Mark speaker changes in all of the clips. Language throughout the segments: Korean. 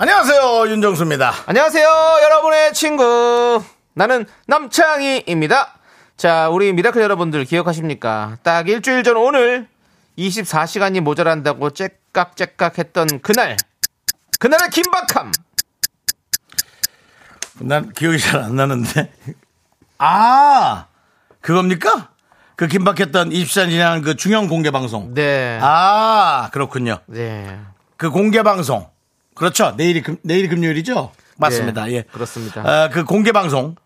Speaker 1: 안녕하세요 윤정수입니다.
Speaker 2: 안녕하세요, 여러분의 친구. 나는 남창희입니다. 자, 우리 미라클 여러분들 기억하십니까? 딱 일주일 전 오늘 24시간이 모자란다고 째깍째깍 했던 그날. 그날의 긴박함.
Speaker 1: 난 기억이 잘 안 나는데 아 그겁니까? 그 긴박했던 24시간 지난 그 중형 공개 방송.
Speaker 2: 네.
Speaker 1: 아 그렇군요.
Speaker 2: 네.
Speaker 1: 그 공개 방송 그렇죠. 내일이 금, 내일이 금요일이죠. 맞습니다.
Speaker 2: 네,
Speaker 1: 예
Speaker 2: 그렇습니다.
Speaker 1: 아, 그 공개 방송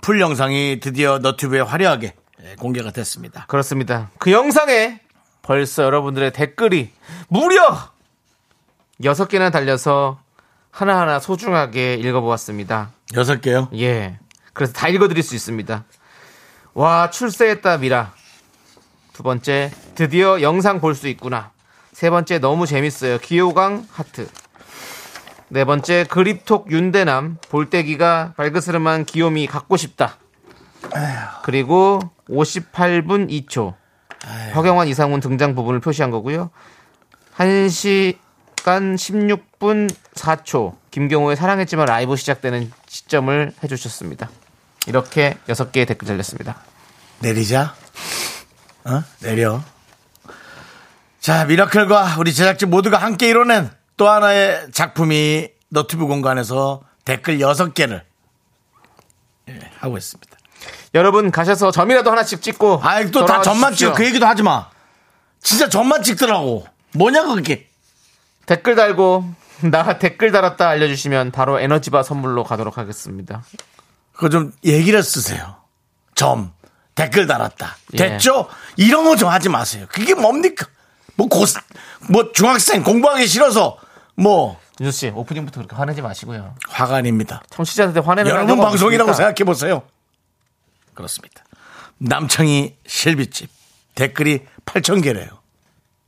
Speaker 1: 풀 영상이 드디어 너튜브에 화려하게 예, 공개가 됐습니다.
Speaker 2: 그렇습니다. 그 영상에 벌써 여러분들의 댓글이 무려 6개나 달려서 하나하나 소중하게 읽어보았습니다.
Speaker 1: 여섯 개요.
Speaker 2: 예. 그래서 다 읽어드릴 수 있습니다. 와, 출세했다, 미라. 두 번째, 드디어 영상 볼 수 있구나. 세 번째, 너무 재밌어요. 기호강 하트. 네 번째, 그립톡 윤대남. 볼때기가 발그스름한 귀요미 갖고 싶다. 그리고 58분 2초. 허경환 이상훈 등장 부분을 표시한 거고요. 1시간 16분 4초 김경호의 사랑했지만 라이브 시작되는 시점을 해주셨습니다. 이렇게 6개의 댓글 달렸습니다.
Speaker 1: 내리자. 어? 내려. 자, 미라클과 우리 제작진 모두가 함께 이뤄낸 또 하나의 작품이 너튜브 공간에서 댓글 6개를 예, 하고 있습니다.
Speaker 2: 여러분 가셔서 점이라도 하나씩 찍고
Speaker 1: 아이, 또 다
Speaker 2: 돌아와
Speaker 1: 점만
Speaker 2: 주십시오.
Speaker 1: 찍어. 그 얘기도 하지 마. 진짜 점만 찍더라고. 뭐냐, 그게.
Speaker 2: 댓글 달고 나 댓글 달았다 알려주시면 바로 에너지바 선물로 가도록 하겠습니다.
Speaker 1: 그거 좀 얘기를 쓰세요. 점. 댓글 달았다.
Speaker 2: 예.
Speaker 1: 됐죠? 이런 거 좀 하지 마세요. 그게 뭡니까? 뭐, 고, 뭐, 중학생 공부하기 싫어서, 뭐,
Speaker 2: 윤수 씨 오프닝부터 그렇게 화내지 마시고요.
Speaker 1: 화가 아닙니다.
Speaker 2: 청취자한테 화내는
Speaker 1: 여러분
Speaker 2: 라디오가
Speaker 1: 방송이라고
Speaker 2: 어딨습니까?
Speaker 1: 생각해 보세요. 그렇습니다. 남창희 실비집 댓글이 8천 개래요.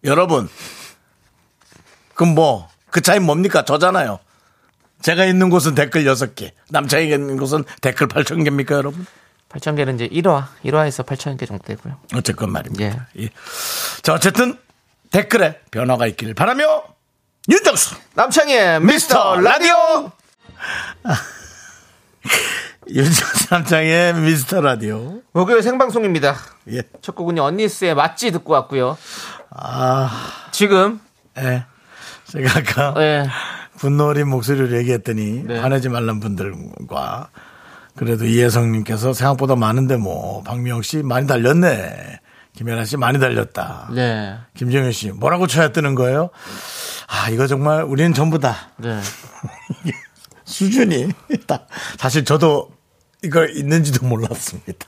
Speaker 1: 여러분, 그럼 뭐 그 차이 뭡니까? 저잖아요. 제가 있는 곳은 댓글 6개, 남창희가 있는 곳은 댓글 8천 개입니까, 여러분?
Speaker 2: 8천 개는 이제 1화 1화에서 8천 개 정도 되고요.
Speaker 1: 어쨌건 말입니다. 예. 자, 어쨌든 댓글에 변화가 있기를 바라며 윤정수
Speaker 2: 남창희의 미스터 라디오
Speaker 1: 아, 윤정수 남창희의 미스터 라디오.
Speaker 2: 목요일 생방송입니다.
Speaker 1: 예.
Speaker 2: 첫 곡은요 언니스의 맞지 듣고 왔고요.
Speaker 1: 아,
Speaker 2: 지금
Speaker 1: 예. 제가 아까
Speaker 2: 예,
Speaker 1: 분노 어린 목소리를 얘기했더니
Speaker 2: 네.
Speaker 1: 화내지 말란 분들과 그래도 이혜성님께서 생각보다 많은데 뭐 박미영 씨 많이 달렸네 김연아 씨 많이 달렸다
Speaker 2: 네,
Speaker 1: 김정현 씨 뭐라고 쳐야 뜨는 거예요? 아 이거 정말 우리는 전부다
Speaker 2: 네,
Speaker 1: 수준이 딱 사실 저도 이거 있는지도 몰랐습니다.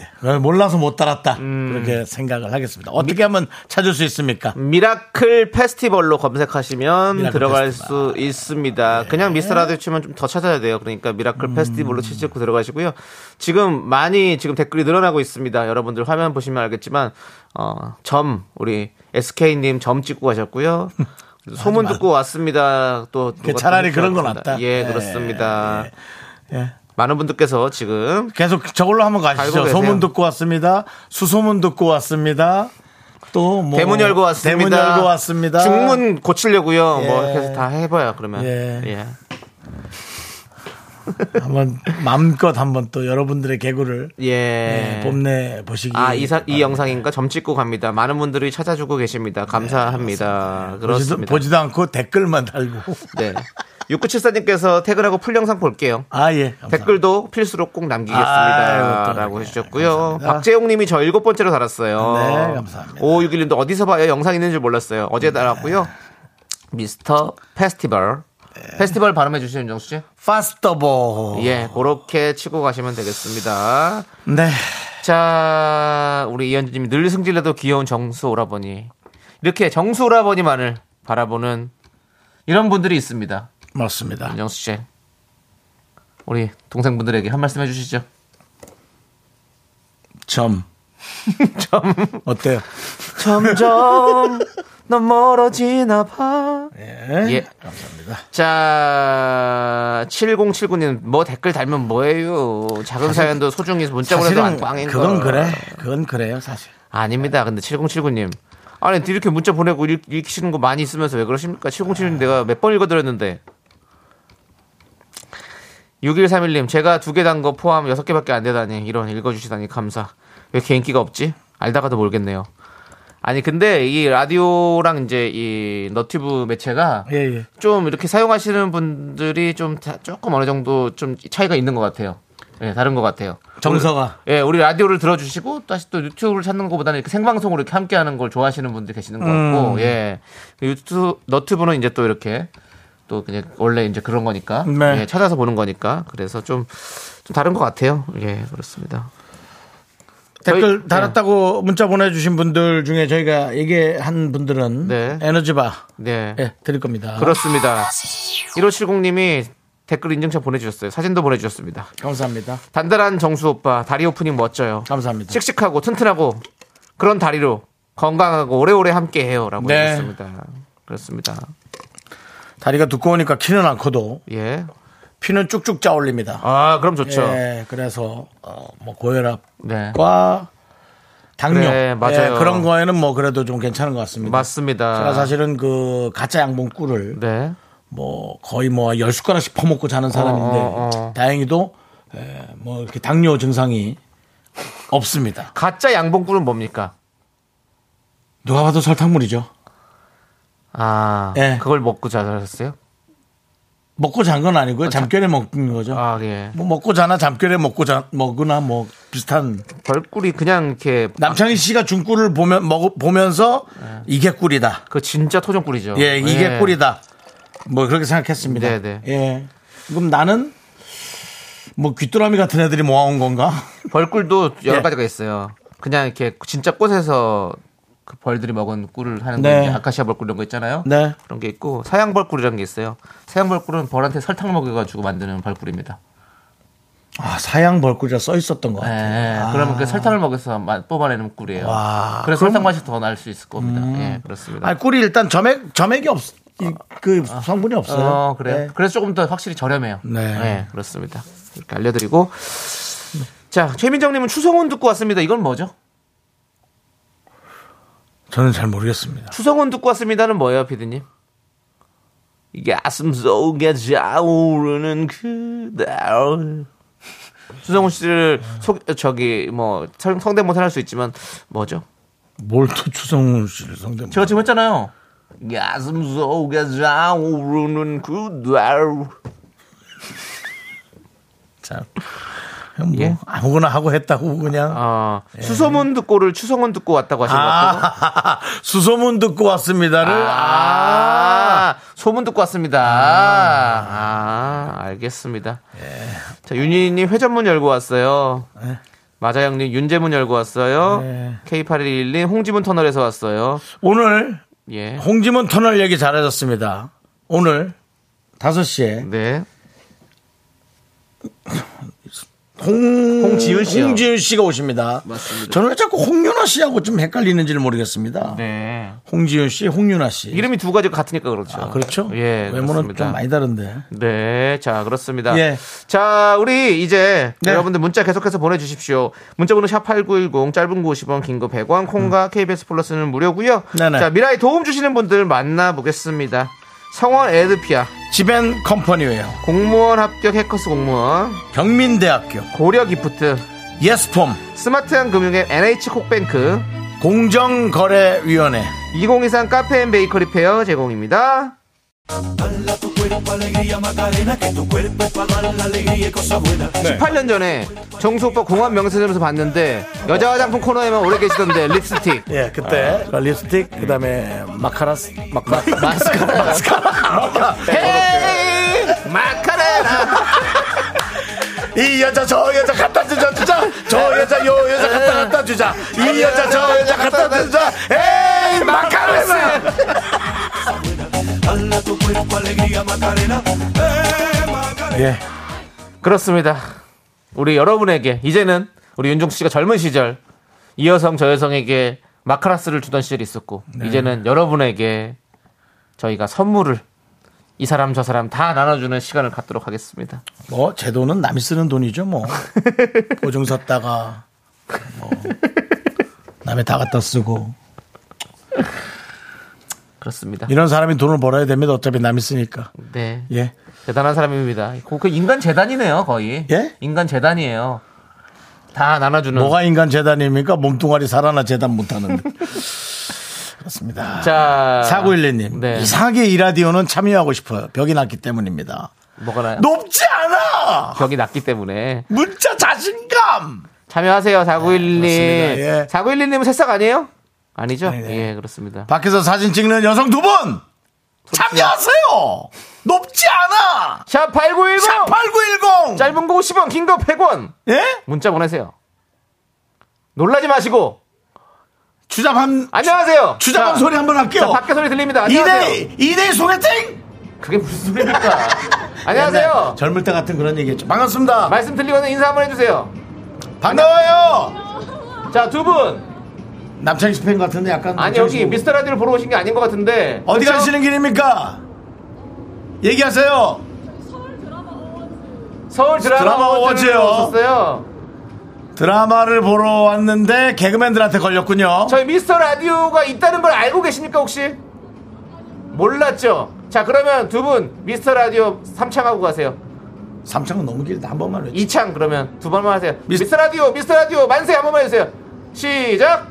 Speaker 1: 예, 그걸 몰라서 못 달았다
Speaker 2: 음.
Speaker 1: 그렇게 생각을 하겠습니다. 어떻게 하면 찾을 수 있습니까?
Speaker 2: 미라클 페스티벌로 검색하시면
Speaker 1: 미라클
Speaker 2: 들어갈
Speaker 1: 페스티벌. 아, 네.
Speaker 2: 수 있습니다. 그냥 미스터 라디오 치면 좀 더 찾아야 돼요. 그러니까 미라클
Speaker 1: 음.
Speaker 2: 페스티벌로 치고 들어가시고요. 지금 많이 지금 댓글이 늘어나고 있습니다. 여러분들 화면 보시면 알겠지만 어, 점 우리 SK님 점 찍고 가셨고요. 소문 듣고 왔습니다. 또 누가 또
Speaker 1: 차라리 그런 건
Speaker 2: 왔습니다.
Speaker 1: 낫다.
Speaker 2: 예,
Speaker 1: 예,
Speaker 2: 그렇습니다.
Speaker 1: 예.
Speaker 2: 많은 분들께서 지금
Speaker 1: 계속 저걸로 한번
Speaker 2: 알고
Speaker 1: 가시죠.
Speaker 2: 계세요.
Speaker 1: 소문 듣고 왔습니다. 수소문 듣고 왔습니다. 또 뭐.
Speaker 2: 대문 열고 왔습니다.
Speaker 1: 대문 열고 왔습니다.
Speaker 2: 중문 고치려고요.
Speaker 1: 예.
Speaker 2: 뭐 이렇게 해서 다 해봐요. 그러면
Speaker 1: 예.
Speaker 2: 예.
Speaker 1: 한번 마음껏 한번 또 여러분들의 개구를
Speaker 2: 예.
Speaker 1: 예, 뽐내 보시기.
Speaker 2: 아, 이, 사, 이
Speaker 1: 바랍니다. 네,
Speaker 2: 영상인가? 점 찍고 갑니다. 많은 분들이 찾아주고 계십니다. 감사합니다.
Speaker 1: 보지도,
Speaker 2: 그렇습니다.
Speaker 1: 보지도 않고 댓글만 달고.
Speaker 2: 네. 6974님께서 퇴근하고 풀 영상 볼게요.
Speaker 1: 아, 예. 감사합니다.
Speaker 2: 댓글도 필수로 꼭 남기겠습니다.
Speaker 1: 아유, 또
Speaker 2: 라고
Speaker 1: 네,
Speaker 2: 해주셨고요.
Speaker 1: 감사합니다.
Speaker 2: 박재용 님이 저 일곱 번째로 달았어요.
Speaker 1: 네, 감사합니다. 네.
Speaker 2: 5561 님도 어디서 봐요? 영상 있는 줄 몰랐어요. 어제 달았고요. 미스터 페스티벌.
Speaker 1: 네.
Speaker 2: 페스티벌 발음해 주시는 정수 씨?
Speaker 1: 어. 파스터보.
Speaker 2: 예, 그렇게 치고 가시면 되겠습니다.
Speaker 1: 네.
Speaker 2: 자, 우리 이현주님이 늘 승질내도 귀여운 정수 오라버니. 이렇게 정수 오라버니만을 바라보는 이런 분들이 있습니다.
Speaker 1: 맞습니다.
Speaker 2: 윤정수 씨. 우리 동생분들에게 한 말씀 해주시죠.
Speaker 1: 점. 점. 어때요?
Speaker 2: 점점 넌 멀어지나 봐.
Speaker 1: 네.
Speaker 2: 예.
Speaker 1: 감사합니다.
Speaker 2: 자, 7079님, 뭐 댓글 달면 뭐예요? 작은 사연도 소중히 문자 보내도 안
Speaker 1: 사실은
Speaker 2: 꽝인 거.
Speaker 1: 그건 그래. 그건 그래요, 사실.
Speaker 2: 아닙니다. 근데 7079님. 아니, 이렇게 문자 보내고 읽, 읽히시는 거 많이 있으면서 왜 그러십니까? 7079님 내가 몇 번 읽어드렸는데. 6131님, 제가 두 개 단 거 포함 여섯 개밖에 안 되다니. 이런 읽어주시다니 감사. 왜 이렇게 인기가 없지? 알다가도 모르겠네요. 아니, 근데 이 라디오랑 이제 이 너튜브 매체가
Speaker 1: 예, 예.
Speaker 2: 좀 이렇게 사용하시는 분들이 좀 다- 조금 어느 정도 좀 차이가 있는 것 같아요. 예, 다른 것 같아요.
Speaker 1: 정서가.
Speaker 2: 예, 우리 라디오를 들어주시고 다시 또 유튜브를 찾는 것보다는 이렇게 생방송으로 이렇게 함께하는 걸 좋아하시는 분들이 계시는 것
Speaker 1: 음.
Speaker 2: 같고, 예, 유튜브 너튜브는 이제 또 이렇게 또 그냥 원래 이제 그런 거니까
Speaker 1: 네.
Speaker 2: 예, 찾아서 보는 거니까 그래서 좀, 좀 다른 것 같아요. 예, 그렇습니다. 저희-
Speaker 1: 댓글
Speaker 2: 네.
Speaker 1: 달았다고 문자 보내주신 분들 중에 저희가 얘기한 분들은
Speaker 2: 네.
Speaker 1: 에너지바
Speaker 2: 네,
Speaker 1: 예, 드릴 겁니다.
Speaker 2: 그렇습니다. 1570님이 댓글 인증샷 보내주셨어요. 사진도 보내주셨습니다.
Speaker 1: 감사합니다.
Speaker 2: 단단한 정수 오빠 다리 오프닝 멋져요.
Speaker 1: 감사합니다.
Speaker 2: 씩씩하고 튼튼하고 그런 다리로 건강하고 오래오래 함께해요라고
Speaker 1: 네.
Speaker 2: 했습니다. 그렇습니다.
Speaker 1: 다리가 두꺼우니까 키는 안 커도
Speaker 2: 예.
Speaker 1: 피는 쭉쭉 짜올립니다.
Speaker 2: 아 그럼 좋죠.
Speaker 1: 예, 그래서 어, 뭐 고혈압과
Speaker 2: 네.
Speaker 1: 당뇨
Speaker 2: 그래, 네, 맞아요.
Speaker 1: 예, 그런 거에는 뭐 그래도 좀 괜찮은 것 같습니다.
Speaker 2: 맞습니다.
Speaker 1: 제가 사실은 그 가짜 양봉 꿀을
Speaker 2: 네.
Speaker 1: 뭐 거의 뭐 열 숟가락씩 퍼먹고 자는 사람인데
Speaker 2: 어, 어.
Speaker 1: 다행히도 에, 뭐 이렇게 당뇨 증상이 없습니다.
Speaker 2: 가짜 양봉꿀은 뭡니까?
Speaker 1: 누가 봐도 설탕물이죠.
Speaker 2: 아
Speaker 1: 예.
Speaker 2: 그걸 먹고 자셨어요?
Speaker 1: 먹고 잔 건 아니고요. 잠결에 먹는 거죠.
Speaker 2: 아 예.
Speaker 1: 뭐 먹고 자나 잠결에 먹고 자 먹거나 뭐 비슷한
Speaker 2: 벌꿀이 그냥 이렇게
Speaker 1: 남창희 씨가 준 꿀을 보면 먹 보면서
Speaker 2: 네.
Speaker 1: 이게 꿀이다.
Speaker 2: 그 진짜 토종꿀이죠.
Speaker 1: 예, 이게 꿀이다. 뭐 그렇게 생각했습니다.
Speaker 2: 네, 네.
Speaker 1: 예. 그럼 나는 뭐 귀뚜라미 같은 애들이 모아온 건가?
Speaker 2: 벌꿀도 여러
Speaker 1: 예.
Speaker 2: 가지가 있어요. 그냥 이렇게 진짜 꽃에서 그 벌들이 먹은 꿀을 하는
Speaker 1: 네.
Speaker 2: 거 이제 아카시아 벌꿀 이런 거 있잖아요.
Speaker 1: 네.
Speaker 2: 그런 게 있고 사양 벌꿀이라는 게 있어요. 사양 벌꿀은 벌한테 설탕 먹여가지고 만드는 벌꿀입니다.
Speaker 1: 아 사양 벌꿀이라 써 있었던 것 같아요.
Speaker 2: 예, 그러면 그 설탕을 먹여서 마- 뽑아내는 꿀이에요.
Speaker 1: 와, 음.
Speaker 2: 그래서 설탕 맛이 더 날 수 있을 겁니다. 예, 그렇습니다.
Speaker 1: 아니 꿀이 일단 점액 점액이 없. 이, 그 성분이 없어요.
Speaker 2: 아. 어, 그래요.
Speaker 1: 네.
Speaker 2: 그래서 조금 더 확실히 저렴해요.
Speaker 1: 네.
Speaker 2: 예, 그렇습니다. 이렇게 알려드리고. 자, 최민정님은 추성훈 듣고 왔습니다. 이건 뭐죠?
Speaker 1: 저는 잘 모르겠습니다.
Speaker 2: 추성훈 듣고 왔습니다는 뭐예요, 피디님? 가슴 속에 자오르는 그대. 추성훈 씨를 속, 저기, 뭐, 설- 성대모사 할 수 있지만, 뭐죠?
Speaker 1: 뭘 또 추성훈 씨를 성대.
Speaker 2: 제가 지금 했잖아요. 가슴 속에 자오르는 그대.
Speaker 1: 참. 그냥 뭐
Speaker 2: 예.
Speaker 1: 아무거나 하고 했다고 그냥.
Speaker 2: 아, 수소문 듣고를 추성훈 듣고 왔다고 하신 것 같고.
Speaker 1: 아, 수소문 듣고 왔습니다를. 아.
Speaker 2: 아, 소문 듣고 왔습니다. 아, 알겠습니다. 자, 윤희님 회전문 열고 왔어요.
Speaker 1: 아.
Speaker 2: 마자영님 윤재문 열고 왔어요.
Speaker 1: 예.
Speaker 2: K8121님 홍지문 터널에서 왔어요.
Speaker 1: 오늘
Speaker 2: 예.
Speaker 1: 홍지문 터널 얘기 잘해줬습니다. 오늘 5시에
Speaker 2: 네.
Speaker 1: 홍,
Speaker 2: 홍지윤 씨요.
Speaker 1: 홍지윤 씨가 오십니다.
Speaker 2: 맞습니다.
Speaker 1: 저는 왜 자꾸 홍윤아 씨하고 좀 헷갈리는지를 모르겠습니다.
Speaker 2: 네.
Speaker 1: 홍지윤 씨, 홍윤아 씨.
Speaker 2: 이름이 두 가지가 같으니까 그렇죠.
Speaker 1: 아, 그렇죠?
Speaker 2: 예.
Speaker 1: 외모는
Speaker 2: 그렇습니다.
Speaker 1: 좀 많이 다른데.
Speaker 2: 네, 자 그렇습니다.
Speaker 1: 예.
Speaker 2: 자 우리 이제
Speaker 1: 네.
Speaker 2: 여러분들 문자 계속해서 보내주십시오. 문자번호 샵 #8910 짧은 거 50원, 긴 거 100원, 콩과 KBS 플러스는 무료고요.
Speaker 1: 음. 네네.
Speaker 2: 자 미라에 도움 주시는 분들 만나보겠습니다. 성원 에드피아,
Speaker 1: 지벤 컴퍼니웨어,
Speaker 2: 공무원 합격 해커스 공무원,
Speaker 1: 경민대학교,
Speaker 2: 고려 기프트,
Speaker 1: 예스폼,
Speaker 2: 스마트한 금융앱 NH 콕뱅크,
Speaker 1: 공정거래위원회,
Speaker 2: 2023 카페앤베이커리 페어 제공입니다.
Speaker 1: 네.
Speaker 2: 18년 전에 정수 오빠 공항 명세점에서 봤는데 여자 화장품 코너에만 오래 계시던데 립스틱.
Speaker 1: 예, 그때 립스틱, 그 다음에 마카라스, 마카,
Speaker 2: 마스카라.
Speaker 1: 마스카라.
Speaker 2: 헤이 마카레나
Speaker 1: 이 여자 저 여자 갖다 주자 주자 저 여자 요 여자 갖다 갖다 주자 이 여자 저 여자 갖다 주자 에이 마카레나
Speaker 3: Dala tu cuerpo alegría, Macarena. Eh, Macarena.
Speaker 1: 예.
Speaker 2: 그렇습니다. 우리 여러분에게 이제는 우리 윤종수 씨가 젊은 시절 이 여성 저 여성에게 마카라스를 주던 시절이 있었고
Speaker 1: 네.
Speaker 2: 이제는 여러분에게 저희가 선물을 이 사람 저 사람 다 나눠주는 시간을 갖도록 하겠습니다.
Speaker 1: 뭐, 제 돈은 남이 쓰는 돈이죠, 뭐. 보증 섰다가, 뭐, 남의 다 갖다 쓰고.
Speaker 2: 그렇습니다.
Speaker 1: 이런 사람이 돈을 벌어야 됩니다. 어차피 남이 쓰니까.
Speaker 2: 네.
Speaker 1: 예.
Speaker 2: 대단한 사람입니다. 그 인간 재단이네요, 거의.
Speaker 1: 예?
Speaker 2: 인간 재단이에요. 다 나눠주는.
Speaker 1: 뭐가 인간 재단입니까? 몸뚱아리 살아나 재단 못하는. 그렇습니다.
Speaker 2: 자.
Speaker 1: 4911님.
Speaker 2: 네.
Speaker 1: 이상하게 이 라디오는 참여하고 싶어요. 벽이 났기 때문입니다.
Speaker 2: 뭐가 나요?
Speaker 1: 높지 않아!
Speaker 2: 벽이 낮기 때문에.
Speaker 1: 문자 자신감!
Speaker 2: 참여하세요, 4911님.
Speaker 1: 그렇습니다. 예.
Speaker 2: 4911님은 새싹 아니에요? 아니죠?
Speaker 1: 네네.
Speaker 2: 예, 그렇습니다.
Speaker 1: 밖에서 사진 찍는 여성 두 분! 참여하세요! 높지 않아!
Speaker 2: 샵8910!
Speaker 1: 샵8910!
Speaker 2: 짧은 거 50원, 긴 거 100원!
Speaker 1: 예?
Speaker 2: 문자 보내세요. 놀라지 마시고,
Speaker 1: 주잡 한,
Speaker 2: 안녕하세요!
Speaker 1: 주잡한
Speaker 2: 자,
Speaker 1: 소리 한번
Speaker 2: 자,
Speaker 1: 할게요.
Speaker 2: 밖에 소리 들립니다. 안녕하세요!
Speaker 1: 이대, 네, 이대 소개팅!
Speaker 2: 그게 무슨 소리입니까? 안녕하세요!
Speaker 1: 옛날 젊을 때 같은 그런 얘기했죠. 반갑습니다.
Speaker 2: 말씀 들리거나 인사 한번 해주세요.
Speaker 1: 반가워요!
Speaker 2: 자, 두 분!
Speaker 1: 남창희 스팸 같은데 약간.
Speaker 2: 아니,
Speaker 1: 남창희
Speaker 2: 여기
Speaker 1: 씨.
Speaker 2: 미스터 라디오를 보러 오신 게 아닌 것 같은데.
Speaker 1: 어디
Speaker 2: 그쵸?
Speaker 1: 가시는 길입니까? 얘기하세요.
Speaker 2: 서울 드라마
Speaker 1: 드라마
Speaker 2: 어워즈요.
Speaker 1: 어워즈요.
Speaker 2: 오셨어요.
Speaker 1: 드라마를 보러 왔는데 개그맨들한테 걸렸군요.
Speaker 2: 저희 미스터 라디오가 있다는 걸 알고 계십니까, 혹시? 몰랐죠? 자, 그러면 두 분 미스터 라디오 3창하고 가세요.
Speaker 1: 삼창은 너무 길다. 한 번만 외쳐.
Speaker 2: 2창 그러면 두 번만 하세요.
Speaker 1: 미스-
Speaker 2: 미스... 터 라디오, 미스터 라디오 만세 한 번만 해주세요. 시작.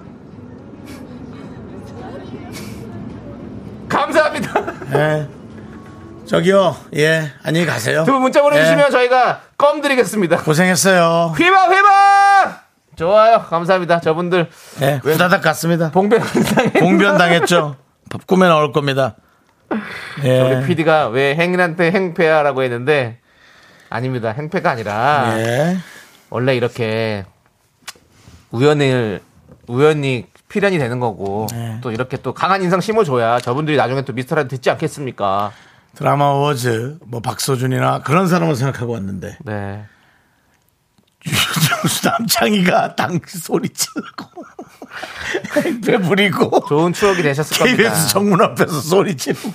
Speaker 2: 감사합니다.
Speaker 1: 예. 저기요. 예. 안녕히 가세요.
Speaker 2: 두 분 문자 보내주시면
Speaker 1: 예.
Speaker 2: 저희가 껌 드리겠습니다.
Speaker 1: 고생했어요.
Speaker 2: 휘바 휘바. 좋아요. 감사합니다. 저분들
Speaker 1: 예. 후다닥 갔습니다.
Speaker 2: 봉변 상에
Speaker 1: 봉변 당했죠. 밥 꿈에 나올 겁니다.
Speaker 2: 우리
Speaker 1: 예.
Speaker 2: PD가 왜 행인한테 행패야라고 했는데 아닙니다. 행패가 아니라
Speaker 1: 예.
Speaker 2: 원래 이렇게 우연을 우연히 필연이 되는 거고
Speaker 1: 네.
Speaker 2: 또 이렇게 또 강한 인상 심어줘야 저분들이 나중에 또 미스터라도 듣지 않겠습니까?
Speaker 1: 드라마 어워즈, 뭐 박서준이나 그런 사람을 생각하고 왔는데.
Speaker 2: 네.
Speaker 1: 유정수 남창희가 당시 소리 치르고. 배 부리고.
Speaker 2: 좋은 추억이 되셨을 겁니다.
Speaker 1: KBS 정문 앞에서 소리 치르고.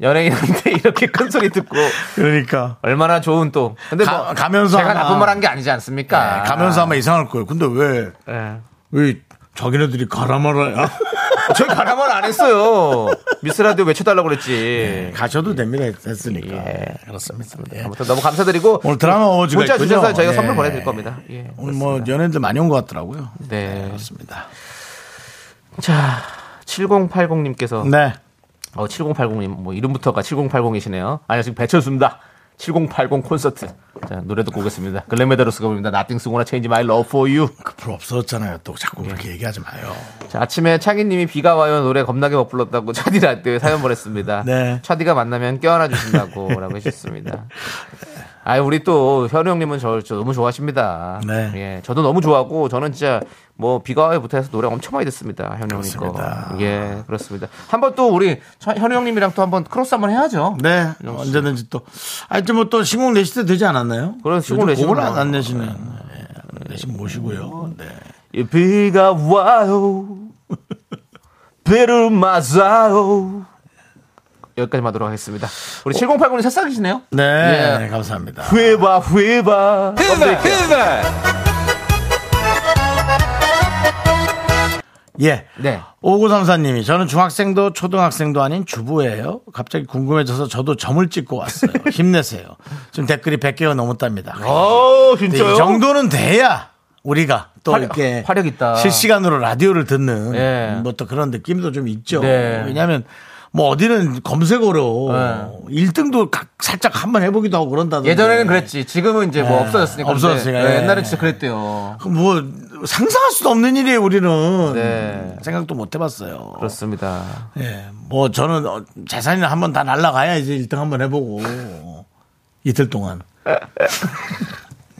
Speaker 2: 연예인한테 이렇게 큰 소리 듣고
Speaker 1: 그러니까.
Speaker 2: 얼마나 좋은 또. 근데 뭐
Speaker 1: 가- 가면서
Speaker 2: 제가
Speaker 1: 하나. 네,
Speaker 2: 나쁜 말 한 게 아니지 않습니까?
Speaker 1: 가면서 아마 이상할 거예요. 근데 왜,
Speaker 2: 예.
Speaker 1: 왜 자기네들이 가라 말아야?
Speaker 2: 저희 가라 말안 했어요. 미스라디오 외쳐달라고 그랬지.
Speaker 1: 가셔도 됩니다. 했으니까.
Speaker 2: 예.
Speaker 1: 그렇습니다. 예.
Speaker 2: 아무튼 너무 감사드리고
Speaker 1: 오늘 드라마 어워즈가
Speaker 2: 문자
Speaker 1: 있군요.
Speaker 2: 주셔서 저희가
Speaker 1: 예.
Speaker 2: 선물 보내드릴 겁니다. 예,
Speaker 1: 오늘 뭐 연예인들 많이 온 것 같더라고요. 예,
Speaker 2: 네.
Speaker 1: 그렇습니다.
Speaker 2: 자, 7080님께서
Speaker 1: 네.
Speaker 2: 어, 7080님 뭐 이름부터가 7080이시네요. 아니 지금 배철수입니다. 7080 콘서트. 자, 노래 듣고 오겠습니다. 글렌메다로스가 부릅니다. Nothing's gonna change my love for you.
Speaker 1: 그 프로 없어졌잖아요. 또 자꾸
Speaker 2: 예.
Speaker 1: 그렇게 얘기하지 마요.
Speaker 2: 자, 아침에 창희님이 비가 와요 노래 겁나게 못 불렀다고 차디 라디오에 사연 보냈습니다.
Speaker 1: 네.
Speaker 2: 차디가 만나면 껴안아 주신다고라고 해주셨습니다. 아, 우리 또 현우 형님은 저를 저 너무 좋아하십니다.
Speaker 1: 네.
Speaker 2: 예, 저도 너무 좋아하고 저는 진짜 뭐 비가 와요부터 해서 노래 엄청 많이 듣습니다. 현우 형님 거.
Speaker 1: 그렇습니다.
Speaker 2: 예, 그렇습니다. 한번 또 우리 차- 현우 형님이랑 또 한번 크로스 한번 해야죠.
Speaker 1: 네. 언제든지 또. 아니, 좀뭐 또 신곡 내실 때 되지 않았나요?
Speaker 2: 그런 신곡
Speaker 1: 요즘 곡을
Speaker 2: 내시구나.
Speaker 1: 안, 안 내시는. 네. 내신 모시고요. 네.
Speaker 2: 이 비가 와요. 비를 맞아요. 여기까지 하도록 하겠습니다.
Speaker 1: 어.
Speaker 2: 우리 7089님 새싹이시네요.
Speaker 1: 네.
Speaker 2: 예.
Speaker 1: 감사합니다.
Speaker 2: 휘바 휘바
Speaker 1: 예.
Speaker 2: 네.
Speaker 1: 5934님이 저는 중학생도 초등학생도 아닌 주부예요. 갑자기 궁금해져서 저도 점을 찍고 왔어요. 힘내세요. 지금 댓글이 100개가 넘었답니다.
Speaker 2: 어
Speaker 1: 근데
Speaker 2: 진짜요?
Speaker 1: 네, 이 정도는 돼야 우리가 또
Speaker 2: 화력-
Speaker 1: 이렇게
Speaker 2: 화력 있다.
Speaker 1: 실시간으로 라디오를 듣는
Speaker 2: 예.
Speaker 1: 뭐 또 그런 느낌도 좀 있죠.
Speaker 2: 네.
Speaker 1: 왜냐하면 뭐 어디는 검색어로 일 1등도 살짝 한번 해보기도 하고 그런다던데
Speaker 2: 예. 예전에는 그랬지. 지금은 이제 뭐
Speaker 1: 예.
Speaker 2: 없어졌으니까.
Speaker 1: 없어졌으니까,
Speaker 2: 근데 네,
Speaker 1: 예.
Speaker 2: 옛날에 진짜 그랬대요.
Speaker 1: 그뭐 상상할 수도 없는 일이에요. 우리는
Speaker 2: 네.
Speaker 1: 생각도 못 해봤어요.
Speaker 2: 그렇습니다.
Speaker 1: 예, 뭐 저는 어, 재산이나 한번 다 날라가야 이제 1등 한번 해보고 이틀 동안.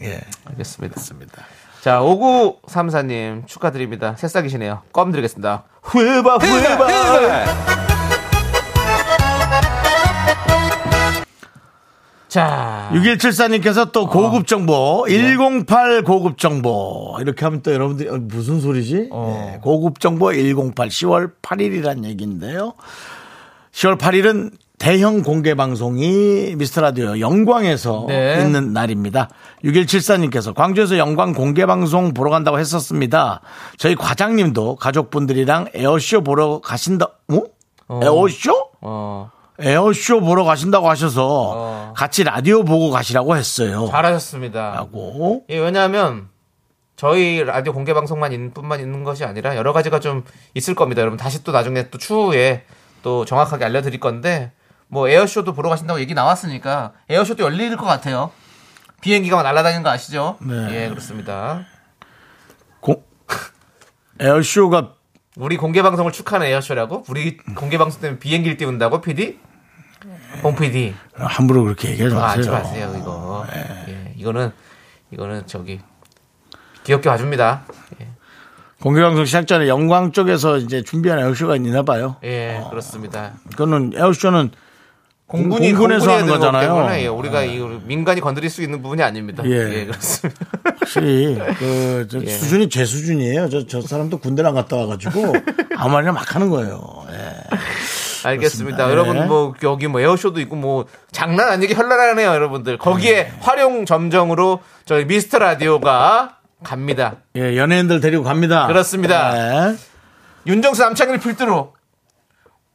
Speaker 1: 예,
Speaker 2: 알겠습니다.
Speaker 1: 그렇습니다.
Speaker 2: 자, 5934님 축하드립니다. 새싹이시네요. 껌 드리겠습니다. 휘바 휘바 자,
Speaker 1: 6174님께서 또 고급 정보, 108 고급 정보. 이렇게 하면 또 여러분들이 어, 무슨 소리지? 네, 고급 정보 108, 10월 8일이란 얘기인데요. 10월 8일은 대형 공개 방송이 미스터 라디오 영광에서
Speaker 2: 네.
Speaker 1: 있는 날입니다. 6174님께서 광주에서 영광 공개 방송 보러 간다고 했었습니다. 저희 과장님도 가족분들이랑 에어쇼 보러 가신다, 어? 에어쇼?
Speaker 2: 어,
Speaker 1: 에어쇼 보러 가신다고 하셔서
Speaker 2: 어.
Speaker 1: 같이 라디오 보고 가시라고 했어요.
Speaker 2: 잘하셨습니다.
Speaker 1: 라고.
Speaker 2: 예, 왜냐하면 저희 라디오 공개 방송만 있는 뿐만 있는 것이 아니라 여러 가지가 좀 있을 겁니다. 여러분 다시 또 나중에 또 추후에 또 정확하게 알려드릴 건데 뭐 에어쇼도 보러 가신다고 얘기 나왔으니까 에어쇼도 열릴 것 같아요. 비행기가 막 날아다니는 거 아시죠?
Speaker 1: 네.
Speaker 2: 예, 그렇습니다.
Speaker 1: 고- 에어쇼가
Speaker 2: 우리 공개 방송을 축하하는 에어쇼라고? 우리 공개 방송 때문에 비행기를 띄운다고 PD? 홍 PD.
Speaker 1: 함부로 그렇게 얘기하지
Speaker 2: 아, 하지
Speaker 1: 마세요. 네.
Speaker 2: 마세요 이거. 예, 이거는 이거는 저기 귀엽게 봐줍니다.
Speaker 1: 공개방송 시작 전에 영광 쪽에서 이제 준비한 에어쇼가 있나 봐요.
Speaker 2: 예, 그렇습니다.
Speaker 1: 그거는 에어쇼는 공군이- 공군에서
Speaker 2: 공군이
Speaker 1: 하는
Speaker 2: 해야 되는 거기
Speaker 1: 거잖아요. 네.
Speaker 2: 때문에, 예, 우리가 이 민간이 건드릴 수 있는 부분이 아닙니다.
Speaker 1: 예.
Speaker 2: 예, 그렇습니다.
Speaker 1: 확실히 그저
Speaker 2: 예.
Speaker 1: 수준이 제 수준이에요. 저, 저 사람도 군대를 안 갔다 와가지고 아무 말이나 막 하는 거예요. 예. 그렇습니다.
Speaker 2: 알겠습니다.
Speaker 1: 예.
Speaker 2: 여러분 뭐 여기 뭐 에어쇼도 있고 뭐 장난 아니게 현란하네요, 여러분들. 거기에 활용 점정으로 저희 미스터 라디오가 갑니다.
Speaker 1: 예, 연예인들 데리고 갑니다.
Speaker 2: 그렇습니다.
Speaker 1: 예.
Speaker 2: 윤정수 남창일 필두로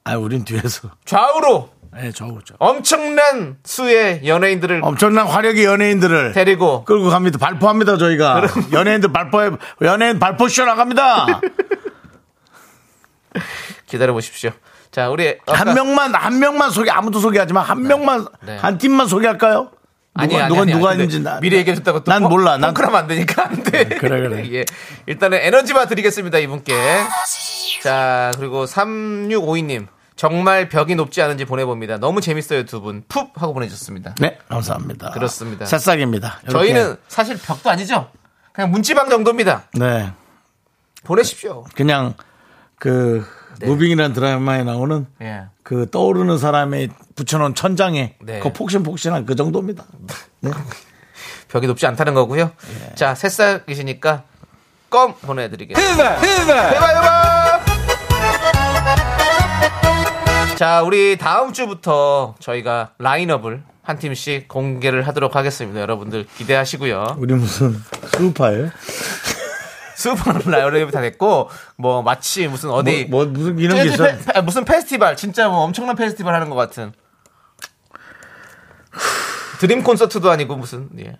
Speaker 1: 아, 우린 뒤에서.
Speaker 2: 좌우로
Speaker 1: 예, 저우죠.
Speaker 2: 엄청난 수의 연예인들을
Speaker 1: 엄청난 화력의 연예인들을
Speaker 2: 데리고
Speaker 1: 끌고 갑니다. 발포합니다, 저희가. 연예인들 발포해, 연예인 발포쇼 나갑니다.
Speaker 2: 기다려 보십시오. 자, 우리 아까-
Speaker 1: 한 명만, 한 명만 소개, 아무도 소개하지만 한 명만,
Speaker 2: 네.
Speaker 1: 한 팀만 소개할까요?
Speaker 2: 아니,
Speaker 1: 누가,
Speaker 2: 아니,
Speaker 1: 누가,
Speaker 2: 아니,
Speaker 1: 누가
Speaker 2: 근데
Speaker 1: 있는지 나.
Speaker 2: 미리 얘기해줬다고
Speaker 1: 난 몰라. 난- 음,
Speaker 2: 그러면 안 되니까 안 돼.
Speaker 1: 그래, 그래.
Speaker 2: 예. 일단은 에너지바 드리겠습니다, 이분께. 자, 그리고 3652님. 정말 벽이 높지 않은지 보내봅니다. 너무 재밌어요, 두 분. 푹! 하고 보내주셨습니다.
Speaker 1: 네, 감사합니다.
Speaker 2: 그렇습니다.
Speaker 1: 새싹입니다. 이렇게.
Speaker 2: 저희는 사실 벽도 아니죠. 그냥 문지방 정도입니다.
Speaker 1: 네,
Speaker 2: 보내십시오.
Speaker 1: 그냥 그 무빙이라는 드라마에 나오는
Speaker 2: 네. 예.
Speaker 1: 그 떠오르는 사람의 붙여놓은 천장에
Speaker 2: 네.
Speaker 1: 그 폭신폭신한 그 정도입니다. 네.
Speaker 2: 벽이 높지 않다는 거고요. 자, 새싹이시니까 껌 보내드리겠습니다. 대박, 대박! 자, 우리 다음 주부터 저희가 라인업을 한 팀씩 공개를 하도록 하겠습니다. 여러분들 기대하시고요.
Speaker 1: 우리 무슨 수파예요?
Speaker 2: 수분 라인업이 다 됐고, 뭐 마치 무슨 어디
Speaker 1: 뭐, 뭐 무슨 이런 게
Speaker 2: 재즈
Speaker 1: 있어?
Speaker 2: 페- 아, 무슨 페스티벌 진짜 뭐 엄청난 페스티벌 하는 것 같은 드림 콘서트도 아니고 무슨 예.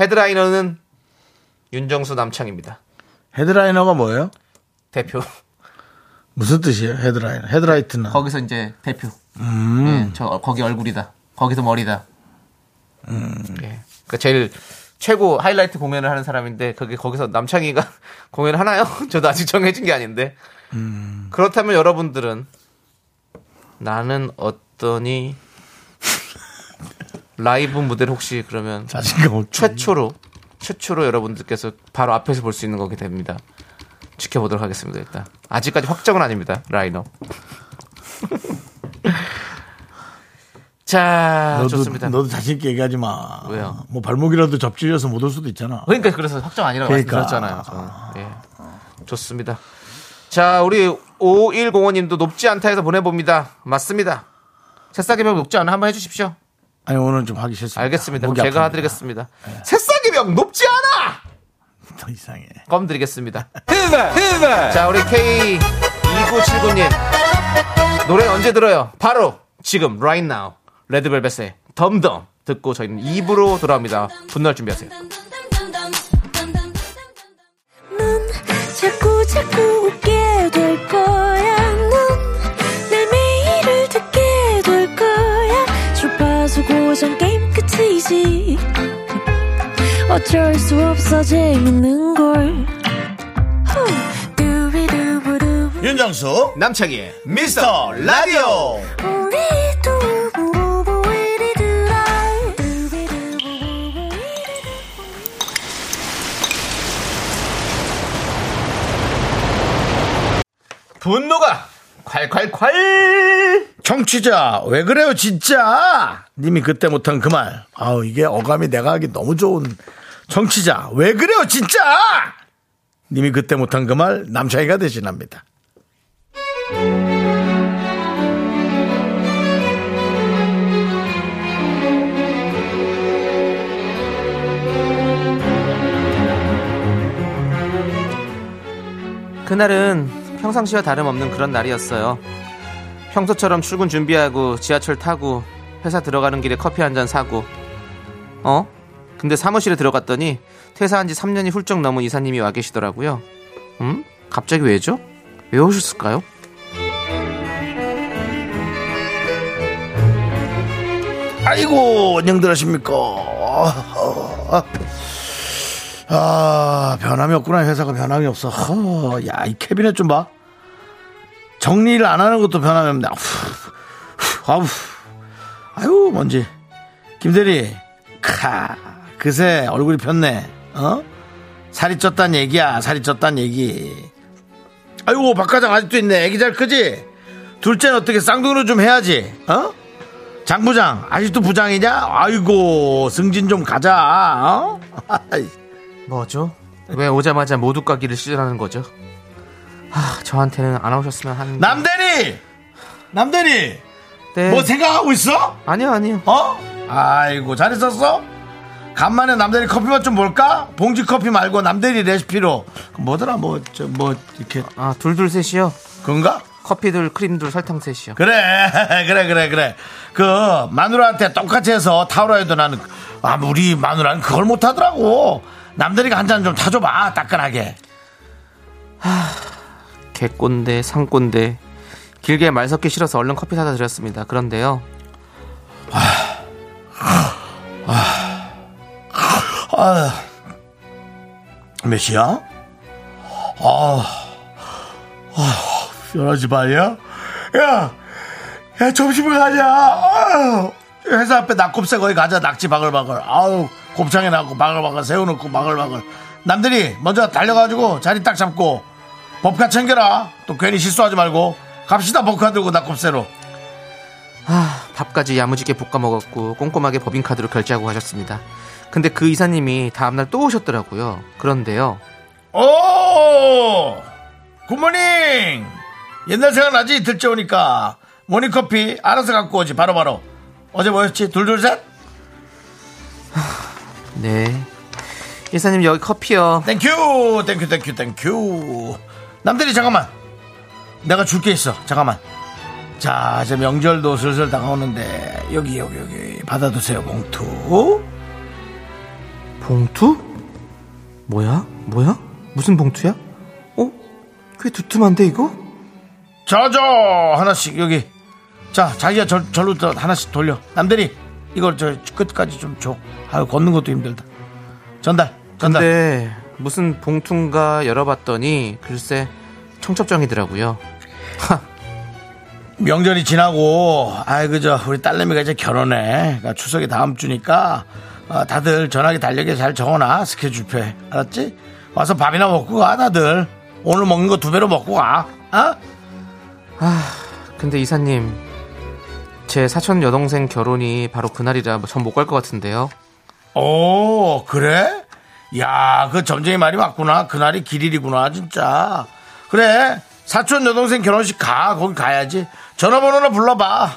Speaker 2: 헤드라이너는 윤정수 남창입니다
Speaker 1: 헤드라이너가 뭐예요?
Speaker 2: 대표
Speaker 1: 무슨 뜻이에요? 헤드라이너. 헤드라이트나.
Speaker 2: 음. 거기서 이제 대표 예, 저 어, 거기 얼굴이다 거기서 머리다 예. 그 제일 최고 하이라이트 공연을 하는 사람인데 그게 거기서 남창이가 공연을 하나요? 저도 아직 정해진 게 아닌데 그렇다면 여러분들은 나는 어떠니 라이브 무대를 혹시 그러면
Speaker 1: 자신감 없죠.
Speaker 2: 최초로 최초로 여러분들께서 바로 앞에서 볼 수 있는 거게 됩니다. 지켜보도록 하겠습니다. 일단 아직까지 확정은 아닙니다. 라이너. 자
Speaker 1: 너도,
Speaker 2: 아, 좋습니다.
Speaker 1: 너도 자신 있게 얘기하지 마.
Speaker 2: 왜요?
Speaker 1: 뭐 발목이라도 접질려서 못 올 수도 있잖아.
Speaker 2: 그러니까 그래서 확정 아니라고
Speaker 1: 그러니까.
Speaker 2: 말씀드렸잖아요. 저는. 예. 좋습니다. 자 우리 5105님도 높지 않다 해서 보내봅니다. 맞습니다. 새싹의 벽 높지 않아 한번 해주십시오.
Speaker 1: 아니 오늘 좀 하기 싫습니다.
Speaker 2: 알겠습니다.
Speaker 1: 목이
Speaker 2: 그럼 제가
Speaker 1: 아픕니다.
Speaker 2: 해드리겠습니다. 새싹의 벽 높지 않아!
Speaker 1: 더 이상해.
Speaker 2: 껌 드리겠습니다. 자, 우리 K2979님. 노래 언제 들어요? 바로 지금, right now. 레드벨벳의 덤덤 듣고 저희는 2부로 돌아옵니다. 분노할 준비하세요.
Speaker 4: 넌 자꾸 자꾸 웃게 될 거야. 넌내 매일을 듣게 될 거야. 주파수 고정 게임 끝이지. 어쩔 수 없어 재밌는 걸. 후. 두비두부두.
Speaker 1: 윤정수
Speaker 2: 남창희의
Speaker 1: 미스터 라디오.
Speaker 4: 우리 두부부부 우리 두라. 두비두부부부 우리 두라.
Speaker 2: 분노가 콸콸콸!
Speaker 1: 청취자 왜 그래요 진짜 님이 그때 못한 그 말 아우 이게 어감이 내가 하기 너무 좋은 청취자 왜 그래요 진짜 님이 그때 못한 그 말 남창희가 대신합니다
Speaker 2: 그날은 평상시와 다름없는 그런 날이었어요. 평소처럼 출근 준비하고 지하철 타고 회사 들어가는 길에 커피 한 잔 사고 어? 근데 사무실에 들어갔더니 퇴사한 지 3년이 훌쩍 넘은 이사님이 와 계시더라고요. 음? 갑자기 왜죠? 왜 오셨을까요?
Speaker 1: 아이고 안녕들 하십니까 아, 아 변함이 없구나 회사가 변함이 없어 야 이 캐비넷 좀봐 정리를 안 하는 것도 변함이 없네 아우 아유 뭔지 김대리 카 그새 얼굴이 폈네 어 살이 쪘단 얘기야 살이 쪘단 얘기 아이고 박과장 아직도 있네 애기 잘 크지 둘째는 어떻게 쌍둥이로 좀 해야지 어 장부장 아직도 부장이냐? 아이고 승진 좀 가자. 어?
Speaker 2: 뭐죠? 왜 오자마자 모두 가기를 시전하는 거죠? 하, 저한테는 안 오셨으면 하는
Speaker 1: 남대리, 남대리,
Speaker 2: 네.
Speaker 1: 뭐 생각하고 있어?
Speaker 2: 아니요 아니요
Speaker 1: 어? 아이고 잘 있었어? 간만에 남대리 커피 맛 좀 볼까? 봉지 커피 말고 남대리 레시피로 뭐더라 뭐 저 뭐 이렇게
Speaker 2: 아 둘둘 셋이요
Speaker 1: 그건가?
Speaker 2: 커피 둘 크림 둘 설탕 셋이요
Speaker 1: 그래 그래 그래 그래 그 마누라한테 똑같이 해서 타오라에도 나는 아 우리 마누라는 그걸 못하더라고 남대리가 한 잔 좀 타줘봐 따끈하게
Speaker 2: 개꼰대 상꼰대 길게 말 섞기 싫어서 얼른 커피 사다 드렸습니다 그런데요
Speaker 1: 아, 몇 시야? 아, 아, 11시 반이야? 야, 야, 점심을 가자. 아유, 회사 앞에 낙곱새 거기 가자. 낙지 바글바글. 아우, 곱창에 나고 바글바글 세워놓고 바글바글. 남들이 먼저 달려가지고 자리 딱 잡고 법카 챙겨라. 또 괜히 실수하지 말고. 갑시다, 법카 들고 낙곱새로.
Speaker 2: 아, 밥까지 야무지게 볶아 먹었고 꼼꼼하게 법인카드로 결제하고 가셨습니다 근데 그 이사님이 다음날 또 오셨더라고요 그런데요
Speaker 1: 오! 굿모닝! 옛날 생각나지? 들째 오니까. 모닝커피 알아서 갖고 오지, 바로바로. 어제 뭐였지? 둘둘셋?
Speaker 2: 네 이사님 여기 커피요
Speaker 1: 땡큐! 땡큐, 땡큐, 땡큐. 남들이 잠깐만. 내가 줄 게 있어. 잠깐만. 자, 이제 명절도 슬슬 다가오는데, 여기, 여기, 여기. 받아두세요, 봉투.
Speaker 2: 봉투? 뭐야? 뭐야? 무슨 봉투야? 어? 꽤 두툼한데 이거?
Speaker 1: 저, 저! 하나씩, 여기. 자, 자기가 절, 절로 저 하나씩 돌려. 남들이 이걸 저 끝까지 좀 줘. 아유, 걷는 것도 힘들다. 전달, 전달.
Speaker 2: 근데 네. 무슨 봉투인가 열어봤더니 글쎄 청첩장이더라고요
Speaker 1: 명절이 지나고 아이 그저 우리 딸내미가 이제 결혼해 그러니까 추석이 다음 주니까 어, 다들 전화기 달력에 잘 적어놔 스케줄표 알았지 와서 밥이나 먹고 가 다들 오늘 먹는 거 두 배로 먹고 가 어?
Speaker 2: 근데 이사님 제 사촌 여동생 결혼이 바로 그날이라 전 못 갈 것 같은데요
Speaker 1: 오 어, 그래 야그 점쟁이 말이 맞구나 그날이 길일이구나 진짜 그래 사촌 여동생 결혼식 가 거기 가야지 전화번호나 불러봐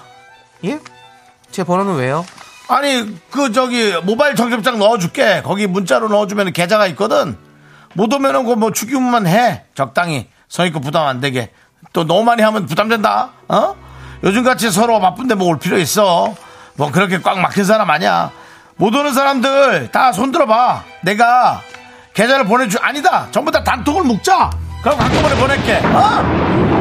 Speaker 2: 예? 제 번호는 왜요?
Speaker 1: 아니 그 저기 모바일 정첩장 넣어줄게 거기 문자로 넣어주면 계좌가 있거든 못 오면은 그뭐 축의금만 해 적당히 성의껏 부담 안 되게 또 너무 많이 하면 부담된다 어 요즘같이 서로 바쁜데 뭐 올 필요 있어 뭐 그렇게 꽉 막힌 사람 아니야 못 오는 사람들 다 손들어봐 내가 계좌를 보내주 아니다 전부 다 단톡을 묶자 그럼 한꺼번에 보낼게 어?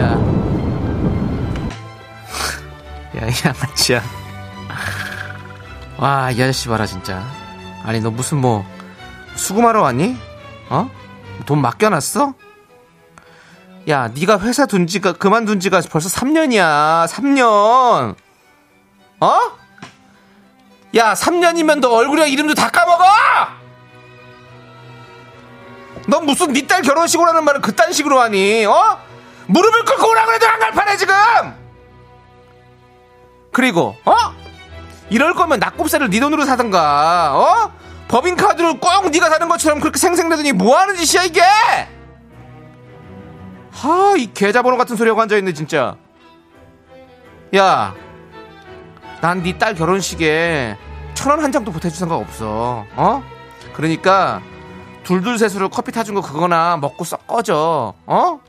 Speaker 2: 야. 야, 이 양아치야. 와, 이 아저씨 봐라, 진짜. 아니, 너 무슨 뭐, 수금하러 왔니? 어? 돈 맡겨놨어? 야, 네가 회사 둔 지가, 그만둔 지가 벌써 3년이야. 3년. 어? 야, 3년이면 너 얼굴이랑 이름도 다 까먹어! 넌 무슨 니 딸 결혼식으로 하는 말을 그딴 식으로 하니? 어? 무릎을 꿇고 오라 그래도 안 갈 판에 지금. 그리고 어? 이럴 거면 낙곱새를 네 돈으로 사든가. 어? 법인 카드로 꼭 네가 사는 것처럼 그렇게 생생대더니 뭐 하는 짓이야 이게? 하, 이 계좌번호 같은 소리하고 앉아있네 진짜. 야, 난 네 딸 결혼식에 천 원 한 장도 보태줄 생각 없어. 어? 그러니까 둘둘셋으로 커피 타준 거 그거나 먹고 썩 꺼져. 어?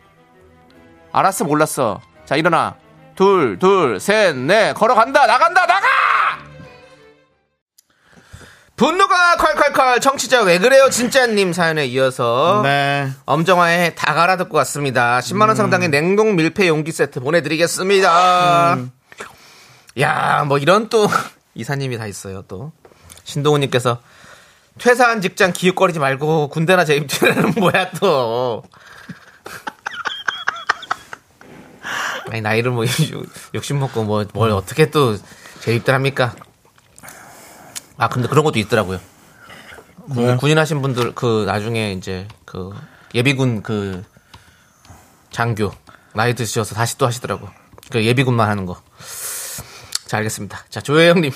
Speaker 2: 알았어 몰랐어. 자 일어나. 둘, 둘, 셋, 넷. 걸어간다. 나간다. 나가! 분노가 콸콸콸 청취자 왜 그래요 진짜님 사연에 이어서
Speaker 5: 네.
Speaker 2: 엄정화의 다 갈아 듣고 왔습니다. 10만 원 상당의 냉동 밀폐 용기 세트 보내드리겠습니다. 야, 뭐 이런 또 이사님이 다 있어요. 또 신동우님께서 퇴사한 직장 기웃거리지 말고 군대나 재입대는 뭐야 또. 아니 나이를 뭐 욕심 먹고 뭐 뭘 어떻게 또 재입대를 합니까? 아 근데 그런 것도 있더라고요.
Speaker 1: 뭐요?
Speaker 2: 군인 하신 분들 그 나중에 이제 그 예비군 그 장교 나이 드셔서 다시 또 하시더라고. 그 예비군만 하는 거. 자 알겠습니다. 자 조혜영님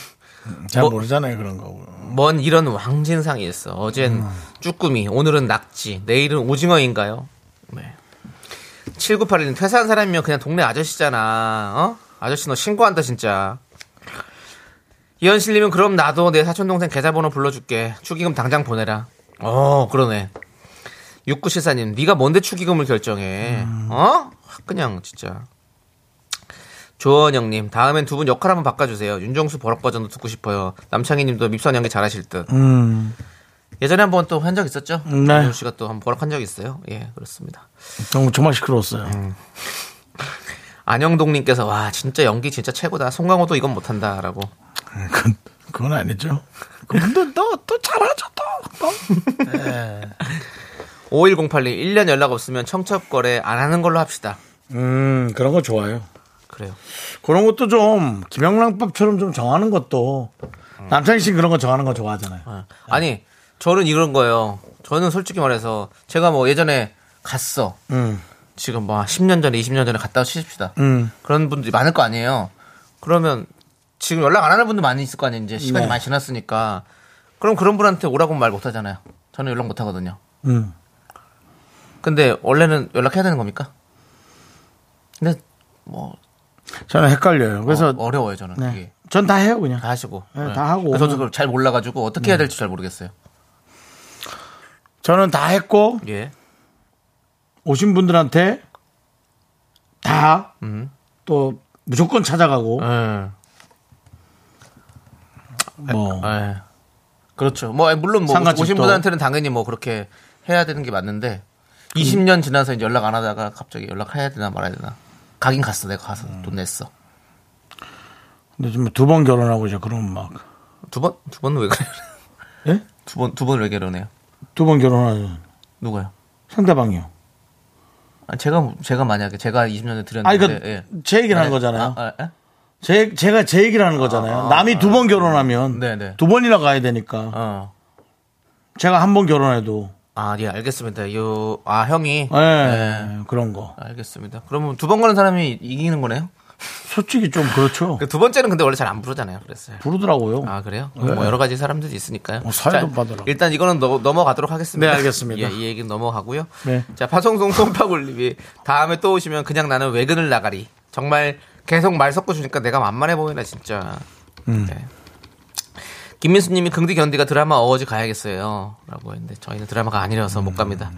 Speaker 1: 잘
Speaker 2: 뭐-
Speaker 1: 모르잖아요 그런 거.
Speaker 2: 뭔 이런 왕진상이 있어. 어젠 쭈꾸미, 오늘은 낙지, 내일은 오징어인가요? 네. 7981님 퇴사한 사람이면 그냥 동네 아저씨잖아. 어? 아저씨 너 신고한다 진짜. 이현실님은 그럼 나도 내 사촌 동생 계좌번호 불러줄게. 축의금 당장 보내라. 어 그러네. 6974님 네가 뭔데 축의금을 결정해?
Speaker 1: 음.
Speaker 2: 어? 확 그냥 진짜. 조원영님 다음엔 두 분 역할 한번 바꿔주세요. 윤정수 버럭 버전도 듣고 싶어요. 남창희님도 밉선 연기 잘하실 듯.
Speaker 1: 음,
Speaker 2: 예전에 한번 또 한 적 있었죠?
Speaker 1: 네.
Speaker 2: 윤정수 씨가 또 한번 버럭한 적이 있어요. 예 그렇습니다.
Speaker 1: 너무 정말 시끄러웠어요.
Speaker 2: 안영동님께서 와 진짜 연기 진짜 최고다. 송강호도 이건 못한다라고.
Speaker 1: 그건, 그건 아니죠. 근데 너 또 잘하죠 또. 또.
Speaker 2: 5108님 1년 연락 없으면 청첩 거래 안 하는 걸로 합시다.
Speaker 1: 음 그런 거 좋아요.
Speaker 2: 그래요.
Speaker 1: 그런 것도 좀 김영란법처럼 좀 정하는 것도 남창희 씨 그런 거 정하는 거 좋아하잖아요.
Speaker 2: 아, 아니 저는 이런 거예요. 저는 솔직히 말해서 제가 뭐 예전에 갔어.
Speaker 1: 음.
Speaker 2: 지금 뭐 10년 전에 20년 전에 갔다 치십시다.
Speaker 1: 음.
Speaker 2: 그런 분들이 많을 거 아니에요. 그러면 지금 연락 안 하는 분도 많이 있을 거 아니에요. 이제 시간이
Speaker 1: 네.
Speaker 2: 많이 지났으니까. 그럼 그런 분한테 오라고 말 못 하잖아요. 저는 연락 못 하거든요.
Speaker 1: 음.
Speaker 2: 근데 원래는 연락해야 되는 겁니까? 근데 뭐
Speaker 1: 저는 헷갈려요. 그래서
Speaker 2: 어, 려워요 저는
Speaker 1: 네.
Speaker 2: 그게.
Speaker 1: 전 다 해요 그냥.
Speaker 2: 다 하시고. 네.
Speaker 1: 네, 다 하고
Speaker 2: 그래서
Speaker 1: 오면-
Speaker 2: 저도 잘 몰라가지고 어떻게 해야 될지 잘 모르겠어요.
Speaker 1: 저는 다 했고
Speaker 2: 예.
Speaker 1: 오신 분들한테 다 또
Speaker 2: 음.
Speaker 1: 무조건 찾아가고
Speaker 2: 예.
Speaker 1: 뭐
Speaker 2: 예. 그렇죠. 뭐 물론 뭐
Speaker 1: 상관집도.
Speaker 2: 오신 분한테는 당연히 뭐 그렇게 해야 되는 게 맞는데 20년 지나서 이제 연락 안 하다가 갑자기 연락해야 되나 말아야 되나. 가긴 갔어. 내가 가서 돈 냈어.
Speaker 1: 근데 지금 두 번 결혼하고 이제 그러면 막 두 번
Speaker 2: 두 번? 두 번은 왜 그래요?
Speaker 1: 예?
Speaker 2: 두 번, 두 번 왜 결혼해요?
Speaker 1: 결혼하고
Speaker 2: 누가요?
Speaker 1: 상대방이요.
Speaker 2: 아, 제가, 제가 만약에 제가 20년에 드렸는데. 예.
Speaker 1: 아니 그러니까 그제 얘기를 하는 네, 거잖아요.
Speaker 2: 아, 아, 예?
Speaker 1: 제 제가 제 얘기를 하는 거잖아요. 남이 두 번 결혼하면
Speaker 2: 네네.
Speaker 1: 두 번이나 가야 되니까
Speaker 2: 어.
Speaker 1: 제가 한 번 결혼해도
Speaker 2: 아, 예, 알겠습니다. 요, 아, 형이.
Speaker 1: 예
Speaker 2: 예.
Speaker 1: 그런 거
Speaker 2: 알겠습니다. 그러면 두 번 가는 사람이 이기는 거네요?
Speaker 1: 솔직히 좀 그렇죠.
Speaker 2: 그 두 번째는 근데 원래 잘 안 부르잖아요. 그랬어요.
Speaker 1: 부르더라고요.
Speaker 2: 아 그래요? 뭐 여러 가지 사람들이 있으니까요.
Speaker 1: 뭐 사회도
Speaker 2: 자,
Speaker 1: 받으라고.
Speaker 2: 일단 이거는 넘- 넘어가도록 하겠습니다.
Speaker 1: 네, 알겠습니다.
Speaker 2: 예, 이 얘기는 넘어가고요.
Speaker 1: 네.
Speaker 2: 자 파송송 솜파굴님이 다음에 또 오시면 그냥 나는 외근을 나가리. 정말 계속 말 섞어 주니까 내가 만만해 보이나 진짜.
Speaker 1: 음.
Speaker 2: 네. 김민수님이 긍디 견디가 드라마 어워즈 가야겠어요.라고 했는데 저희는 드라마가 아니라서 못 갑니다.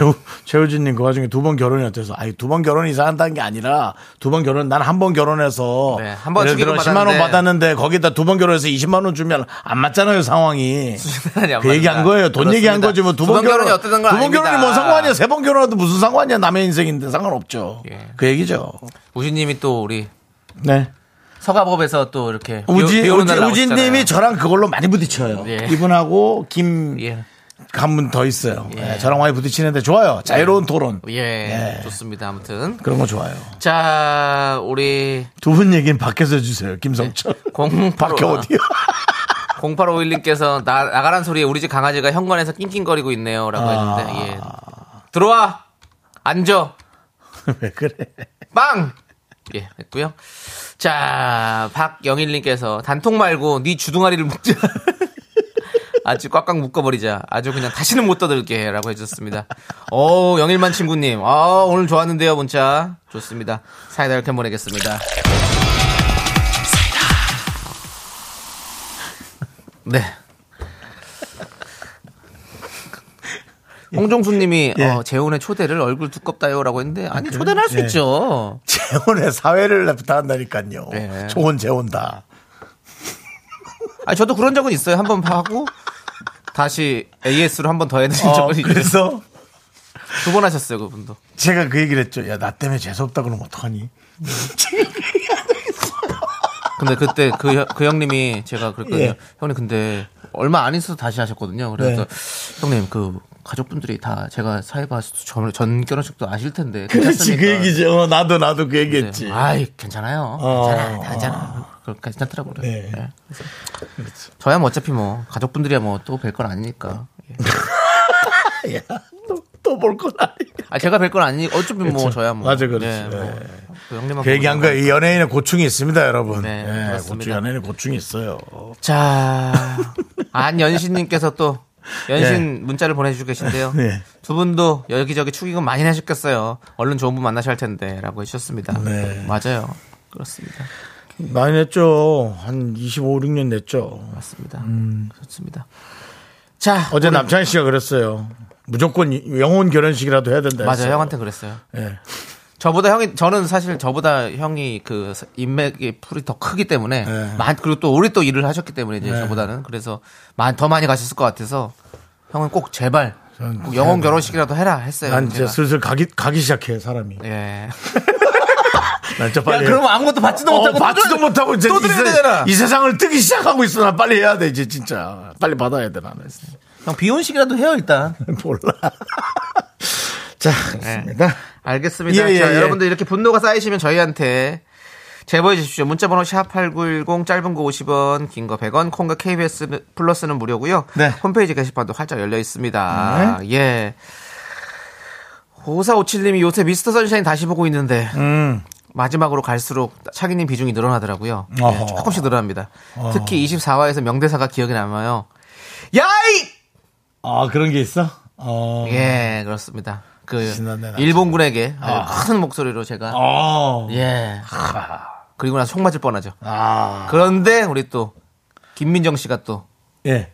Speaker 1: 최우, 최우진님 그 와중에 두 번 결혼이 어때서? 아니 두 번 결혼 이상한다는 게 아니라 두 번 결혼 난 한 번 결혼해서
Speaker 2: 네, 한번
Speaker 1: 예를 들어
Speaker 2: 축의금
Speaker 1: 10만 원
Speaker 2: 받았는데.
Speaker 1: 받았는데 거기다 두 번 결혼해서 20만 원 주면 안 맞잖아요 상황이.
Speaker 2: 아니, 안
Speaker 1: 그 얘기한
Speaker 2: 맞습니다.
Speaker 1: 거예요. 돈
Speaker 2: 그렇습니다.
Speaker 1: 얘기한 거지 뭐 두 번 결혼
Speaker 2: 결혼이 어떤 건
Speaker 1: 두번
Speaker 2: 아닙니다.
Speaker 1: 결혼이 뭔 상관이야? 세 번 결혼해도 무슨 상관이야? 남의 인생인데 상관없죠.
Speaker 2: 예.
Speaker 1: 그 얘기죠.
Speaker 2: 우진님이 또 우리
Speaker 1: 네.
Speaker 2: 서가법에서 또 이렇게 비-
Speaker 1: 우진
Speaker 2: 비 오는 날
Speaker 1: 우진 님이
Speaker 2: 나오시잖아요.
Speaker 1: 저랑 그걸로 많이 부딪혀요.
Speaker 2: 예.
Speaker 1: 이분하고 김
Speaker 2: 예.
Speaker 1: 한 분 더 있어요.
Speaker 2: 예.
Speaker 1: 예, 저랑 많이 부딪히는데 좋아요. 자유로운 토론.
Speaker 2: 예,
Speaker 1: 예.
Speaker 2: 좋습니다. 아무튼
Speaker 1: 그런 거 좋아요.
Speaker 2: 자 우리 네.
Speaker 1: 두 분 얘기는 밖에서 해주세요. 김성철.
Speaker 2: 공
Speaker 1: 밖에 어디요?
Speaker 2: 0851님께서 나, 나가란 소리에 우리 집 강아지가 현관에서 낑낑거리고 있네요. 라고
Speaker 1: 아.
Speaker 2: 했는데, 예. 들어와! 앉아!
Speaker 1: 왜 그래?
Speaker 2: 빵! 예, 했고요. 자, 박영일님께서 단통 말고 네 주둥아리를 묶자. 아주 꽉꽉 묶어버리자. 아주 그냥 다시는 못 떠들게. 라고 해주셨습니다. 어우, 영일만 친구님. 아, 오늘 좋았는데요, 문자. 좋습니다. 사이다 이렇게 보내겠습니다. 네. 홍종수 님이
Speaker 1: 예.
Speaker 2: 어, 재혼의 초대를 얼굴 두껍다요라고 했는데 아니 음, 초대는 할 수
Speaker 1: 예.
Speaker 2: 있죠.
Speaker 1: 재혼의 사회를 부탁한다니까요.
Speaker 2: 네.
Speaker 1: 좋은 재혼다.
Speaker 2: 아 저도 그런 적은 있어요. 한 번 하고 다시 AS로 한 번 더 해드린
Speaker 1: 어,
Speaker 2: 적은 있어요.
Speaker 1: 그래서
Speaker 2: 두 번 하셨어요, 그분도.
Speaker 1: 제가 그 얘기를 했죠. 야, 나 때문에 재수없다 그러면 어떡하니?
Speaker 2: 근데 그때 그, 형- 그 형님이 제가 그랬거든요.
Speaker 1: 예.
Speaker 2: 형님 근데 얼마 안 있어서 다시 하셨거든요. 그래서
Speaker 1: 네.
Speaker 2: 형님 그 가족분들이 다 제가 사회봐 전, 전 결혼식도 아실 텐데.
Speaker 1: 그렇지, 그
Speaker 2: 괜찮습니까?
Speaker 1: 얘기죠. 어, 나도, 나도 그
Speaker 2: 네.
Speaker 1: 얘기했지.
Speaker 2: 아이 괜찮아요.
Speaker 1: 어.
Speaker 2: 괜찮아, 다 괜찮아. 그 괜찮더라고요.
Speaker 1: 네. 그렇죠.
Speaker 2: 네. 그래서 저야 뭐 어차피 뭐 가족분들이야 뭐 또 뵐 건 아니니까.
Speaker 1: 네.
Speaker 2: 예.
Speaker 1: 야, 또 볼 건 아니야.
Speaker 2: 아 제가 뵐 건 아니. 어차피 뭐 저야 뭐.
Speaker 1: 그렇죠. 맞아, 그렇지.
Speaker 2: 예, 뭐.
Speaker 1: 네.
Speaker 2: 그 형님하고
Speaker 1: 그 얘기한
Speaker 2: 보는
Speaker 1: 거예요. 이 연예인의 고충이 있습니다, 여러분.
Speaker 2: 네,
Speaker 1: 예,
Speaker 2: 그렇습니다.
Speaker 1: 고충, 연예인의 고충이 있어요.
Speaker 2: 자, 안연신님께서 또 연신 문자를 보내주고 계신데요.
Speaker 1: 네.
Speaker 2: 두 분도 여기저기 축의금 많이 내셨겠어요. 얼른 좋은 분 만나셔야 할 텐데. 라고 해주셨습니다.
Speaker 1: 네.
Speaker 2: 맞아요. 그렇습니다.
Speaker 1: 많이 냈죠. 한 25, 6년 냈죠.
Speaker 2: 맞습니다. 좋습니다. 자,
Speaker 1: 음. 어제 남창희 씨가 그랬어요. 무조건 영혼 결혼식이라도 해야 된다.
Speaker 2: 맞아요.
Speaker 1: 했어요.
Speaker 2: 형한테 그랬어요.
Speaker 1: 예.
Speaker 2: 저보다 형이, 저는 사실 저보다 형이 그 인맥의 풀이 더 크기 때문에.
Speaker 1: 네.
Speaker 2: 많- 그리고 또 우리 또 일을 하셨기 때문에 이제
Speaker 1: 네.
Speaker 2: 저보다는. 그래서 많- 더 많이 가셨을 것 같아서 형은 꼭 제발 꼭 영혼 결혼식이라도 해라 했어요.
Speaker 1: 난 이제
Speaker 2: 제가.
Speaker 1: 슬슬 가기, 가기 시작해, 사람이.
Speaker 2: 예.
Speaker 1: 날짜 빨리.
Speaker 2: 야, 그러면 아무것도 받지도
Speaker 1: 어,
Speaker 2: 못하고
Speaker 1: 받지도 못하고 이제
Speaker 2: 또
Speaker 1: 이,
Speaker 2: 드려야
Speaker 1: 세-
Speaker 2: 되잖아.
Speaker 1: 이 세상을 뜨기 시작하고 있어. 나 빨리 해야 돼, 이제 진짜. 빨리 받아야 돼, 나는.
Speaker 2: 형 비혼식이라도 해요 일단. 네.
Speaker 1: 몰라. 자, 그렇습니다.
Speaker 2: 알겠습니다.
Speaker 1: 예, 예,
Speaker 2: 자,
Speaker 1: 예.
Speaker 2: 여러분들 이렇게 분노가 쌓이시면 저희한테 제보해 주십시오. 문자번호 샵 #8910 짧은 거 50원, 긴 거 100원, 콩과 KBS 플러스는 무료고요.
Speaker 1: 네.
Speaker 2: 홈페이지 게시판도 활짝 열려 있습니다. 예. 5457님이 요새 미스터 선샤인 다시 보고 있는데
Speaker 1: 음.
Speaker 2: 마지막으로 갈수록 차기님 비중이 늘어나더라고요. 예,
Speaker 1: 어허.
Speaker 2: 조금씩 늘어납니다. 특히 24화에서 명대사가 기억에 남아요. 야이!
Speaker 1: 아, 그런 게 있어? 어.
Speaker 2: 예, 그렇습니다. 그
Speaker 1: 신난다, 나
Speaker 2: 일본군에게 아주 큰 목소리로 제가
Speaker 1: 어.
Speaker 2: 예. 그리고 나서 총 맞을 뻔하죠.
Speaker 1: 아.
Speaker 2: 그런데 우리 또 김민정 씨가 또
Speaker 1: 예.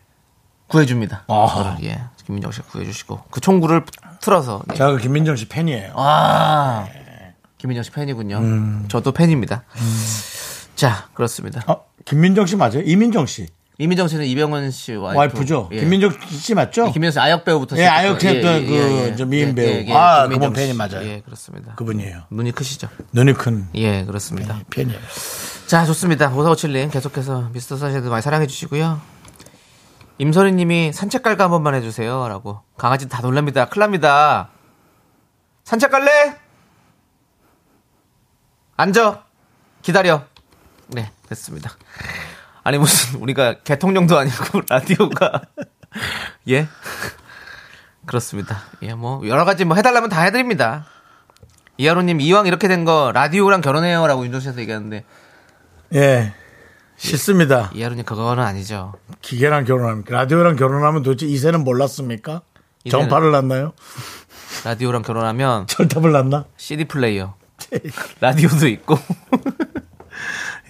Speaker 2: 구해줍니다.
Speaker 1: 아.
Speaker 2: 저를, 예, 김민정 씨가 구해주시고 그 총구를 틀어서 네.
Speaker 1: 제가 그 김민정 씨 팬이에요.
Speaker 2: 아, 김민정 씨 팬이군요. 저도 팬입니다. 자, 그렇습니다.
Speaker 1: 음. 어, 김민정 씨 맞아요? 이민정 씨.
Speaker 2: 이민정 씨는 이병헌 씨 와이프.
Speaker 1: 와이프죠?
Speaker 2: 예.
Speaker 1: 김민정 씨 맞죠?
Speaker 2: 김민정 씨 아역 배우부터
Speaker 1: 예, 아역 했던 그
Speaker 2: 예.
Speaker 1: 이제 미인 배우. 아,
Speaker 2: 김민정
Speaker 1: 그분 팬이
Speaker 2: 씨.
Speaker 1: 맞아요.
Speaker 2: 예, 그렇습니다.
Speaker 1: 그분이에요. 네.
Speaker 2: 눈이 크시죠?
Speaker 1: 눈이 큰
Speaker 2: 예, 그렇습니다.
Speaker 1: 팬이에요.
Speaker 2: 자, 좋습니다. 5457님 계속해서 미스터 선샤드 많이 사랑해 주시고요. 임선희 님이 산책 갈까 한 번만 해주세요. 라고. 강아지 다 놀랍니다. 큰일 납니다. 산책 갈래? 앉아. 기다려. 네, 됐습니다. 아니, 무슨, 우리가 개통령도 아니고, 라디오가. 예? 그렇습니다. 예, 뭐, 여러 가지 뭐 해달라면 다 해드립니다. 이하로님, 이왕 이렇게 된 거 라디오랑 결혼해요. 라고 윤종씨한테 얘기하는데,
Speaker 1: 예. 싫습니다.
Speaker 2: 이하루님 그거는 아니죠.
Speaker 1: 기계랑 결혼하면 라디오랑 결혼하면 도대체 이세는 몰랐습니까?
Speaker 2: 이세는-
Speaker 1: 전파를 났나요?
Speaker 2: 라디오랑 결혼하면
Speaker 1: 절탑을 났나?
Speaker 2: CD 플레이어, 라디오도 있고.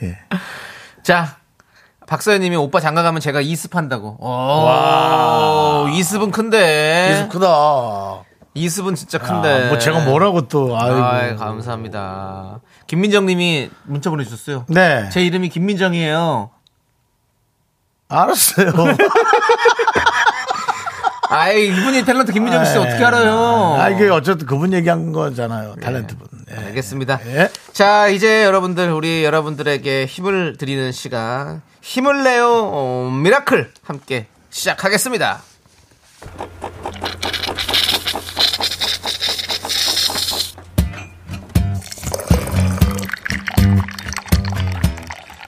Speaker 1: 예.
Speaker 2: 자, 박서연님이 오빠 장가 가면 제가 이습 한다고. 와, 이습은 큰데.
Speaker 1: 크다. 아,
Speaker 2: 이습. 은 진짜 큰데.
Speaker 1: 뭐 제가 뭐라고 또 아이고.
Speaker 2: 예. 아이, 감사합니다. 김민정님이 문자 보내주셨어요.
Speaker 1: 네.
Speaker 2: 제 이름이 김민정이에요.
Speaker 1: 알았어요.
Speaker 2: 아이, 이분이 탤런트 김민정 씨 어떻게
Speaker 1: 예.
Speaker 2: 알아요?
Speaker 1: 아, 이게 어쨌든 그분 얘기한 거잖아요. 탤런트 분. 예.
Speaker 2: 알겠습니다.
Speaker 1: 예.
Speaker 2: 자, 이제 여러분들, 우리 여러분들에게 힘을 드리는 시간. 힘을 내요, 어, 미라클. 함께 시작하겠습니다.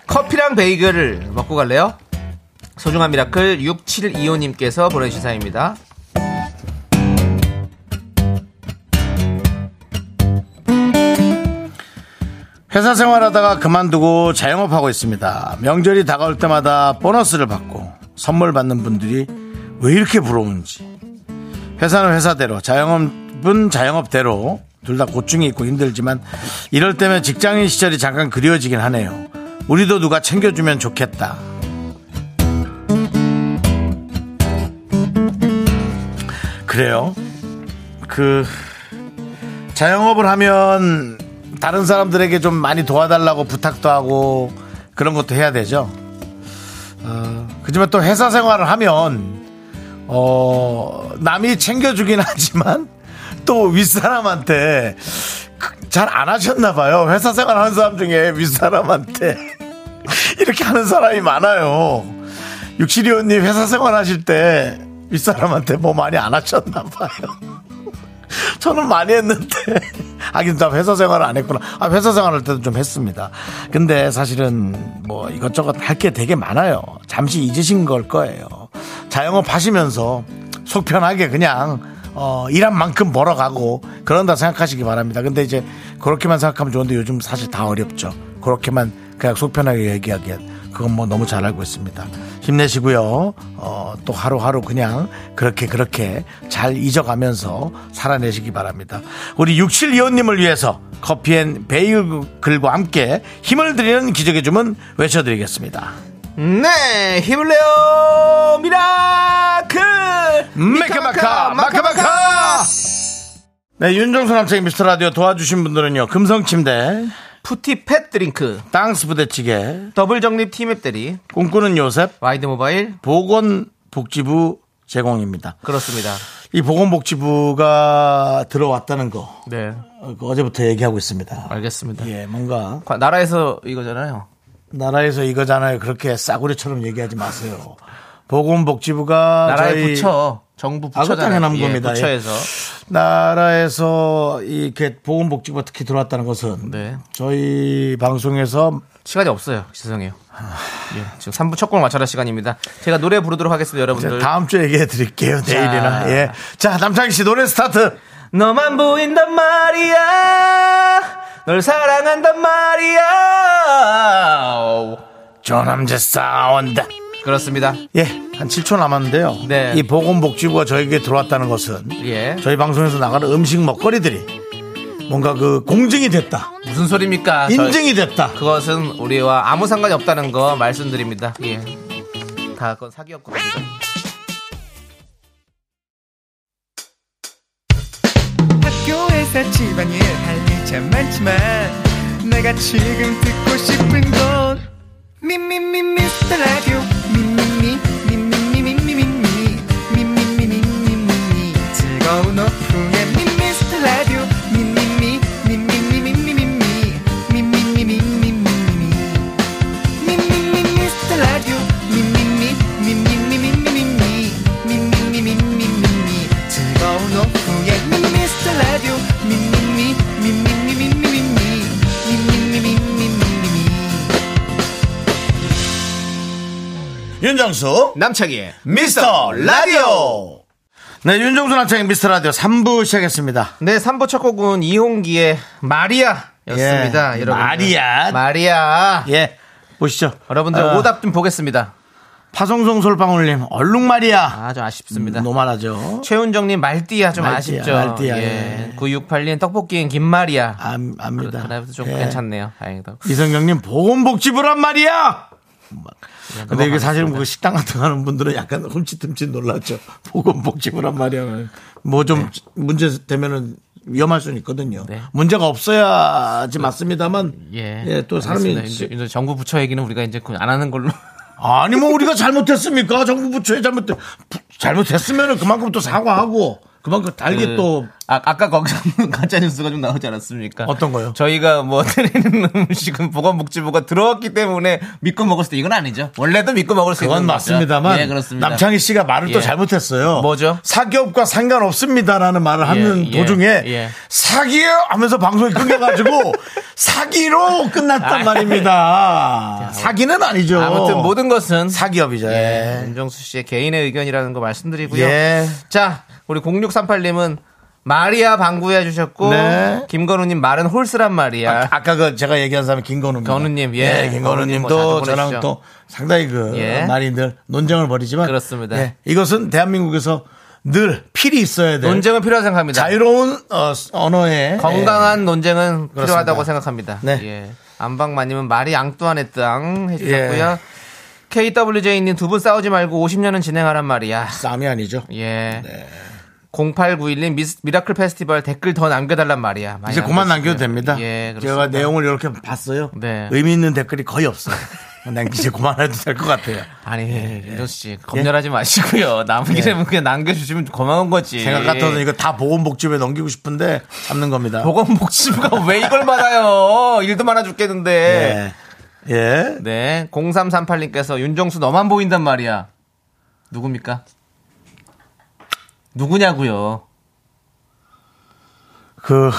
Speaker 2: 커피랑 베이글을 먹고 갈래요? 소중한 미라클 6725님께서 보내주신 사연입니다.
Speaker 1: 회사 생활하다가 그만두고 자영업하고 있습니다. 명절이 다가올 때마다 보너스를 받고 선물 받는 분들이 왜 이렇게 부러운지. 회사는 회사대로, 자영업은 자영업대로 둘 다 고충이 있고 힘들지만 이럴 때면 직장인 시절이 잠깐 그리워지긴 하네요. 우리도 누가 챙겨주면 좋겠다. 그래요. 그 자영업을 하면 다른 사람들에게 좀 많이 도와달라고 부탁도 하고 그런 것도 해야 되죠. 어, 그지만 또 회사 생활을 하면 어, 남이 챙겨주긴 하지만 또 윗사람한테 그 잘 안 하셨나 봐요. 회사 생활하는 사람 중에 윗사람한테 이렇게 하는 사람이 많아요. 육칠이호님 회사 생활하실 때 윗사람한테 뭐 많이 안 하셨나 봐요. 저는 많이 했는데. 하긴 나 회사 생활을 안 했구나. 아, 회사 생활할 때도 좀 했습니다. 근데 사실은 뭐 이것저것 할 게 되게 많아요. 잠시 잊으신 걸 거예요. 자영업 하시면서 속편하게 그냥 어, 일한 만큼 벌어가고 그런다 생각하시기 바랍니다. 근데 이제 그렇게만 생각하면 좋은데 요즘 사실 다 어렵죠. 그렇게만 그냥 속편하게 얘기하기엔 그건 뭐 너무 잘 알고 있습니다. 힘내시고요. 어, 또 하루하루 그냥 그렇게 그렇게 잘 잊어가면서 살아내시기 바랍니다. 우리 6725님을 위해서 커피앤 베이글과 함께 힘을 드리는 기적의 주문 외쳐드리겠습니다.
Speaker 2: 네, 힘을 내요, 미라클!
Speaker 1: 메카마카 마카마카 네, 윤정수 남창의 미스터 라디오 도와주신 분들은요. 금성침대,
Speaker 2: 푸티 팻 드링크,
Speaker 1: 땅스 부대찌개,
Speaker 2: 더블 정립 티맵 대리,
Speaker 1: 꿈꾸는 요셉,
Speaker 2: 와이드 모바일,
Speaker 1: 보건복지부 제공입니다.
Speaker 2: 그렇습니다.
Speaker 1: 이 보건복지부가 들어왔다는 거
Speaker 2: 네,
Speaker 1: 어, 그 어제부터 얘기하고 있습니다.
Speaker 2: 알겠습니다.
Speaker 1: 예, 뭔가
Speaker 2: 과- 나라에서 이거잖아요.
Speaker 1: 나라에서 이거잖아요. 그렇게 싸구려처럼 얘기하지 마세요. 보건복지부가
Speaker 2: 나라의
Speaker 1: 아, 저희
Speaker 2: 부처, 정부
Speaker 1: 아, 그거
Speaker 2: 부처잖아요.
Speaker 1: 당연한
Speaker 2: 예,
Speaker 1: 겁니다.
Speaker 2: 부처에서.
Speaker 1: 나라에서 이렇게 보건복지부가 특히 들어왔다는 것은
Speaker 2: 네.
Speaker 1: 저희 방송에서
Speaker 2: 시간이 없어요. 죄송해요.
Speaker 1: 아.
Speaker 2: 예, 지금 3부 첫 곡을 맞춰라 시간입니다. 제가 노래 부르도록 하겠습니다,
Speaker 1: 이제
Speaker 2: 여러분들.
Speaker 1: 다음 주에 얘기해 드릴게요. 내일이나. 예. 자, 남창희 씨 노래 스타트.
Speaker 2: 너만 보인단 말이야. 널 사랑한단 말이야.
Speaker 1: 저 남자 싸운다.
Speaker 2: 그렇습니다.
Speaker 1: 예, 한 7초 남았는데요.
Speaker 2: 네.
Speaker 1: 이 보건복지부가 저에게 들어왔다는 것은
Speaker 2: 예.
Speaker 1: 저희 방송에서 나가는 음식 먹거리들이 뭔가 그 공증이 됐다.
Speaker 2: 무슨 소리입니까? 아, 저-
Speaker 1: 인증이 됐다.
Speaker 2: 그것은 우리와 아무 상관이 없다는 거 말씀드립니다. 예. 다 그건 사기였고.
Speaker 5: 학교에서 집안일 할 일 참 많지만 내가 지금 듣고 싶은 건 미미미 미스터 라디오 미미미 미미미 미미미 미미미 미미미 즐거운 오후에 미스터 라디오 미미미 미미미 미미미 미미미 미미미
Speaker 1: 윤정수
Speaker 2: 남창희의
Speaker 1: 미스터 라디오. 네, 윤정수 남창희 미스터 라디오 3부 시작했습니다.
Speaker 2: 네, 3부 첫 곡은 이홍기의 마리아 였습니다.
Speaker 1: 예,
Speaker 2: 여러분.
Speaker 1: 마리아.
Speaker 2: 마리아.
Speaker 1: 예. 보시죠.
Speaker 2: 여러분들
Speaker 1: 어,
Speaker 2: 오답 좀 보겠습니다.
Speaker 1: 파송송 솔방울님 얼룩말이야.
Speaker 2: 아, 좀 아쉽습니다.
Speaker 1: 너무 많아죠.
Speaker 2: 최훈정님 말띠야 좀
Speaker 1: 말띠야,
Speaker 2: 아쉽죠.
Speaker 1: 말띠야,
Speaker 2: 예.
Speaker 1: 예.
Speaker 2: 968님 떡볶이엔 김말이야.
Speaker 1: 아, 압니다.
Speaker 2: 그나도 좀
Speaker 1: 예.
Speaker 2: 괜찮네요. 다행이다.
Speaker 1: 이성경님 보건복지부란 말이야. 근데 이게
Speaker 2: 넘어가겠습니다.
Speaker 1: 사실 그 식당 같은 거 하는 분들은 약간 훔칫훔칫 놀랐죠. 보건복지부란 말이야. 뭐 좀 문제 되면은 위험할 수는 있거든요.
Speaker 2: 네.
Speaker 1: 문제가 없어야지 맞습니다만
Speaker 2: 예.
Speaker 1: 예. 또 사람이
Speaker 2: 알겠습니다. 이제, 이제 정부 부처 얘기는 우리가 이제 그안 하는 걸로.
Speaker 1: 아니 뭐 우리가 잘못했습니까? 정부 부처에 잘못 잘못했으면은 그만큼 또 사과하고 그만큼 달게
Speaker 2: 그
Speaker 1: 또
Speaker 2: 아, 아까 거기서 가짜 뉴스가 좀 나오지 않았습니까?
Speaker 1: 어떤 거요?
Speaker 2: 저희가 뭐 드리는 음식은 보건복지부가 들어왔기 때문에 믿고 먹을 때 이건 아니죠. 원래도 믿고 먹을 수 있는
Speaker 1: 그건
Speaker 2: 거죠.
Speaker 1: 맞습니다만
Speaker 2: 예, 그렇습니다.
Speaker 1: 남창희 씨가 말을
Speaker 2: 예.
Speaker 1: 또 잘못했어요.
Speaker 2: 뭐죠?
Speaker 1: 사기업과 상관없습니다라는 말을 하는
Speaker 2: 예,
Speaker 1: 도중에
Speaker 2: 예.
Speaker 1: 사기요 하면서 방송이 끊겨가지고 사기로 끝났단
Speaker 2: 아,
Speaker 1: 말입니다. 사기는 아니죠.
Speaker 2: 아무튼 모든 것은
Speaker 1: 사기업이죠.
Speaker 2: 예,
Speaker 1: 예.
Speaker 2: 윤정수 씨의 개인의 의견이라는 거 말씀드리고요.
Speaker 1: 예.
Speaker 2: 자, 우리 0638님은 마리아 방구해 주셨고
Speaker 1: 네.
Speaker 2: 김건우님 말은 홀스란 말이야.
Speaker 1: 아, 까그 제가 얘기한 사람이 김건우입니다.
Speaker 2: 건우님, 예. 건우님 뭐
Speaker 1: 김건우님도
Speaker 2: 자주
Speaker 1: 저랑
Speaker 2: 보내시죠.
Speaker 1: 또 상당히 그
Speaker 2: 예.
Speaker 1: 많이 늘 논쟁을 벌이지만
Speaker 2: 그렇습니다.
Speaker 1: 예, 이것은 대한민국에서 늘 필이 있어야 될
Speaker 2: 논쟁은 필요하다고 생각합니다.
Speaker 1: 네. 자유로운 어, 언어의
Speaker 2: 건강한 논쟁은
Speaker 1: 예. 그렇습니다.
Speaker 2: 필요하다고 생각합니다.
Speaker 1: 네.
Speaker 2: 예. 안방마님은 말이 앙뚜안의 땅
Speaker 1: 예.
Speaker 2: 해주셨고요. KWJ님 두 분 싸우지 말고 50년은 진행하란 말이야.
Speaker 1: 예, 싸움이 아니죠.
Speaker 2: 예.
Speaker 1: 네.
Speaker 2: 0891님 미스, 미라클 페스티벌 댓글 더 남겨달란 말이야. 많이
Speaker 1: 이제 그만
Speaker 2: 남겨주세요.
Speaker 1: 남겨도 됩니다.
Speaker 2: 예,
Speaker 1: 제가
Speaker 2: 그렇습니다.
Speaker 1: 내용을 이렇게 봤어요.
Speaker 2: 네.
Speaker 1: 의미 있는 댓글이 거의 없어요. 난 이제 그만해도 될 것 같아요.
Speaker 2: 아니
Speaker 1: 예,
Speaker 2: 윤정수 씨 검열하지 마시고요. 남은 이름은 그냥 남겨주시면 고마운 거지. 예.
Speaker 1: 생각 같아서는 이거 다 보건복지부에 넘기고 싶은데 참는 겁니다.
Speaker 2: 보건복지부가 왜 이걸 받아요? 일도 많아 죽겠는데.
Speaker 1: 예. 예.
Speaker 2: 네, 0338님께서 윤정수 너만 보인단 말이야. 누굽니까? 누구냐고요?
Speaker 1: 그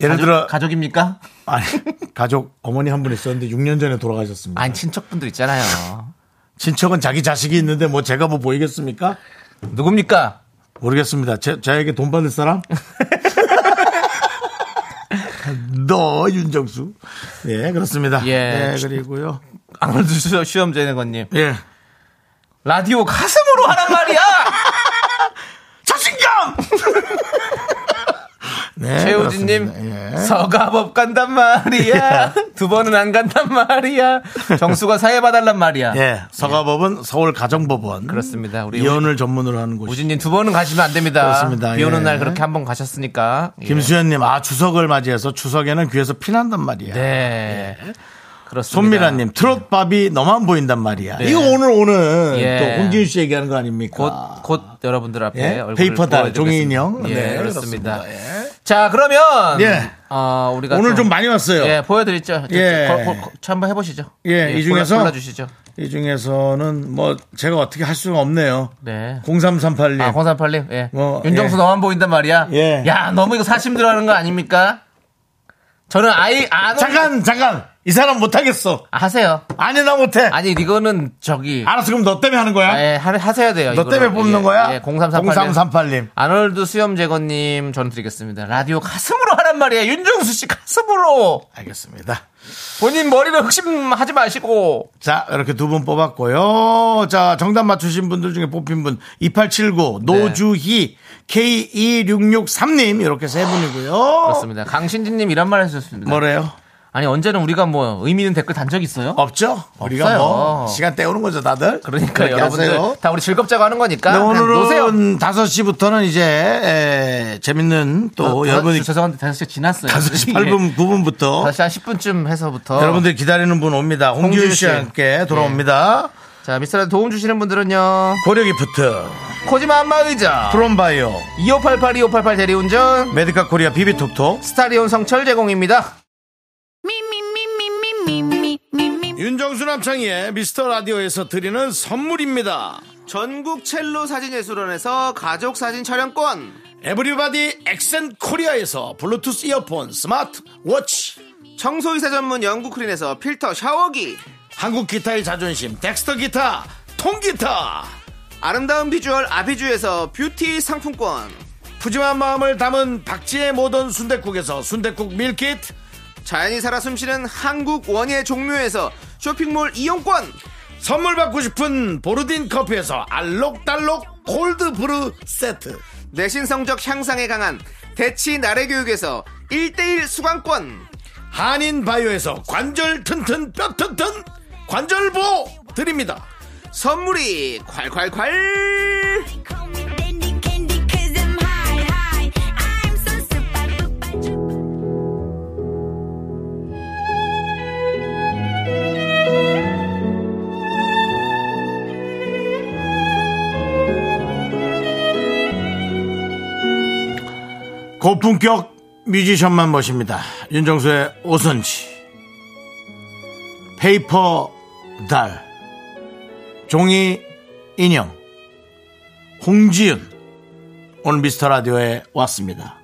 Speaker 1: 예를
Speaker 2: 가족-
Speaker 1: 들어
Speaker 2: 가족입니까?
Speaker 1: 아니 가족 어머니 한 분 있었는데 6년 전에 돌아가셨습니다.
Speaker 2: 아니 친척분들 있잖아요.
Speaker 1: 친척은 자기 자식이 있는데 뭐 제가 뭐 보이겠습니까?
Speaker 2: 누굽니까?
Speaker 1: 모르겠습니다. 제, 저에게 돈 받을 사람? 너 윤정수. 예, 그렇습니다.
Speaker 2: 예.
Speaker 1: 예, 그리고요.
Speaker 2: 아무래도 수- 시험제는건님
Speaker 1: 예.
Speaker 2: 라디오 가슴으로 하란 말이야.
Speaker 1: 자신감! 네,
Speaker 2: 최우진님
Speaker 1: 그렇습니다. 예.
Speaker 2: 서가법 간단 말이야. 두 번은 안 간단 말이야. 정수가 사해봐달란 말이야.
Speaker 1: 예, 서가법은 서울 가정법원.
Speaker 2: 그렇습니다. 우리
Speaker 1: 이혼을 전문으로 하는 곳이.
Speaker 2: 우진님 두 번은 가시면 안 됩니다.
Speaker 1: 그렇습니다.
Speaker 2: 비 오는
Speaker 1: 예.
Speaker 2: 날 그렇게 한 번 가셨으니까. 예.
Speaker 1: 김수현님, 아 추석을 맞이해서 추석에는 귀에서 피난단 말이야.
Speaker 2: 네. 그렇습니다.
Speaker 1: 예.
Speaker 2: 네.
Speaker 1: 손미라님, 트롯 밥이 너만 보인단 말이야. 이거 오늘 오늘
Speaker 2: 예.
Speaker 1: 또 홍진우 씨 얘기하는 거 아닙니까?
Speaker 2: 곧, 곧 여러분들 앞에
Speaker 1: 예?
Speaker 2: 얼굴을
Speaker 1: 페이퍼 달
Speaker 2: 보여드리겠습니다.
Speaker 1: 종이 인형.
Speaker 2: 예,
Speaker 1: 네,
Speaker 2: 그렇습니다.
Speaker 1: 그렇습니다.
Speaker 2: 자, 그러면
Speaker 1: 예.
Speaker 2: 어, 우리가
Speaker 1: 오늘
Speaker 2: 또-
Speaker 1: 좀 많이 왔어요.
Speaker 2: 예, 보여드리죠.
Speaker 1: 예.
Speaker 2: 거- 거- 거- 한번 해보시죠.
Speaker 1: 예, 이 중에서-
Speaker 2: 골라, 골라주시죠.
Speaker 1: 이 중에서는 뭐 제가 어떻게 할 수가 없네요.
Speaker 2: 네.
Speaker 1: 0338님.
Speaker 2: 아, 홍산팔님, 예.
Speaker 1: 뭐,
Speaker 2: 윤정수
Speaker 1: 예.
Speaker 2: 너만 보인단 말이야.
Speaker 1: 예.
Speaker 2: 야, 너무 이거 사심 들어가는 거 아닙니까? 저는 아이 안
Speaker 1: 잠깐 잠깐 이 사람 못하겠어.
Speaker 2: 하세요.
Speaker 1: 아니 나 못해.
Speaker 2: 아니 이거는 저기
Speaker 1: 알았어 그럼 너 때문에 하는 거야.
Speaker 2: 예, 하, 하셔야 돼요.
Speaker 1: 아, 너
Speaker 2: 이거는.
Speaker 1: 때문에 뽑는
Speaker 2: 예,
Speaker 1: 거야.
Speaker 2: 예, 0338님.
Speaker 1: 0338님.
Speaker 2: 아놀드 수염 제거님 저는 드리겠습니다. 라디오 가슴으로 하란 말이야. 윤정수 씨 가슴으로
Speaker 1: 알겠습니다.
Speaker 2: 본인 머리를 흑심하지 마시고
Speaker 1: 자 이렇게 두 분 뽑았고요. 자 정답 맞추신 분들 중에 뽑힌 분 2879
Speaker 2: 네.
Speaker 1: 노주희 K2663님 이렇게 세 분이고요.
Speaker 2: 그렇습니다. 강신진님 이런 말 해주셨습니다.
Speaker 1: 뭐래요?
Speaker 2: 아니 언제는 우리가 뭐 의미 있는 댓글 단 적 있어요?
Speaker 1: 없죠? 우리가 뭐
Speaker 2: 없어요.
Speaker 1: 시간 때우는 거죠 다들.
Speaker 2: 그러니까
Speaker 1: 그렇게
Speaker 2: 여러분들
Speaker 1: 하세요.
Speaker 2: 다 우리 즐겁자고 하는 거니까
Speaker 1: 네,
Speaker 2: 그냥 노세요.
Speaker 1: 오늘은 5시부터는 이제 에, 죄밌는 또
Speaker 2: 어,
Speaker 1: 여러분이
Speaker 2: 다- 죄송한데 다섯 시 지났어요.
Speaker 1: 5시
Speaker 2: 예.
Speaker 1: 8분 9분부터
Speaker 2: 다시 한 10분쯤 해서부터
Speaker 1: 여러분들이 기다리는 분 옵니다. 홍지윤
Speaker 2: 홍지윤
Speaker 1: 씨와
Speaker 2: 씨. 예.
Speaker 1: 함께 돌아옵니다.
Speaker 2: 자 미스터 도움 주시는 분들은요
Speaker 1: 고려기프트,
Speaker 2: 코지마 안마의자
Speaker 1: 프롬바이오,
Speaker 2: 2588 2588 대리운전
Speaker 1: 메디카 코리아 비비톡톡,
Speaker 2: 스타리온 성철 제공입니다.
Speaker 1: 윤정수 남창희의 미스터 라디오에서 드리는 선물입니다.
Speaker 2: 전국 첼로 사진예술원에서 가족 사진 촬영권,
Speaker 1: 에브리바디 엑센 코리아에서 블루투스 이어폰, 스마트 워치,
Speaker 2: 청소이사 전문 영국 크린에서 필터 샤워기,
Speaker 1: 한국 기타의 자존심, 덱스터 기타, 통기타.
Speaker 2: 아름다운 비주얼 아비주에서 뷰티 상품권,
Speaker 1: 푸짐한 마음을 담은 박지의 모던 순댓국에서순댓국 밀키트,
Speaker 2: 자연이 살아 숨쉬는 한국 원예 종묘에서 쇼핑몰 이용권,
Speaker 1: 선물 받고 싶은 보르딘 커피에서 알록달록 골드브루 세트
Speaker 2: 내신 성적 향상에 강한 대치 나래 교육에서 1대1 수강권,
Speaker 1: 한인바이오에서 관절 튼튼 뼈 튼튼 관절보 드립니다
Speaker 2: 선물이 콸콸콸!
Speaker 1: 고품격 뮤지션만 모십니다. 윤정수의 오선지. 페이퍼 달. 종이 인형. 홍지윤. 오늘 미스터 라디오에 왔습니다.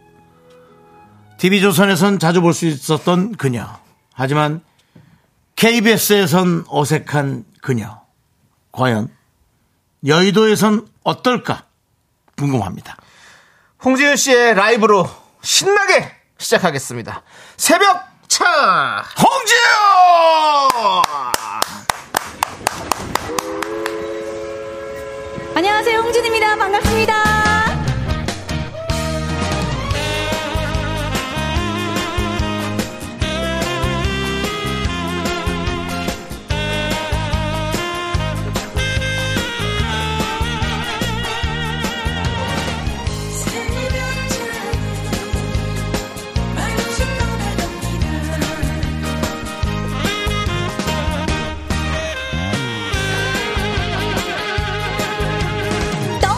Speaker 1: TV조선에선 자주 볼 수 있었던 그녀. 하지만 KBS에선 어색한 그녀. 과연 여의도에선 어떨까? 궁금합니다.
Speaker 2: 홍지윤 씨의 라이브로 신나게 시작하겠습니다. 새벽 차!
Speaker 1: 어! 홍지윤!
Speaker 6: 안녕하세요 홍진입니다 반갑습니다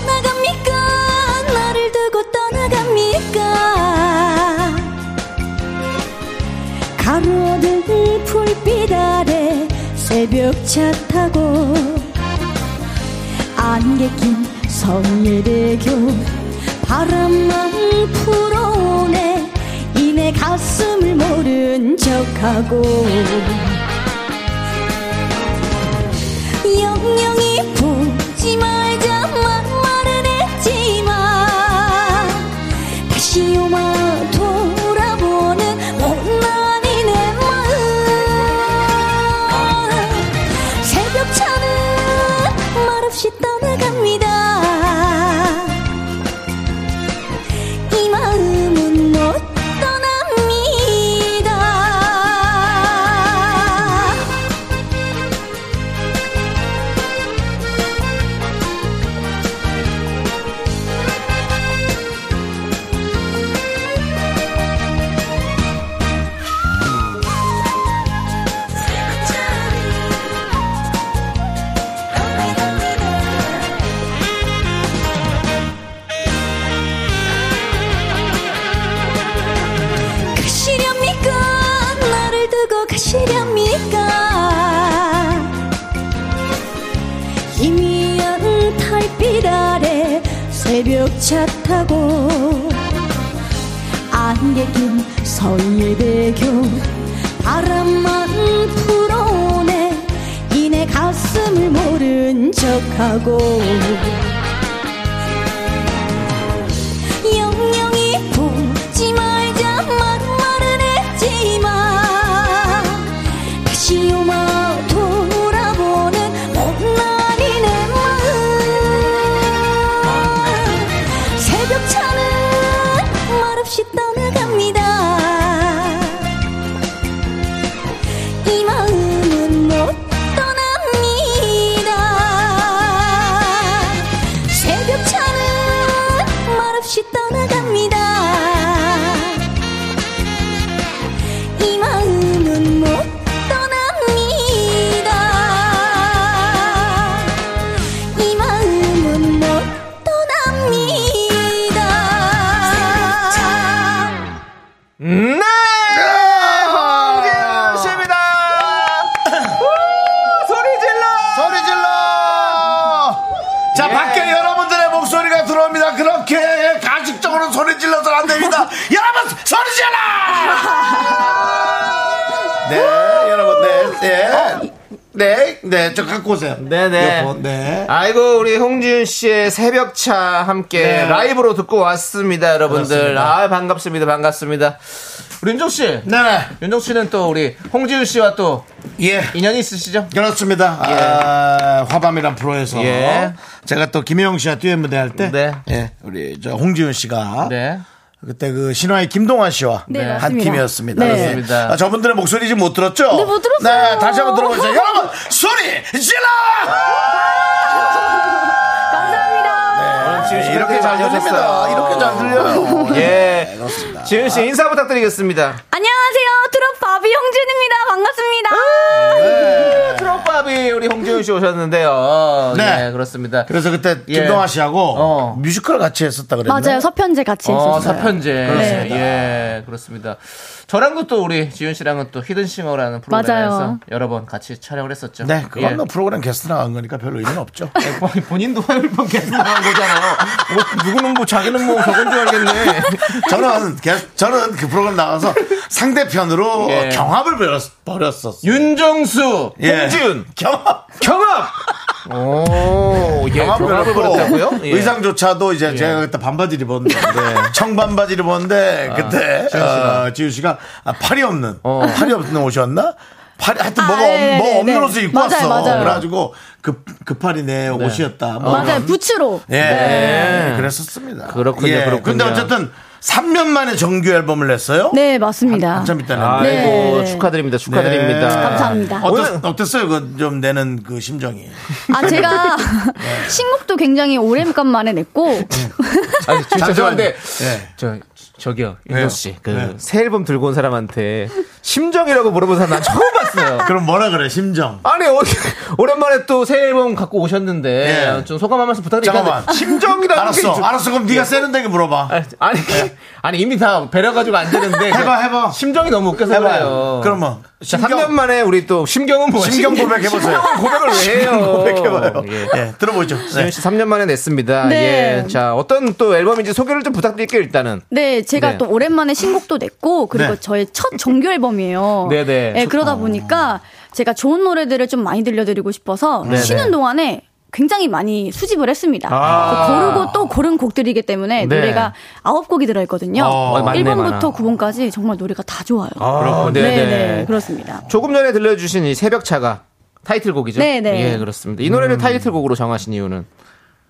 Speaker 6: 떠나갑니까 나를 두고 떠나갑니까 가로등 불빛 아래 새벽차 타고 안개 낀 성예대교 바람만 불어오네 이내 가슴을 모른 척하고 영영이 보지 말자 마- 말은 했지만 다시 오마 돌아보는 못난이 내 마음 새벽차는 말없이 떠나갑니다 이 마음은 못 떠납니다 가시렵니까 나를 두고 가시렵니까 희미한 달빛 아래 새벽차 타고 안개 낀 서예대교 바람만 불어오네 이내 가슴을 모른 척하고 영영이 보지 말자 말, 말은 했지만 다시 오마 돌아보는 못난이 내 마음 새벽차는 말없이 떠나갑니다 이 마음은 못 떠납니다 새벽차는 말없이 떠나갑니다 이 마음은 못 떠납니다 이 마음은 못 떠납니다
Speaker 2: 네! 홍지윤 씨입니다! 우, 소리 질러!
Speaker 1: 소리 질러! 자,
Speaker 2: 예.
Speaker 1: 밖에 여러분들의 목소리가 들어옵니다. 그렇게 가식적으로 소리 질러서는 안 됩니다. 여러분, 소리 질러! 네, 여러분, 네, 네. 네, 네, 저 갖고 오세요.
Speaker 2: 네네.
Speaker 1: 요거, 네.
Speaker 2: 아이고 우리 홍지윤 씨의 새벽차 함께
Speaker 1: 네.
Speaker 2: 라이브로 듣고 왔습니다, 여러분들.
Speaker 1: 그렇습니다.
Speaker 2: 아 반갑습니다, 반갑습니다. 우리 윤정 씨,
Speaker 1: 네네.
Speaker 2: 윤정 씨는 또 우리 홍지윤 씨와 또
Speaker 1: 예.
Speaker 2: 인연이 있으시죠?
Speaker 1: 그렇습니다. 아, 화밤이란 프로에서
Speaker 2: 예.
Speaker 1: 제가 또 김혜영 씨와 듀엣 무대 할 때,
Speaker 2: 네.
Speaker 1: 예, 우리 저 홍지윤 씨가
Speaker 2: 네.
Speaker 1: 그때 그 신화의 김동완 씨와
Speaker 6: 네,
Speaker 1: 한
Speaker 6: 맞습니다.
Speaker 1: 팀이었습니다.
Speaker 6: 네.
Speaker 2: 그렇습니다.
Speaker 1: 아, 저분들의 목소리 지금 못 들었죠?
Speaker 6: 네, 못 들었어요.
Speaker 1: 네, 다시 한번 들어보세요. 여러분, 소리 질러! 감사합니다. 네, 이렇게 잘 들립니다. 이렇게 잘 들려요.
Speaker 2: 예.
Speaker 1: 그렇습니다.
Speaker 2: 지윤 씨 인사 부탁드리겠습니다.
Speaker 6: 안녕하세요 트롯 바비 형준입니다 반갑습니다
Speaker 2: 트로파 뽀얀나비 우리 홍지훈 씨 오셨는데요.
Speaker 1: 네.
Speaker 2: 네, 그렇습니다.
Speaker 1: 그래서 그때
Speaker 2: 예.
Speaker 1: 김동아 씨하고
Speaker 2: 어.
Speaker 1: 뮤지컬 같이 했었다 그랬나요?
Speaker 6: 맞아요. 서편제 같이 했었어요.
Speaker 2: 어, 사편제.
Speaker 1: 그렇습니다.
Speaker 2: 예, 그렇습니다. 저랑도 또 우리 지윤 씨랑은 또 히든싱어라는 프로그램에서
Speaker 6: 맞아요.
Speaker 2: 여러 번 같이 촬영을 했었죠.
Speaker 1: 네, 그건
Speaker 2: 예.
Speaker 1: 뭐 프로그램 게스트 나간 거니까 별로 의미는 없죠.
Speaker 2: 아니, 본인도 화요일 밤 계속 나온 거잖아요. 뭐, 누구는 뭐 자기는 뭐 저건 줄 알겠네.
Speaker 1: 저는 게- 저는 그 프로그램 나가서 상대편으로
Speaker 2: 예.
Speaker 1: 경합을 벌였, 벌였었어요.
Speaker 2: 윤정수,
Speaker 1: 예.
Speaker 2: 홍지윤,
Speaker 1: 경합
Speaker 2: 경합! 오, 예, 경합을
Speaker 1: 벌였고
Speaker 2: 벌였다고요? 예. 네.
Speaker 1: 의상조차도 이제 제가 그때 반바지를 입었는데 청반바지를
Speaker 2: 아,
Speaker 1: 입었는데 그때 어, 지윤 씨가 아, 팔이 없는
Speaker 2: 어.
Speaker 1: 팔이 없는 옷이었나? 팔이 하여튼
Speaker 6: 아,
Speaker 1: 뭐가
Speaker 6: 예,
Speaker 1: 없- 뭐
Speaker 6: 네,
Speaker 1: 없는
Speaker 6: 네.
Speaker 1: 옷을 입고
Speaker 6: 맞아요,
Speaker 1: 왔어.
Speaker 6: 맞아요.
Speaker 1: 그래가지고 그, 그 팔이 내 옷이었다. 뭐
Speaker 6: 맞아요. 부츠로.
Speaker 1: 예,
Speaker 2: 네.
Speaker 1: 그랬었습니다. 예.
Speaker 2: 그렇군요, 그렇군요.
Speaker 1: 근데 어쨌든 3년 만에 정규 앨범을 냈어요.
Speaker 6: 네, 맞습니다.
Speaker 1: 한참 있다
Speaker 2: 아이고,
Speaker 1: 냈는데.
Speaker 6: 네.
Speaker 2: 축하드립니다. 축하드립니다.
Speaker 1: 네.
Speaker 6: 감사합니다.
Speaker 1: 어땠, 어땠어요? 그 좀 내는 그 심정이.
Speaker 6: 아, 제가 신곡도 굉장히 오랜만에 냈고
Speaker 2: 아니, 진짜 죄송한데.
Speaker 1: 네.
Speaker 2: 저, 저기요,
Speaker 1: 왜요?
Speaker 2: 윤정 씨. 그,
Speaker 1: 네.
Speaker 2: 새 앨범 들고 온 사람한테 심정이라고 물어본 사람 난 처음 봤어요.
Speaker 1: 그럼 뭐라 그래, 심정.
Speaker 2: 아니, 어, 오랜만에 또 새 앨범 갖고 오셨는데,
Speaker 1: 예.
Speaker 2: 좀 소감 한 말씀 부탁드립니다.
Speaker 1: 잠깐만.
Speaker 2: 심정이라는
Speaker 1: 네. 알았어,
Speaker 2: 게 좀-
Speaker 1: 알았어. 그럼 네가 세련되게 물어봐.
Speaker 2: 아니, 아니, 아니, 이미 다 배려가지고 안 되는데.
Speaker 1: 해봐, 해봐.
Speaker 2: 심정이 너무 웃겨서 그래요.
Speaker 1: 해봐요. 그러면
Speaker 2: 자, 3년 만에 우리 또 뭐. 심경은 뭐야?
Speaker 1: 심경 고백해보세요.
Speaker 2: 심경은 고백을 왜 해요?
Speaker 1: 고백해봐요.
Speaker 2: 어. 예.
Speaker 1: 예, 들어보죠. 네.
Speaker 2: 지윤 씨 3년 만에 냈습니다.
Speaker 6: 네.
Speaker 2: 예. 자, 어떤 또 앨범인지 소개를 좀 부탁드릴게요, 일단은.
Speaker 6: 네, 제가
Speaker 2: 네.
Speaker 6: 또 오랜만에 신곡도 냈고 그리고
Speaker 1: 네.
Speaker 6: 저의 첫 정규 앨범이에요.
Speaker 2: 네, 네.
Speaker 6: 예, 그러다 보니까 제가 좋은 노래들을 좀 많이 들려드리고 싶어서
Speaker 2: 네.
Speaker 6: 쉬는 동안에 굉장히 많이 수집을 했습니다. 그
Speaker 2: 아.
Speaker 6: 고르고 또 고른 곡들이기
Speaker 2: 네.
Speaker 6: 때문에 노래가 아홉 곡이 들어있거든요.
Speaker 2: 어, 맞네,
Speaker 6: 1번부터
Speaker 2: 많아.
Speaker 6: 9번까지 정말 노래가 다 좋아요.
Speaker 2: 그렇군요.
Speaker 6: 네, 네,
Speaker 2: 네네.
Speaker 6: 그렇습니다.
Speaker 2: 조금 전에 들려주신 이 새벽차가 타이틀곡이죠.
Speaker 6: 네, 네.
Speaker 2: 예, 그렇습니다. 이 노래를 타이틀곡으로 정하신 이유는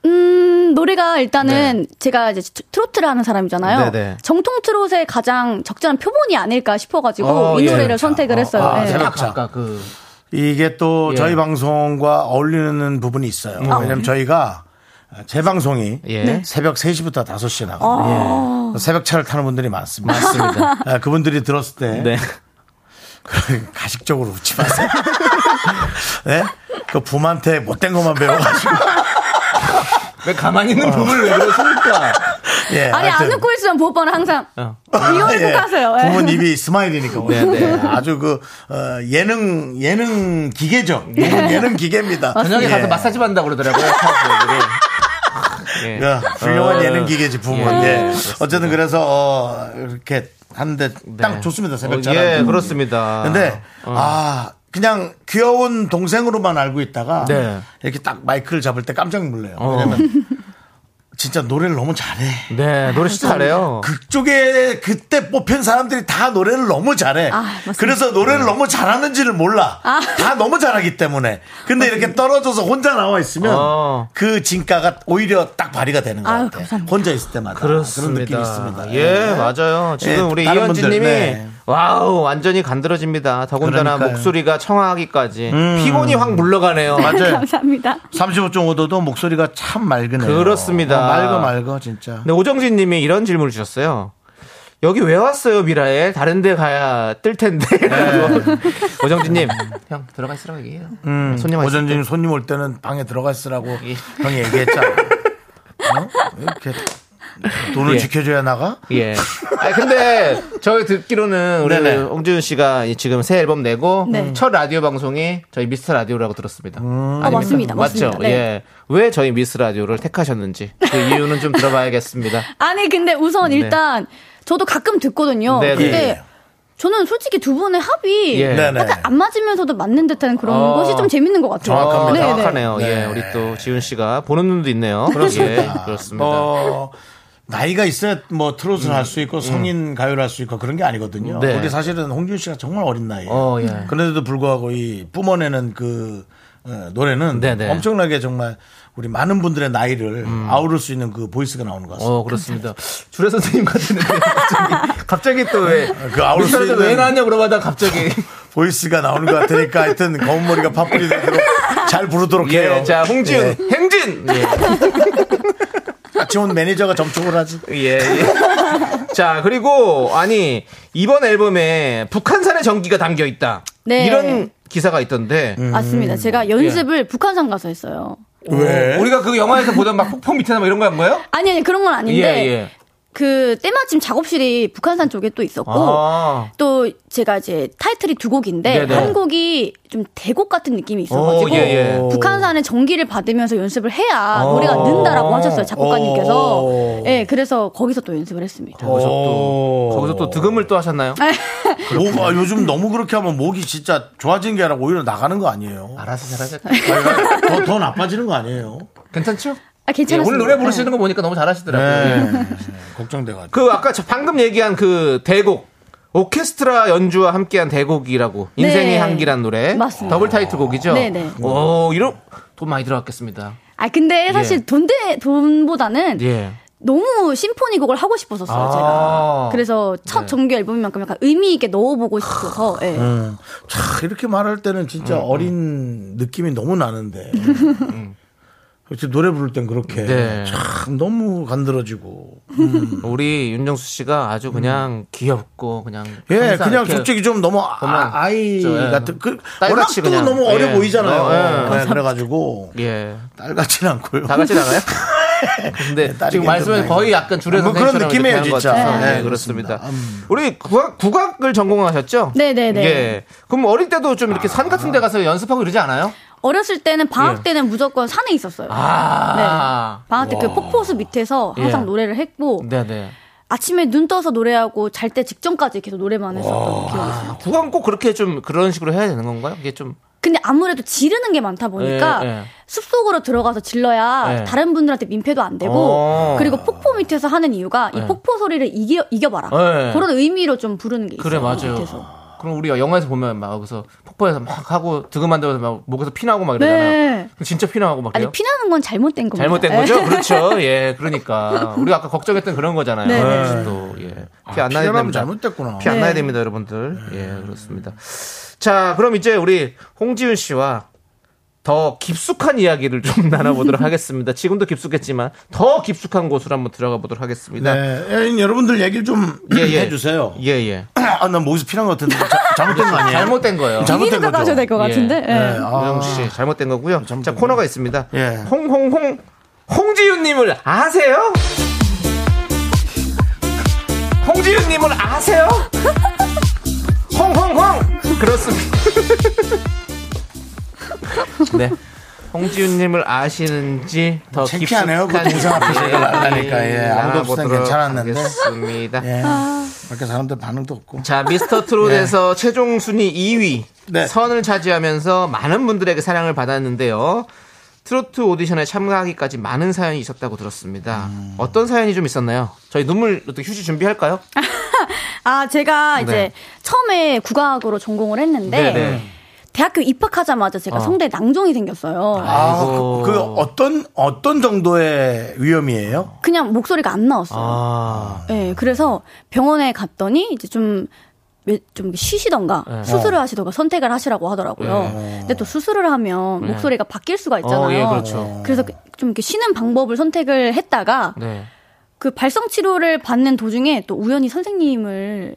Speaker 6: 음, 노래가 일단은 제가 이제 트- 트로트를 하는 사람이잖아요.
Speaker 2: 네. 네네.
Speaker 6: 정통 트로트의 가장 적절한 표본이 아닐까 싶어가지고
Speaker 2: 어,
Speaker 6: 이
Speaker 2: 예.
Speaker 6: 노래를 선택을 했어요.
Speaker 1: 아,
Speaker 6: 예.
Speaker 1: 제가 새벽차.
Speaker 2: 아까 그
Speaker 1: 이게 또
Speaker 2: 예. 아.
Speaker 1: 저희 방송과 어울리는 부분이 있어요. 왜냐면 저희가 재방송이
Speaker 2: 예. 네.
Speaker 1: 새벽 3시부터 5시에
Speaker 6: 아.
Speaker 1: 나가요. 예. 새벽 차를 타는 분들이 많습니다.
Speaker 2: 맞습니다.
Speaker 1: 아, 그분들이 들었을 때
Speaker 2: 네.
Speaker 1: 가식적으로 웃지 마세요. 네? 그 붐한테 못된 것만 배워가지고.
Speaker 2: 왜 가만히 있는 부분을 왜 그러십니까?
Speaker 1: 예,
Speaker 6: 아니 안
Speaker 1: 하여튼.
Speaker 6: 웃고 있으면 부오빠는 항상
Speaker 2: 어.
Speaker 6: 이거
Speaker 1: 아,
Speaker 6: 웃고
Speaker 1: 예.
Speaker 6: 가세요. 예.
Speaker 1: 부모님 입이 스마일이니까. 원래. 네, 아주 그, 어, 예능, 예능 기계죠.
Speaker 6: 네.
Speaker 1: 예능, 예능 기계입니다.
Speaker 2: 저녁에
Speaker 1: 예.
Speaker 2: 가서 마사지 받는다 그러더라고요. 타이틀곡으로. 예.
Speaker 1: 야, 그 훌륭한
Speaker 2: 어.
Speaker 1: 예능 기계지 부모는. 예. 어쨌든 그래서 어, 이렇게 하는데 딱 좋습니다. 새벽
Speaker 2: 어,
Speaker 1: 잘.
Speaker 2: 예, 그렇습니다. 어.
Speaker 1: 근데 아 그냥 귀여운 동생으로만 알고 있다가
Speaker 2: 네. 어.
Speaker 1: 이렇게 딱 마이크를 잡을 때 깜짝 놀래요. 왜냐면 진짜 노래를 너무 잘해.
Speaker 2: 네, 노래 진짜 잘해요.
Speaker 1: 그쪽에 그때 뽑힌 사람들이 다 노래를 너무 잘해.
Speaker 6: 아, 맞습니다. 아.
Speaker 1: 그래서 노래를 너무 잘하는지를 몰라. 다 너무 잘하기 때문에. 근데 이렇게 떨어져서 혼자 나와 있으면
Speaker 2: 어.
Speaker 1: 그 진가가 오히려 딱 발휘가 되는 것
Speaker 6: 아유,
Speaker 1: 같아요.
Speaker 6: 감사합니다.
Speaker 1: 혼자 있을 때마다 그런
Speaker 2: 그렇습니다.
Speaker 1: 느낌이 있습니다.
Speaker 2: 예, 맞아요. 지금
Speaker 1: 예,
Speaker 2: 우리
Speaker 1: 다른
Speaker 2: 이현진
Speaker 1: 분들,
Speaker 2: 님이
Speaker 1: 네.
Speaker 2: 와우, 완전히 간드러집니다. 더군다나
Speaker 1: 그러니까요. 음.
Speaker 2: 목소리가 청하기까지 피곤이 확 물러가네요.
Speaker 1: 맞아요.
Speaker 6: 감사합니다.
Speaker 1: 35.5도도 목소리가 참 맑으네요.
Speaker 2: 그렇습니다.
Speaker 1: 어, 맑어 맑어 진짜.
Speaker 2: 근데 오정진 님이 이런 질문을 주셨어요. 여기 왜 왔어요, 미라에? 다른 데 가야 뜰 텐데.
Speaker 1: 네.
Speaker 2: 오정진 님, 형 들어가 있으라고 얘기해요. 손님 왔을 때.
Speaker 1: 음, 오전진 손님 올 때는 예. 방에 들어가 있으라고 형이 얘기했잖아. 어? 왜 이렇게 돈을
Speaker 2: 예.
Speaker 1: 지켜줘야 나가?
Speaker 2: 예. 아 근데 저희 듣기로는 우리
Speaker 1: 네네.
Speaker 2: 홍지윤 씨가 이 지금 새 앨범 내고
Speaker 6: 네.
Speaker 2: 첫 라디오 방송이 저희 미스터 라디오라고 들었습니다. 아닙니까?
Speaker 6: 어, 맞습니다, 맞습니다.
Speaker 2: 맞죠?
Speaker 6: 네.
Speaker 2: 예. 왜 저희 미스 라디오를 택하셨는지 그 이유는 좀 들어봐야겠습니다.
Speaker 6: 아니 근데 우선 일단 저도 가끔 듣거든요.
Speaker 2: 네, 네.
Speaker 6: 근데
Speaker 1: 예.
Speaker 6: 저는 솔직히 두 분의 합이
Speaker 2: 예.
Speaker 1: 네네.
Speaker 6: 약간 안 맞으면서도 맞는 듯한 그런
Speaker 2: 어.
Speaker 6: 것이 좀 재밌는 것 같아요.
Speaker 2: 정확합니다.
Speaker 6: 네, 네.
Speaker 2: 정확하네요.
Speaker 1: 네.
Speaker 2: 예. 우리 또 지윤 씨가 보는 눈도 있네요. 예, 그렇습니다.
Speaker 1: 어, 나이가 있어야 뭐 트롯을 할 수 있고 성인 가요를 할 수 있고 그런 게 아니거든요.
Speaker 2: 음. 네.
Speaker 1: 우리 사실은 홍준 씨가 정말 어린 나이에요.
Speaker 2: 어, 예.
Speaker 1: 그런데도 불구하고 이 뿜어내는 그 어, 노래는
Speaker 2: 네네. 음.
Speaker 1: 엄청나게 정말 우리 많은 분들의 나이를 아우를 수 있는 그 보이스가 나오는 것 같습니다.
Speaker 2: 어, 그렇습니다. 주례 선생님 같은데 갑자기, 갑자기 또 왜.
Speaker 1: 그 아울
Speaker 2: 어. 미스
Speaker 1: 수
Speaker 2: 라디오 왜
Speaker 1: 있는-
Speaker 2: 나왔냐 물어봐다 갑자기.
Speaker 1: 보이스가 나오는 것 같으니까 하여튼 검은 머리가 파뿌리 되도록 잘 부르도록 해요.
Speaker 2: 예. 자, 홍지윤.
Speaker 1: 예.
Speaker 2: 행진! 예.
Speaker 1: 같이 온 매니저가 점촉을 하지.
Speaker 2: 예, 예. 자, 그리고, 아니, 이번 앨범에 북한산의 전기가 담겨 있다.
Speaker 6: 네.
Speaker 2: 이런 기사가 있던데
Speaker 6: 음. 맞습니다.
Speaker 2: 예.
Speaker 6: 제가 연습을 북한산 가서 했어요.
Speaker 1: 왜?
Speaker 2: 우리가 그 영화에서 보던 막 폭포 밑에나 뭐 이런 거한 거예요?
Speaker 6: 아니 아니 그런 건 아닌데
Speaker 2: 예.
Speaker 6: 그 때마침 작업실이 북한산 쪽에 또 있었고
Speaker 2: 아.
Speaker 6: 또 제가 이제 타이틀이 두 곡인데
Speaker 2: 네네.
Speaker 6: 한 곡이 좀 대곡 같은 느낌이 있어가지고
Speaker 2: 오, 예, 아. 예.
Speaker 6: 북한산의 전기를 받으면서 연습을 해야
Speaker 2: 오.
Speaker 6: 노래가 는다라고 하셨어요 작곡가님께서
Speaker 1: 오.
Speaker 6: 예 그래서 거기서 또 연습을 했습니다
Speaker 2: 거기서 또 거기서 또 득음을 또 하셨나요?
Speaker 6: 네.
Speaker 1: 목, 아, 요즘 너무 그렇게 하면 목이 진짜 좋아진 게 아니라 오히려 나가는 거 아니에요.
Speaker 2: 알아서 잘하셨다. 그러니까
Speaker 1: 더, 더 나빠지는 거 아니에요.
Speaker 2: 괜찮죠?
Speaker 6: 아
Speaker 2: 예,
Speaker 6: 괜찮았어요
Speaker 2: 오늘 노래 부르시는 거 보니까 너무
Speaker 1: 네.
Speaker 2: 잘하시더라고요.
Speaker 1: 걱정돼가지고.
Speaker 2: 그 아까 저 방금 얘기한 그 대곡 오케스트라 연주와 함께한 대곡이라고
Speaker 6: 네.
Speaker 2: 인생의 향기란 노래
Speaker 6: 맞습니다.
Speaker 2: 더블 타이틀곡이죠.
Speaker 6: 네네.
Speaker 2: 오 이런 돈 많이 들어갔겠습니다.
Speaker 6: 아 근데 사실
Speaker 2: 예.
Speaker 6: 돈 대, 돈보다는
Speaker 2: 예.
Speaker 6: 너무 심포니 곡을 하고 싶었었어요
Speaker 2: 아. 네.
Speaker 6: 제가 그래서 첫 정규 앨범만큼 약간 의미 있게 넣어보고
Speaker 2: 아.
Speaker 6: 싶어서 예.
Speaker 1: 음. 참, 이렇게 말할 때는
Speaker 2: 음,
Speaker 1: 진짜 어린 느낌이 너무 나는데. 그렇지, 노래 부를 땐 그렇게.
Speaker 2: 네.
Speaker 1: 참, 너무 간드러지고.
Speaker 2: 음. 우리 윤정수 씨가 아주 그냥 귀엽고 그냥
Speaker 1: 음. 예,
Speaker 2: 항상
Speaker 1: 그냥
Speaker 2: 이렇게
Speaker 1: 솔직히 좀 너무
Speaker 2: 보면
Speaker 1: 아, 이
Speaker 2: 그렇죠, 예.
Speaker 1: 같은. 그, 워낙
Speaker 2: 딸같이
Speaker 1: 또
Speaker 2: 그냥.
Speaker 1: 너무 어려
Speaker 2: 예. 어,
Speaker 1: 보이잖아요.
Speaker 2: 예.
Speaker 1: 네, 그래가지고.
Speaker 2: 예.
Speaker 1: 딸 같진 않고요.
Speaker 2: 다 같이 나가요? 근데
Speaker 1: 딸이
Speaker 2: 지금 말씀은
Speaker 1: 괜찮네.
Speaker 2: 거의 약간 줄에서
Speaker 1: 뭐 그런
Speaker 2: 선생님처럼
Speaker 1: 느낌이에요,
Speaker 2: 이렇게 하는
Speaker 1: 진짜.
Speaker 2: 것 같아서.
Speaker 1: 네,
Speaker 2: 네, 그렇습니다.
Speaker 1: 그렇습니다. 음.
Speaker 2: 우리 국악, 국악을 전공하셨죠?
Speaker 6: 네네네.
Speaker 2: 예. 그럼 어릴 때도 좀 이렇게 산 같은
Speaker 1: 아.
Speaker 2: 데 가서 연습하고 이러지 않아요?
Speaker 6: 어렸을 때는 방학
Speaker 2: 예.
Speaker 6: 때는 무조건 산에 있었어요.
Speaker 2: 아.
Speaker 6: 네. 방학 때 그 폭포수 밑에서 항상
Speaker 2: 예.
Speaker 6: 노래를 했고
Speaker 2: 네네.
Speaker 6: 아침에 눈 떠서 노래하고 잘 때 직전까지 계속 노래만 했었던 기억이 있어요.
Speaker 2: 국악은 아, 꼭 그렇게 좀 그런 식으로 해야 되는 건가요? 이게 좀.
Speaker 6: 근데 아무래도 지르는 게 많다 보니까
Speaker 2: 예, 예.
Speaker 6: 숲속으로 들어가서 질러야
Speaker 2: 예.
Speaker 6: 다른 분들한테 민폐도 안 되고
Speaker 2: 어.
Speaker 6: 그리고 폭포 밑에서 하는 이유가 이
Speaker 2: 예.
Speaker 6: 폭포 소리를 이겨, 이겨봐라
Speaker 2: 예.
Speaker 6: 그런 의미로 좀 부르는 게 있어요.
Speaker 2: 그래, 맞아요.
Speaker 6: 밑에서.
Speaker 2: 그럼 우리가 영화에서 보면 막 여기서 폭포에서 막 하고 드그만 들어서 막 목에서 피나고 막 이러잖아요.
Speaker 6: 네.
Speaker 2: 그럼 진짜 피나고 막.
Speaker 6: 아니
Speaker 2: 그래요?
Speaker 6: 피나는 건 잘못된 겁니다.
Speaker 2: 잘못된
Speaker 6: 예.
Speaker 2: 거죠? 그렇죠. 예, 그러니까. 우리가 아까 걱정했던 그런 거잖아요.
Speaker 6: 네, 네.
Speaker 2: 혹시 또, 예. 피 안 나야
Speaker 1: 피아노면 네.
Speaker 2: 됩니다.
Speaker 1: 잘못됐구나.
Speaker 2: 피 안
Speaker 6: 네.
Speaker 2: 나야 됩니다, 여러분들. 예, 그렇습니다. 자, 그럼 이제 우리 홍지윤 씨와 더 깊숙한 이야기를 좀 나눠보도록 하겠습니다. 지금도 깊숙했지만 더 깊숙한 곳으로 한번 들어가 보도록 하겠습니다.
Speaker 1: 네. 예, 여러분들 얘기를 좀
Speaker 2: 예, 예.
Speaker 1: 해주세요.
Speaker 2: 예, 예.
Speaker 1: 아, 난 목에서 피난 것 같은데. 자- 잘못된 거 아니에요?
Speaker 2: 잘못된 거예요.
Speaker 1: 자- 잘못된
Speaker 6: 이민우가
Speaker 1: 거죠.
Speaker 6: 가셔야 될 것
Speaker 2: 예.
Speaker 6: 같은데. 예.
Speaker 1: 네, 아,
Speaker 2: 유영 씨, 잘못된 거고요. 자, 코너가 있습니다.
Speaker 1: 예.
Speaker 2: 홍홍홍, 홍지윤님을 아세요? 홍지윤님을 아세요? 홍홍홍! 그렇습니다. 네. 홍지윤님을 아시는지 더
Speaker 1: 창피하네요.
Speaker 2: 깊숙한
Speaker 1: 그 동생 앞에서 그걸 알라니까. 예, 아무도 없을 땐
Speaker 2: 알아보도록
Speaker 1: 괜찮았는데.
Speaker 2: 하겠습니다.
Speaker 1: 예.
Speaker 6: 아.
Speaker 1: 밖에 사람들 반응도 없고.
Speaker 2: 자, 미스터 트롯에서 최종 순위 2위
Speaker 1: 예. 네.
Speaker 2: 선을 차지하면서 많은 분들에게 사랑을 받았는데요. 트로트 오디션에 참가하기까지 많은 사연이 있었다고 들었습니다.
Speaker 1: 음.
Speaker 2: 어떤 사연이 좀 있었나요? 저희 눈물 어떻게 휴지 준비할까요?
Speaker 6: 아, 제가 이제
Speaker 2: 네.
Speaker 6: 처음에 국악으로 전공을 했는데
Speaker 2: 네네.
Speaker 6: 대학교 입학하자마자 제가
Speaker 2: 어.
Speaker 6: 성대 낭종이 생겼어요.
Speaker 1: 아,
Speaker 2: 아이고.
Speaker 1: 그, 그 어떤, 어떤 정도의 위험이에요?
Speaker 6: 그냥 목소리가 안 나왔어요.
Speaker 2: 아,
Speaker 6: 예, 그래서 병원에 갔더니 이제 좀 왜- 좀 쉬시던가
Speaker 2: 예.
Speaker 6: 수술을
Speaker 2: 어.
Speaker 6: 하시던가 선택을 하시라고 하더라고요. 근데 또 수술을 하면 목소리가 바뀔 수가 있잖아요.
Speaker 2: 네. 어, 예, 그렇죠.
Speaker 6: 래서좀 이렇게 쉬는 방법을 선택을 했다가
Speaker 2: 네.
Speaker 6: 그 발성 치료를 받는 도중에 또 우연히 선생님을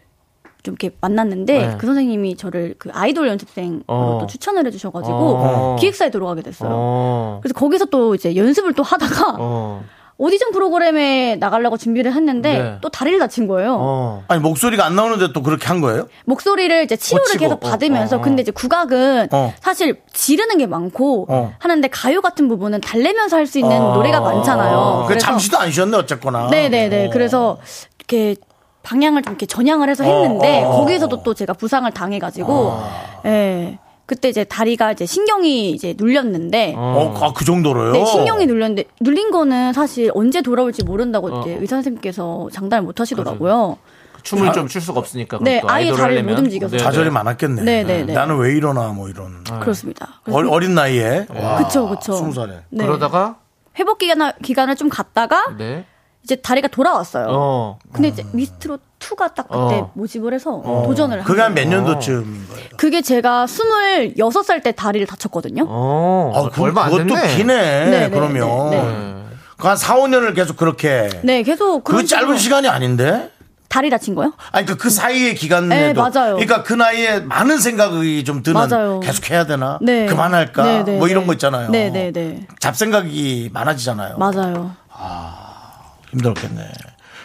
Speaker 6: 좀 이렇게 만났는데
Speaker 2: 네.
Speaker 6: 그 선생님이 저를 그 아이돌 연습생으로
Speaker 2: 어.
Speaker 6: 또 추천을 해주셔가지고
Speaker 2: 어.
Speaker 6: 기획사에 들어가게 됐어요.
Speaker 2: 어,
Speaker 6: 그래서 거기서 또 이제 연습을 또 하다가
Speaker 2: 어,
Speaker 6: 오디션 프로그램에 나가려고 준비를 했는데
Speaker 2: 네.
Speaker 6: 또 다리를 다친 거예요.
Speaker 2: 어.
Speaker 1: 아니, 목소리가 안 나오는데 또 그렇게 한 거예요?
Speaker 6: 목소리를 이제 치료를
Speaker 2: 고치고,
Speaker 6: 계속
Speaker 2: 어,
Speaker 6: 받으면서
Speaker 2: 어, 어.
Speaker 6: 근데 이제 국악은
Speaker 1: 어.
Speaker 6: 사실 지르는 게 많고
Speaker 1: 어.
Speaker 6: 하는데 가요 같은 부분은 달래면서 할 수 있는 노래가
Speaker 2: 어.
Speaker 6: 많잖아요.
Speaker 1: 그 잠시도 안 쉬었네, 어쨌거나.
Speaker 6: 네네네.
Speaker 1: 어.
Speaker 6: 그래서 이렇게 방향을 좀 이렇게 전향을 해서 했는데
Speaker 1: 어, 아. 어, 어.
Speaker 6: 거기에서도 또 제가 부상을 당해가지고 예 그때 이제 다리가 이제 신경이 이제 눌렸는데
Speaker 1: 어, 아, 그 정도로요?
Speaker 6: 네, 신경이 눌렸는데 눌린 거는 사실 언제 돌아올지 모른다고
Speaker 1: 어.
Speaker 6: 이제 의사 선생님께서 장담을 못 하시더라고요.
Speaker 1: 아,
Speaker 2: 춤을 좀 출 수가 없으니까.
Speaker 6: 네,
Speaker 2: 그것도
Speaker 6: 아예
Speaker 2: 아이돌을
Speaker 6: 다리를
Speaker 2: 하려면.
Speaker 6: 못 움직여서.
Speaker 1: 좌절이 많았겠네.
Speaker 6: 네네네.
Speaker 1: 나는 왜 이러나, 뭐 이런.
Speaker 6: 그렇습니다. 그래서
Speaker 1: 어, 린 나이에. 와,
Speaker 6: 그쵸 그쵸.
Speaker 1: 아, 스무 살에.
Speaker 6: 네.
Speaker 2: 그러다가,
Speaker 6: 회복 기간을 기간을 좀 갔다가
Speaker 2: 네.
Speaker 6: 이제 다리가 돌아왔어요.
Speaker 2: 어.
Speaker 6: 근데 이제 미스트롯 2가 딱 그때
Speaker 2: 어.
Speaker 6: 모집을 해서 도전을 한
Speaker 1: 그게 한
Speaker 6: 거예요.
Speaker 1: 몇 년도쯤인 거예요?
Speaker 6: 그게 제가 26살 때 다리를 다쳤거든요.
Speaker 2: 어.
Speaker 1: 아, 그,
Speaker 2: 얼마 안
Speaker 1: 그것도
Speaker 2: 됐네.
Speaker 1: 기네.
Speaker 6: 네,
Speaker 1: 그러면. 그러니까
Speaker 6: 네,
Speaker 1: 그 한 4, 5년을 계속 그렇게.
Speaker 6: 네, 계속
Speaker 1: 그
Speaker 6: 그런
Speaker 1: 짧은
Speaker 6: 식으로
Speaker 1: 시간이 아닌데?
Speaker 6: 다리 다친 거요?
Speaker 1: 아니 그, 그 사이의 기간에도
Speaker 6: 음. 네, 맞아요.
Speaker 1: 그러니까 그 나이에 많은 생각이 좀 드는
Speaker 6: 맞아요.
Speaker 1: 계속 해야 되나
Speaker 6: 네.
Speaker 1: 그만할까
Speaker 6: 네, 네,
Speaker 1: 뭐 이런
Speaker 6: 네.
Speaker 1: 거 있잖아요.
Speaker 6: 네, 네, 네.
Speaker 1: 잡생각이
Speaker 2: 어.
Speaker 1: 많아지잖아요.
Speaker 6: 맞아요.
Speaker 1: 힘들었겠네.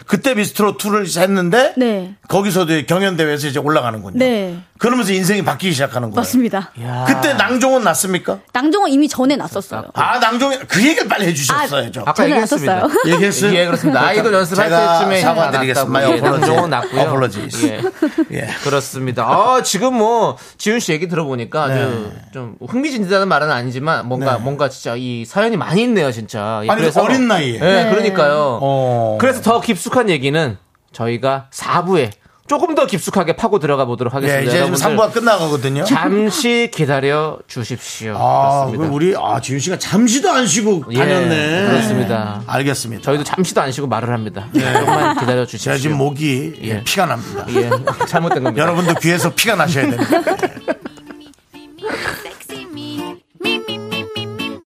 Speaker 1: 그때 미스트로 2를 했는데
Speaker 6: 네.
Speaker 1: 거기서도 경연 대회에서 이제 올라가는군요.
Speaker 6: 네.
Speaker 2: 어.
Speaker 1: 그러면서 인생이 바뀌기 시작하는 거예요.
Speaker 6: 맞습니다.
Speaker 1: 그때 낭종은 났습니까?
Speaker 2: 그-
Speaker 6: 낭종은 이미 전에 났었어요.
Speaker 1: 아 낭종이 그 얘기를 빨리 해주셨어야죠.
Speaker 2: 아까
Speaker 6: 전에
Speaker 2: 얘기했습니다.
Speaker 6: 났었어요.
Speaker 1: 얘기했어요. 그러니까
Speaker 2: 예, 그렇습니다. 아이돌 연습할
Speaker 1: 제가
Speaker 2: 때쯤에
Speaker 1: 사과드리겠습니다.
Speaker 2: 다 났다고.
Speaker 1: 어폴로지.
Speaker 2: 예, 정은 났고요.
Speaker 1: 어폴로지.
Speaker 2: 예.
Speaker 1: 예.
Speaker 2: 그렇습니다. 아, 지금 뭐 지윤 씨 얘기 들어보니까 아주 좀 흥미진진하다는 말은 아니지만 뭔가
Speaker 1: 네.
Speaker 2: 뭔가 진짜 이 사연이 많이 있네요, 진짜. 예,
Speaker 1: 아니, 어린 나이에.
Speaker 2: 예,
Speaker 1: 네.
Speaker 2: 그러니까요.
Speaker 1: 어.
Speaker 2: 그래서 더 깊숙한 얘기는 저희가 4부에 조금 더 깊숙하게 파고 들어가 보도록
Speaker 1: 예,
Speaker 2: 하겠습니다.
Speaker 1: 이제 지금
Speaker 2: 여러분들
Speaker 1: 3부가 끝나가거든요.
Speaker 2: 잠시 기다려 주십시오.
Speaker 1: 아, 그럼
Speaker 2: 그렇습니다.
Speaker 1: 우리 아 지윤 씨가 잠시도 안 쉬고
Speaker 2: 예,
Speaker 1: 다녔네.
Speaker 2: 그렇습니다.
Speaker 1: 알겠습니다.
Speaker 2: 저희도 잠시도 안 쉬고 말을 합니다. 조금만 기다려 주십시오.
Speaker 1: 예. 제가 지금 목이
Speaker 2: 예.
Speaker 1: 피가 납니다.
Speaker 2: 예, 잘못된 겁니다.
Speaker 1: 여러분도 귀에서 피가 나셔야 됩니다.
Speaker 4: Sexy me, me, me, me, me, me.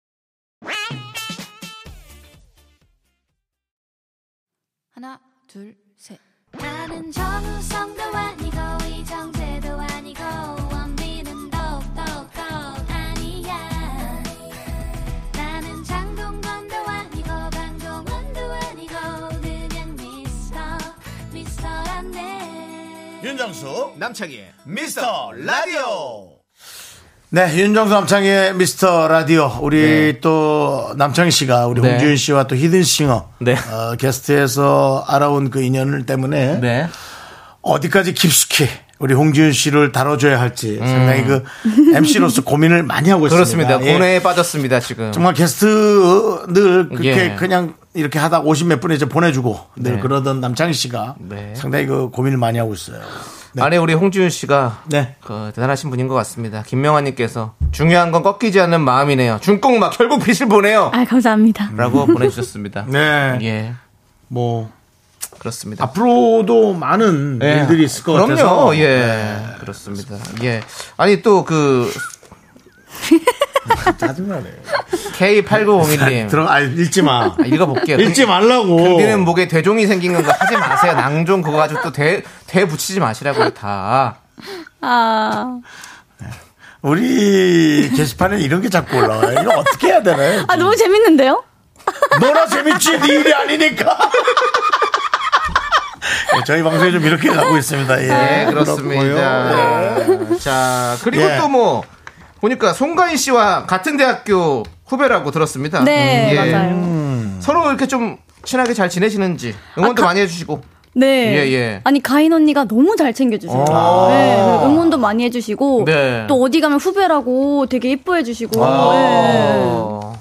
Speaker 6: 하나, 둘, 셋.
Speaker 4: 나는 정우성도 아니고 이정재도 아니고 원빈은 더욱더 아니야 나는 장동건도 아니고 방종원도 아니고 그냥 미스터 미스터란데
Speaker 1: 윤정수
Speaker 2: 남창희의
Speaker 1: 미스터 라디오. 네, 윤정수 남창희의 미스터 라디오. 우리 또 남창희 씨가 우리
Speaker 2: 네.
Speaker 1: 홍지윤 씨와 또 히든싱어
Speaker 2: 네.
Speaker 1: 어, 게스트에서 알아온 그 인연을 때문에
Speaker 2: 네.
Speaker 1: 어디까지 깊숙이 우리 홍지윤 씨를 다뤄줘야 할지 상당히 그 MC로서 고민을 많이 하고 있습니다.
Speaker 2: 음. 그렇습니다.
Speaker 1: 예.
Speaker 2: 고뇌에 빠졌습니다, 지금.
Speaker 1: 정말 게스트 늘 그렇게
Speaker 2: 예.
Speaker 1: 그냥 이렇게 하다 50몇 분 이제 보내주고 늘
Speaker 2: 네.
Speaker 1: 그러던 남창희 씨가
Speaker 2: 네.
Speaker 1: 상당히 그 고민을 많이 하고 있어요. 네.
Speaker 2: 아니, 우리 홍지윤 씨가
Speaker 1: 네.
Speaker 2: 그 대단하신 분인 것 같습니다. 김명환님께서 중요한 건 꺾이지 않는 마음이네요. 중꽁막 결국 빛을 보내요.
Speaker 6: 아, 감사합니다.
Speaker 2: 라고 보내주셨습니다.
Speaker 1: 음. 네.
Speaker 2: 예,
Speaker 1: 뭐
Speaker 2: 그렇습니다.
Speaker 1: 앞으로도 많은
Speaker 2: 예.
Speaker 1: 아, 네. 일들이 있을 것
Speaker 2: 그럼요.
Speaker 1: 같아서 네.
Speaker 2: 예. 그렇습니다. 예. 아니 또 그
Speaker 1: 짜증나네.
Speaker 2: K8901님
Speaker 1: 들어 아 읽지 마.
Speaker 2: 읽어 볼게요.
Speaker 1: 읽지 말라고.
Speaker 2: 우리는 목에 대종이 생긴 건가 하지 마세요. 낭종 그거 가지고 또대 대 붙이지 마시라고요. 다.
Speaker 6: 아,
Speaker 1: 우리 게시판에 이런 게 자꾸 올라와요. 이거 어떻게 해야 되나요?
Speaker 6: 아 너무 재밌는데요?
Speaker 1: 너나 재밌지 네 일이 아니니까. 예, 저희 방송이 좀 이렇게 가고 있습니다. 예,
Speaker 2: 네,
Speaker 1: 그렇고요. 네.
Speaker 2: 그렇습니다. 자, 그리고
Speaker 1: 예.
Speaker 2: 또 뭐 보니까 송가인 씨와 같은 대학교 후배라고 들었습니다. 음,
Speaker 6: 네,
Speaker 2: 예.
Speaker 6: 맞아요.
Speaker 2: 서로 이렇게 좀 친하게 잘 지내시는지
Speaker 6: 아, 그
Speaker 2: 응원도 많이 해주시고.
Speaker 6: 네.
Speaker 2: 예, 예.
Speaker 6: 아니 가인 언니가 너무 잘 챙겨주세요.
Speaker 2: 아.
Speaker 6: 네, 그리고 응원도 많이 해주시고
Speaker 2: 네.
Speaker 6: 또 어디 가면 후배라고 되게 예뻐해주시고 네.
Speaker 2: 어,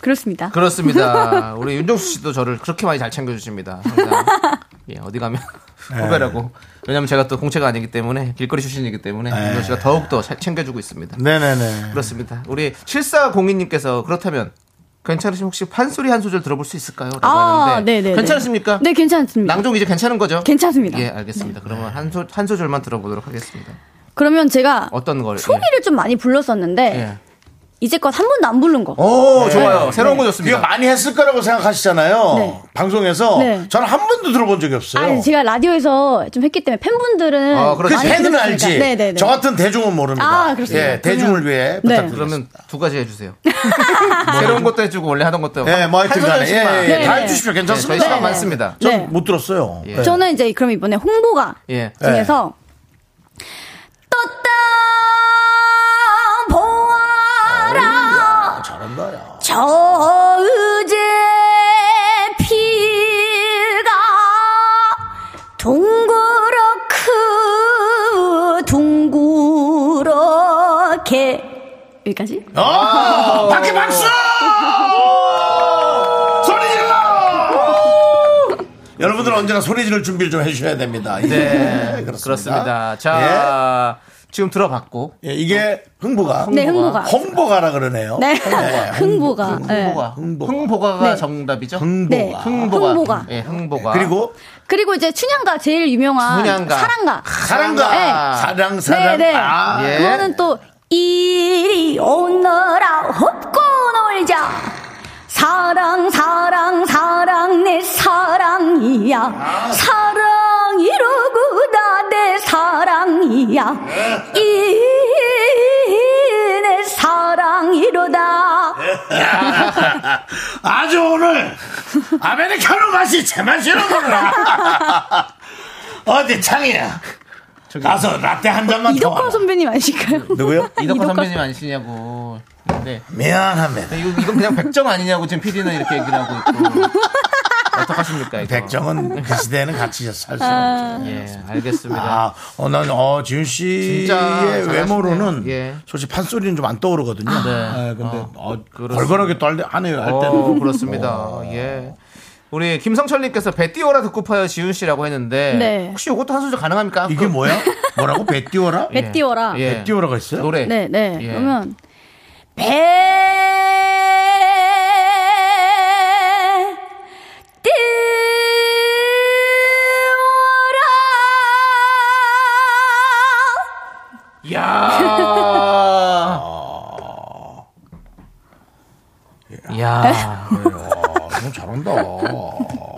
Speaker 6: 그렇습니다.
Speaker 2: 그렇습니다. 우리 윤종수 씨도 저를 그렇게 많이 잘 챙겨주십니다. 항상. 예, 어디 가면
Speaker 1: 네.
Speaker 2: 후배라고. 왜냐면 제가 또 공채가 아니기 때문에 길거리 출신이기 때문에
Speaker 1: 네.
Speaker 2: 윤종 씨가 더욱더 잘 챙겨주고 있습니다.
Speaker 1: 네네네.
Speaker 2: 그렇습니다. 우리 7402님께서 그렇다면 괜찮으시면 혹시 판소리 한 소절 들어볼 수 있을까요? 라고
Speaker 6: 아,
Speaker 2: 하는데
Speaker 6: 네네네.
Speaker 2: 괜찮으십니까?
Speaker 6: 네, 괜찮습니다.
Speaker 2: 낭종 이제 괜찮은 거죠?
Speaker 6: 괜찮습니다. 네.
Speaker 2: 예, 알겠습니다. 그러면 한, 소, 한 소절만 들어보도록 하겠습니다.
Speaker 6: 그러면 제가
Speaker 2: 어떤 걸?
Speaker 6: 소리를 좀 많이 불렀었는데
Speaker 2: 예. 어, 예.
Speaker 6: 이제껏 한 번도 안 부른 거.
Speaker 1: 오
Speaker 2: 좋아요. 새로운 거
Speaker 1: 네. 이거
Speaker 2: 좋습니다.
Speaker 1: 많이 했을 거라고 생각하시잖아요.
Speaker 6: 네.
Speaker 1: 방송에서
Speaker 6: 네.
Speaker 1: 저는 한 번도 들어본 적이 없어요.
Speaker 6: 아니 제가 라디오에서 좀 했기 때문에 팬분들은
Speaker 2: 아,
Speaker 1: 그
Speaker 2: 그렇죠.
Speaker 6: 많이
Speaker 1: 팬은
Speaker 6: 들으시니까.
Speaker 1: 알지.
Speaker 6: 네네네.
Speaker 1: 저 같은 대중은 모릅니다.
Speaker 6: 아, 그렇습니다. 네.
Speaker 1: 예, 대중을 위해 부탁드립니다.
Speaker 2: 그러면 두 가지 해주세요.
Speaker 6: 뭐
Speaker 2: 새로운 것도 해주고 원래 하던 것도.
Speaker 1: 예, 뭐 하여튼 간에.
Speaker 2: 한
Speaker 1: 예, 예,
Speaker 6: 네,
Speaker 1: 다
Speaker 6: 네.
Speaker 1: 해주십시오.
Speaker 2: 저희
Speaker 1: 괜찮습니다.
Speaker 2: 시간 많습니다.
Speaker 6: 네.
Speaker 1: 못 들었어요. 예.
Speaker 6: 저는 이제 그럼 이번에 홍보가
Speaker 2: 예.
Speaker 6: 중에서 떴다 보아라
Speaker 1: 잘한다, 야.
Speaker 6: 저 의제 피가 둥그렇크 둥그렇게 여기까지?
Speaker 1: 어! 밖에 박수! 소리 질러! 여러분들 은 언제나 소리 지를 준비를 좀 해주셔야 됩니다. 예,
Speaker 2: 네,
Speaker 1: 그렇습니다.
Speaker 2: 그렇습니다. 자, 지금 들어봤고.
Speaker 1: 예. 예, 이게 흥부가.
Speaker 6: 네, 흥보가.
Speaker 1: 홍보가라 그러네요.
Speaker 6: 네,
Speaker 1: 흥보가.
Speaker 6: 흥보가. 네.
Speaker 2: 흥보가.
Speaker 1: 흥보가.
Speaker 2: 흥보가. 가
Speaker 6: 네.
Speaker 2: 정답이죠?
Speaker 1: 흥보가.
Speaker 6: 네.
Speaker 2: 흥보가.
Speaker 6: 흥보가.
Speaker 2: 예, 흥보가.
Speaker 1: 그리고
Speaker 6: 그리고 이제 춘향가 제일 유명한
Speaker 2: 춘향가.
Speaker 6: 사랑가.
Speaker 1: 사랑가.
Speaker 6: 네.
Speaker 1: 사랑, 사랑.
Speaker 6: 네네.
Speaker 1: 아,
Speaker 2: 예.
Speaker 6: 그거는 또 이리 오너라 웃고 놀자.
Speaker 1: 아.
Speaker 6: 사랑 사랑 사랑 내 사랑이야. 사랑
Speaker 1: 네. 네. 아주 오늘 아메리카노 맛이 제맛이라 몰라. 어디 창이야. 가서 라떼 한 잔만 더.
Speaker 6: 이덕화
Speaker 1: 와라.
Speaker 6: 선배님 아실까요?
Speaker 1: 누구요?
Speaker 2: 이덕화
Speaker 6: 이덕화
Speaker 2: 선배님 아니시냐고. 근데
Speaker 1: 미안합니다.
Speaker 2: 네, 이거 이건 그냥 백정 아니냐고 지금 PD는 이렇게 얘기를 하고 있고. 어떡하십니까 이거. 아.
Speaker 1: 백정은 그 시대에는 같이 살 수가 없죠.
Speaker 2: 예, 알겠습니다.
Speaker 1: 아, 어, 난, 어, 지윤 씨의
Speaker 2: 진짜 잘하시네요.
Speaker 1: 외모로는
Speaker 2: 예.
Speaker 1: 솔직히 판소리는 좀 안 떠오르거든요.
Speaker 2: 네.
Speaker 1: 예, 근데,
Speaker 2: 아,
Speaker 1: 어,
Speaker 2: 그렇습니다.
Speaker 1: 걸걸하게 또 할, 때- 하네요, 할 때는.
Speaker 2: 어, 그렇습니다. 예. 우리 김성철님께서 배띠오라 듣고 파요 지훈 씨라고 했는데
Speaker 6: 네.
Speaker 2: 혹시 이것도 한 소절 가능합니까?
Speaker 1: 이게
Speaker 2: 그-
Speaker 1: 뭐야? 뭐라고? 배 띄워라?
Speaker 6: 배 띄워라.
Speaker 2: 예.
Speaker 1: 배 띄워라가 있어요?
Speaker 2: 노래.
Speaker 6: 네, 네.
Speaker 2: 예.
Speaker 6: 그러면 배 띄워라.
Speaker 2: 야.
Speaker 6: 네.
Speaker 2: 야.
Speaker 1: 아, 너무 잘한다.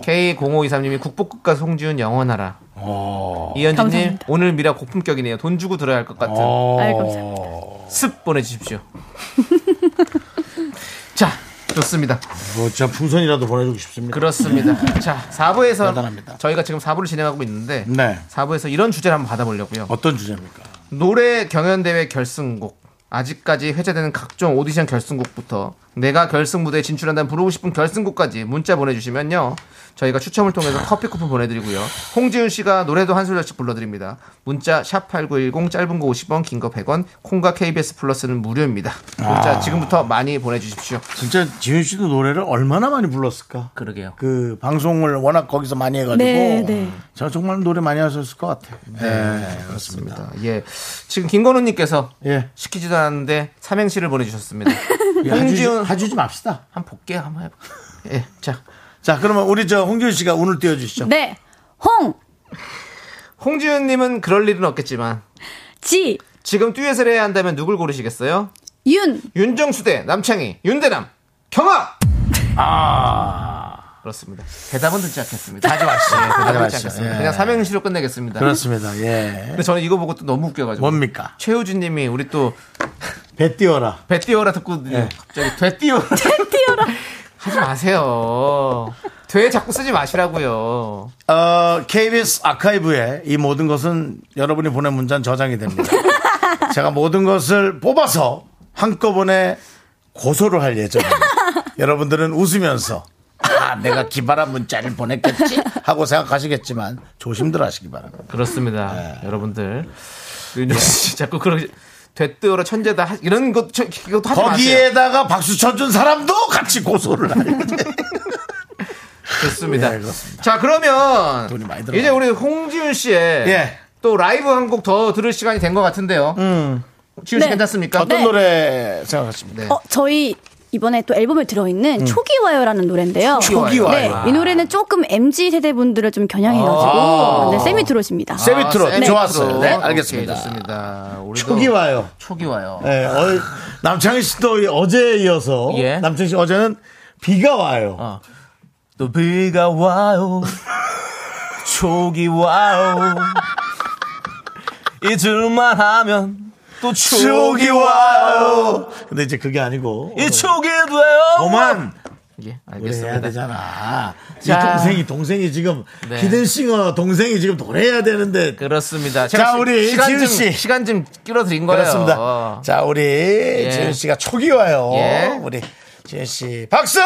Speaker 2: K0523님이 국보국가 송지훈 영원하라.
Speaker 1: 어.
Speaker 2: 이현진님
Speaker 6: 감사합니다.
Speaker 2: 오늘 미라 고품격이네요. 돈 주고 들어야 할 것 같은
Speaker 1: 예,
Speaker 6: 아유, 감사합니다.
Speaker 2: 습 보내주십시오. 자 좋습니다.
Speaker 1: 뭐, 진짜 풍선이라도 보내주고 싶습니다.
Speaker 2: 그렇습니다. 자 4부에서
Speaker 1: 대단합니다.
Speaker 2: 저희가 지금 4부를 진행하고 있는데
Speaker 1: 네.
Speaker 2: 4부에서 이런 주제를 한번 받아보려고요.
Speaker 1: 어떤 주제입니까?
Speaker 2: 노래 경연대회 결승곡 아직까지 회자되는 각종 오디션 결승곡부터 내가 결승 무대에 진출한다면 부르고 싶은 결승곡까지 문자 보내주시면요 저희가 추첨을 통해서 커피 쿠폰 보내드리고요 홍지윤 씨가 노래도 한 소절씩 불러드립니다 문자 샵 #8910 짧은 거 50원 긴 거 100원 콩과 KBS 플러스는 무료입니다 문자
Speaker 1: 아.
Speaker 2: 지금부터 많이 보내주십시오
Speaker 1: 진짜 지윤 씨도 노래를 얼마나 많이 불렀을까?
Speaker 2: 그러게요
Speaker 1: 그 방송을 워낙 거기서 많이 해가지고
Speaker 6: 네, 네.
Speaker 1: 저 정말 노래 많이 하셨을 것 같아요. 네, 그렇습니다.
Speaker 2: 예 지금 김건우님께서
Speaker 1: 예,
Speaker 2: 시키지도 않았는데 삼행시를 보내주셨습니다
Speaker 1: 홍지윤 예, 하주지 맙시다.
Speaker 2: 한 볼게 요 한번 해볼게요 예자
Speaker 1: 자, 그러면 우리 저 홍지윤 씨가 오늘 띄워주시죠.
Speaker 6: 네. 홍,
Speaker 2: 홍지윤님은 그럴 일은 없겠지만
Speaker 6: 지,
Speaker 2: 지금 듀엣을 해야 한다면 누굴 고르시겠어요?
Speaker 6: 윤.
Speaker 2: 윤정수 대 남창희, 윤대남, 경아! 아. 그렇습니다. 대답은 듣지 않겠습니다. 가져왔어. 대답은 듣지
Speaker 1: 가져왔어요.
Speaker 2: 않겠습니다.
Speaker 1: 예.
Speaker 2: 그냥 삼행시로 끝내겠습니다.
Speaker 1: 그렇습니다. 예,
Speaker 2: 근데 저는 이거 보고 또 너무 웃겨가지고.
Speaker 1: 뭡니까?
Speaker 2: 최우진 님이 우리 또
Speaker 1: 배 띄워라.
Speaker 2: 배띄어라 듣고 갑자기 되띄어라. 되띄어라. 하지 마세요. 되 자꾸 쓰지 마시라고요.
Speaker 1: 어, KBS 아카이브에 이 모든 것은 여러분이 보낸 문자는 저장이 됩니다. 제가 모든 것을 뽑아서 한꺼번에 고소를 할 예정입니다. 여러분들은 웃으면서 아, 내가 기발한 문자를 보냈겠지 하고 생각하시겠지만 조심들 하시기 바랍니다. 예.
Speaker 2: 그렇습니다. 여러분들. 네. 윤정수 씨 자꾸 그러게 되띄어라 천재다 하- 이런 것 저- 이것도 하지 마세요.
Speaker 1: 거기에다가 박수 쳐준 사람도 같이 고소를 할
Speaker 2: 좋습니다.
Speaker 1: 예, 그렇습니다.
Speaker 2: 자, 그러면
Speaker 1: 돈이 많이 들어가요.
Speaker 2: 이제 우리 홍지윤 씨의
Speaker 1: 예.
Speaker 2: 또 라이브 한 곡 더 들을 시간이 된 것 같은데요.
Speaker 1: 음.
Speaker 2: 지윤 씨
Speaker 6: 네.
Speaker 2: 괜찮습니까?
Speaker 1: 어떤
Speaker 6: 네.
Speaker 1: 노래 생각하십니까?
Speaker 6: 어, 저희 이번에 또 앨범에 들어있는 초기와요라는 노래인데요.
Speaker 1: 음. 초기와요.
Speaker 6: 네,
Speaker 2: 아,
Speaker 6: 이 노래는 조금 MG 세대 분들을 좀
Speaker 1: 아.
Speaker 6: 겨냥해가지고 네, 세미 트롯입니다.
Speaker 1: 세미트롯
Speaker 2: 세미트롯.
Speaker 1: 좋았어요. 네,
Speaker 2: 오케이,
Speaker 1: 알겠습니다.
Speaker 2: 좋습니다. 우리도
Speaker 1: 초기 와요.
Speaker 2: 초기 와요. 네,
Speaker 1: 예, 어, 남창희 씨도 이 어제에 이어서
Speaker 2: 예. 어.
Speaker 1: 남창희 씨 어제는 비가 와요.
Speaker 2: 또 비가 와요. 초기 와요. 잊을만 하면 또
Speaker 1: 추억이 와요. 근데 이제 그게 아니고 어,
Speaker 2: 초기 돼요.
Speaker 1: 그만
Speaker 2: 예,
Speaker 1: 해야
Speaker 2: 알겠습니다.
Speaker 1: 되잖아. 이
Speaker 2: 자.
Speaker 1: 동생이 동생이 지금
Speaker 2: 네.
Speaker 1: 히든싱어 동생이 지금 노래해야 되는데 자,
Speaker 2: 그렇습니다. 제가 시-
Speaker 1: 우리
Speaker 2: 시간
Speaker 1: 지윤
Speaker 2: 좀-
Speaker 1: 씨.
Speaker 2: 시간 좀 끌어드린 거예요.
Speaker 1: 그렇습니다.
Speaker 2: 어.
Speaker 1: 자 우리 지은 씨가 초기 와요.
Speaker 2: 예.
Speaker 1: 우리 지은 씨 박수.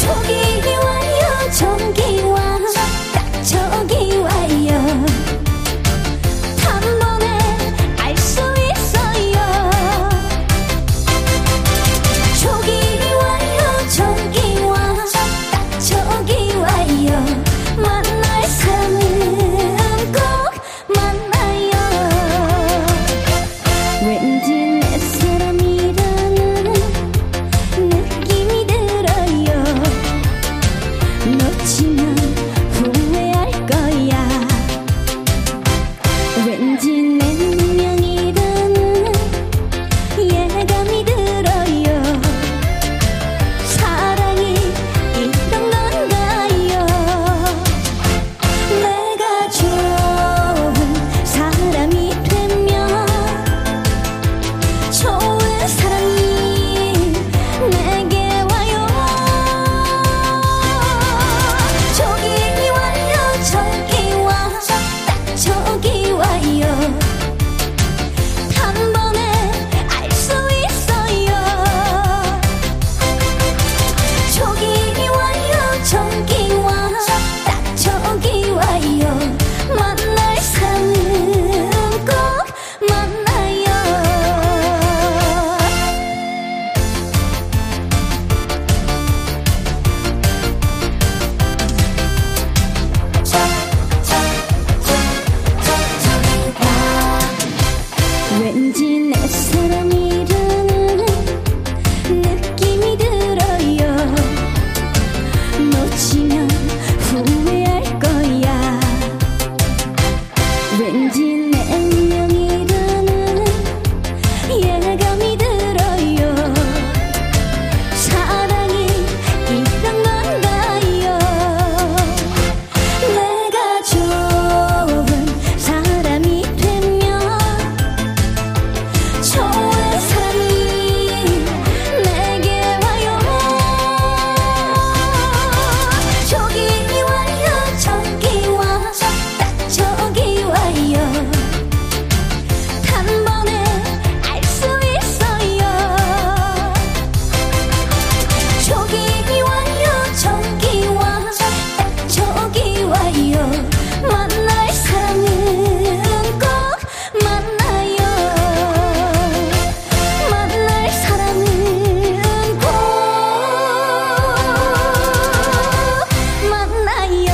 Speaker 4: 저기 와요 저기 와딱 저기 와요 더 왠지 내 사랑이라는 느낌이 들어요 놓치면 후회할 거야 왠지 내 운명이라는 예감이 들어요 사랑이 이런 건가요 내가 좋은 사람이 되면 좋은 사람이 내게 와요 저기 와요 저기 와 딱 저기 와요 한 번에 알 수 있어요 저기 와요 저기 와딱 저기 와요 만날 사람은 꼭 만나요 만날 사람은 꼭 만나요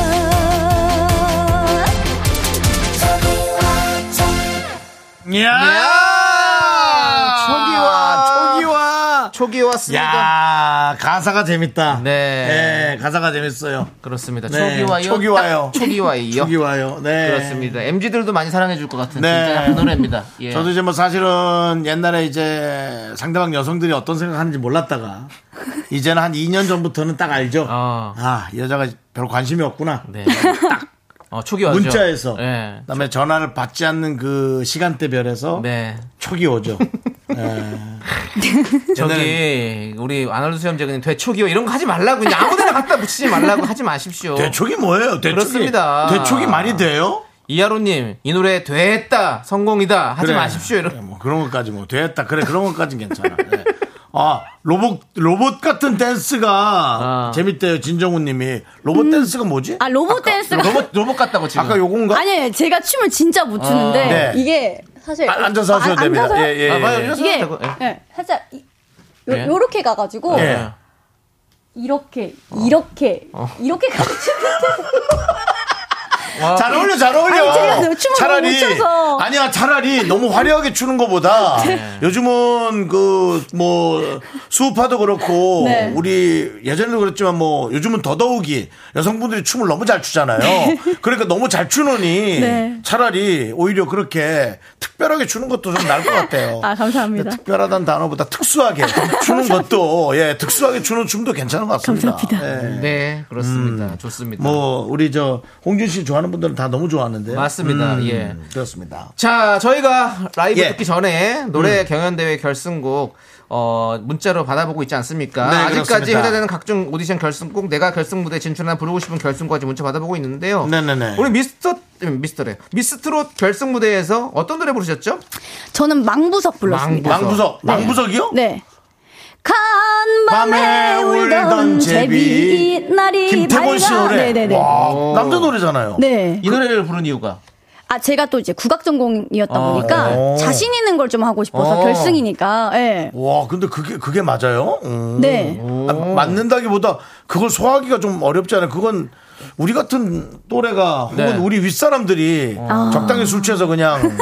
Speaker 4: 저기 와 저기
Speaker 2: 아, 초기화.
Speaker 1: 초기화.
Speaker 2: 초기 왔습니다.
Speaker 1: 야 가사가 재밌다.
Speaker 2: 네.
Speaker 1: 네, 가사가 재밌어요.
Speaker 2: 그렇습니다.
Speaker 1: 네,
Speaker 2: 초기화요.
Speaker 1: 초기화요.
Speaker 2: 딱 초기화요.
Speaker 1: 초기화요. 네.
Speaker 2: 그렇습니다. MG들도 많이 사랑해줄 것 같은
Speaker 1: 네.
Speaker 2: 진짜 한 노래입니다. 예.
Speaker 1: 저도 이제 뭐 사실은 옛날에 이제 상대방 여성들이 어떤 생각하는지 몰랐다가 이제는 한 2년 전부터는 딱 알죠.
Speaker 2: 어.
Speaker 1: 아, 이 여자가 별로 관심이 없구나.
Speaker 2: 네. 어, 초기화죠.
Speaker 1: 문자에서
Speaker 2: 예.
Speaker 1: 그다음에 전화를 받지 않는 그 시간대별에서
Speaker 2: 네.
Speaker 1: 촉이 오죠.
Speaker 2: 저기 우리 아놀드 수염제님 되초기요 이런 거 하지 말라고 그냥 아무데나 갖다 붙이지 말라고 하지 마십시오.
Speaker 1: 대촉이 뭐예요? 대촉이
Speaker 2: 그렇습니다.
Speaker 1: 대촉이 많이 돼요?
Speaker 2: 이하로님 이 노래 됐다 성공이다 하지
Speaker 1: 그래.
Speaker 2: 마십시오
Speaker 1: 그래,
Speaker 2: 이런.
Speaker 1: 뭐 그런 것까지 뭐 됐다. 그래 그런 것까지는 괜찮아. 네. 아 로봇 로봇 같은 댄스가
Speaker 2: 아.
Speaker 1: 재밌대요. 진정우님이 로봇 댄스가 뭐지?
Speaker 6: 아 로봇 댄스가
Speaker 2: 로봇 로봇 같다고 지금.
Speaker 1: 아까 요건가?
Speaker 6: 아니에요. 제가 춤을 진짜 못 추는데
Speaker 1: 네.
Speaker 6: 이게 사실
Speaker 1: 아, 앉아서 하셔도
Speaker 6: 아,
Speaker 1: 됩니다.
Speaker 6: 앉아서요?
Speaker 1: 예, 예, 예.
Speaker 2: 아, 맞아요.
Speaker 6: 이게
Speaker 2: 되고, 예.
Speaker 6: 예, 살짝 이, 요,
Speaker 2: 예.
Speaker 6: 요렇게 가가지고
Speaker 1: 예. 어.
Speaker 6: 이렇게 이렇게 이렇게 가가지고
Speaker 1: 잘 어울려, 잘 어울려.
Speaker 6: 아니, 제가 그 춤을
Speaker 1: 차라리
Speaker 6: 너무 못 춰서. 네.
Speaker 1: 아니야, 차라리 너무 화려하게 추는 것보다 요즘은 그 뭐 수우파도 그렇고
Speaker 6: 네.
Speaker 1: 우리 예전에도 그랬지만 뭐 요즘은 더더욱이 여성분들이 춤을 너무 잘 추잖아요. 그러니까 너무 잘 추느니
Speaker 6: 네.
Speaker 1: 차라리 오히려 그렇게 특별하게 추는 것도 좀 나을 것 같아요.
Speaker 6: 아 감사합니다.
Speaker 1: 근데 특별하다는 단어보다 특수하게 추는 것도 예, 특수하게 추는 춤도 괜찮은 것 같습니다.
Speaker 6: 감사합니다.
Speaker 1: 예.
Speaker 2: 네 그렇습니다. 좋습니다.
Speaker 1: 뭐 우리 저 홍준 씨 좋아하는 분들은 다 너무 좋아하는데 음,
Speaker 2: 맞습니다. 예.
Speaker 1: 그렇습니다.
Speaker 2: 자, 저희가 라이브
Speaker 1: 예. 음.
Speaker 2: 듣기 전에 노래 경연대회 결승곡 어, 문자로 받아보고 있지 않습니까?
Speaker 1: 네,
Speaker 2: 아직까지
Speaker 1: 그렇습니다.
Speaker 2: 해당되는 각종 오디션 결승곡, 내가 결승 무대 진출이나 부르고 싶은 결승곡까지 문자 받아보고 있는데요.
Speaker 1: 네네네.
Speaker 2: 우리 미스터 음, 미스터래 미스트롯 결승 무대에서 어떤 노래 부르셨죠?
Speaker 6: 저는 망부석 불렀습니다.
Speaker 1: 망부석,
Speaker 6: 네.
Speaker 1: 망부석이요?
Speaker 6: 네. 간밤에
Speaker 1: 밤에 울던
Speaker 6: 울던 제비
Speaker 1: 제비.
Speaker 6: 이 날이
Speaker 1: 김태곤 씨
Speaker 6: 밝아-
Speaker 1: 노래.
Speaker 6: 네네네.
Speaker 1: 와, 남자 노래잖아요.
Speaker 6: 네.
Speaker 2: 이 노래를 부른 이유가 아,
Speaker 6: 아 제가 또 이제 국악 전공이었다 보니까
Speaker 1: 오.
Speaker 6: 자신 있는 걸 좀 하고
Speaker 2: 어.
Speaker 6: 싶어서 결승이니까. 예.
Speaker 1: 와, 근데 그게 그게 맞아요? 음.
Speaker 6: 네.
Speaker 1: 아, 맞는다기보다 그걸 소화하기가 좀 어렵잖아요. 그건 우리 같은 또래가 혹은
Speaker 2: 네. 어.
Speaker 1: 우리 윗사람들이 적당히 술 취해서 그냥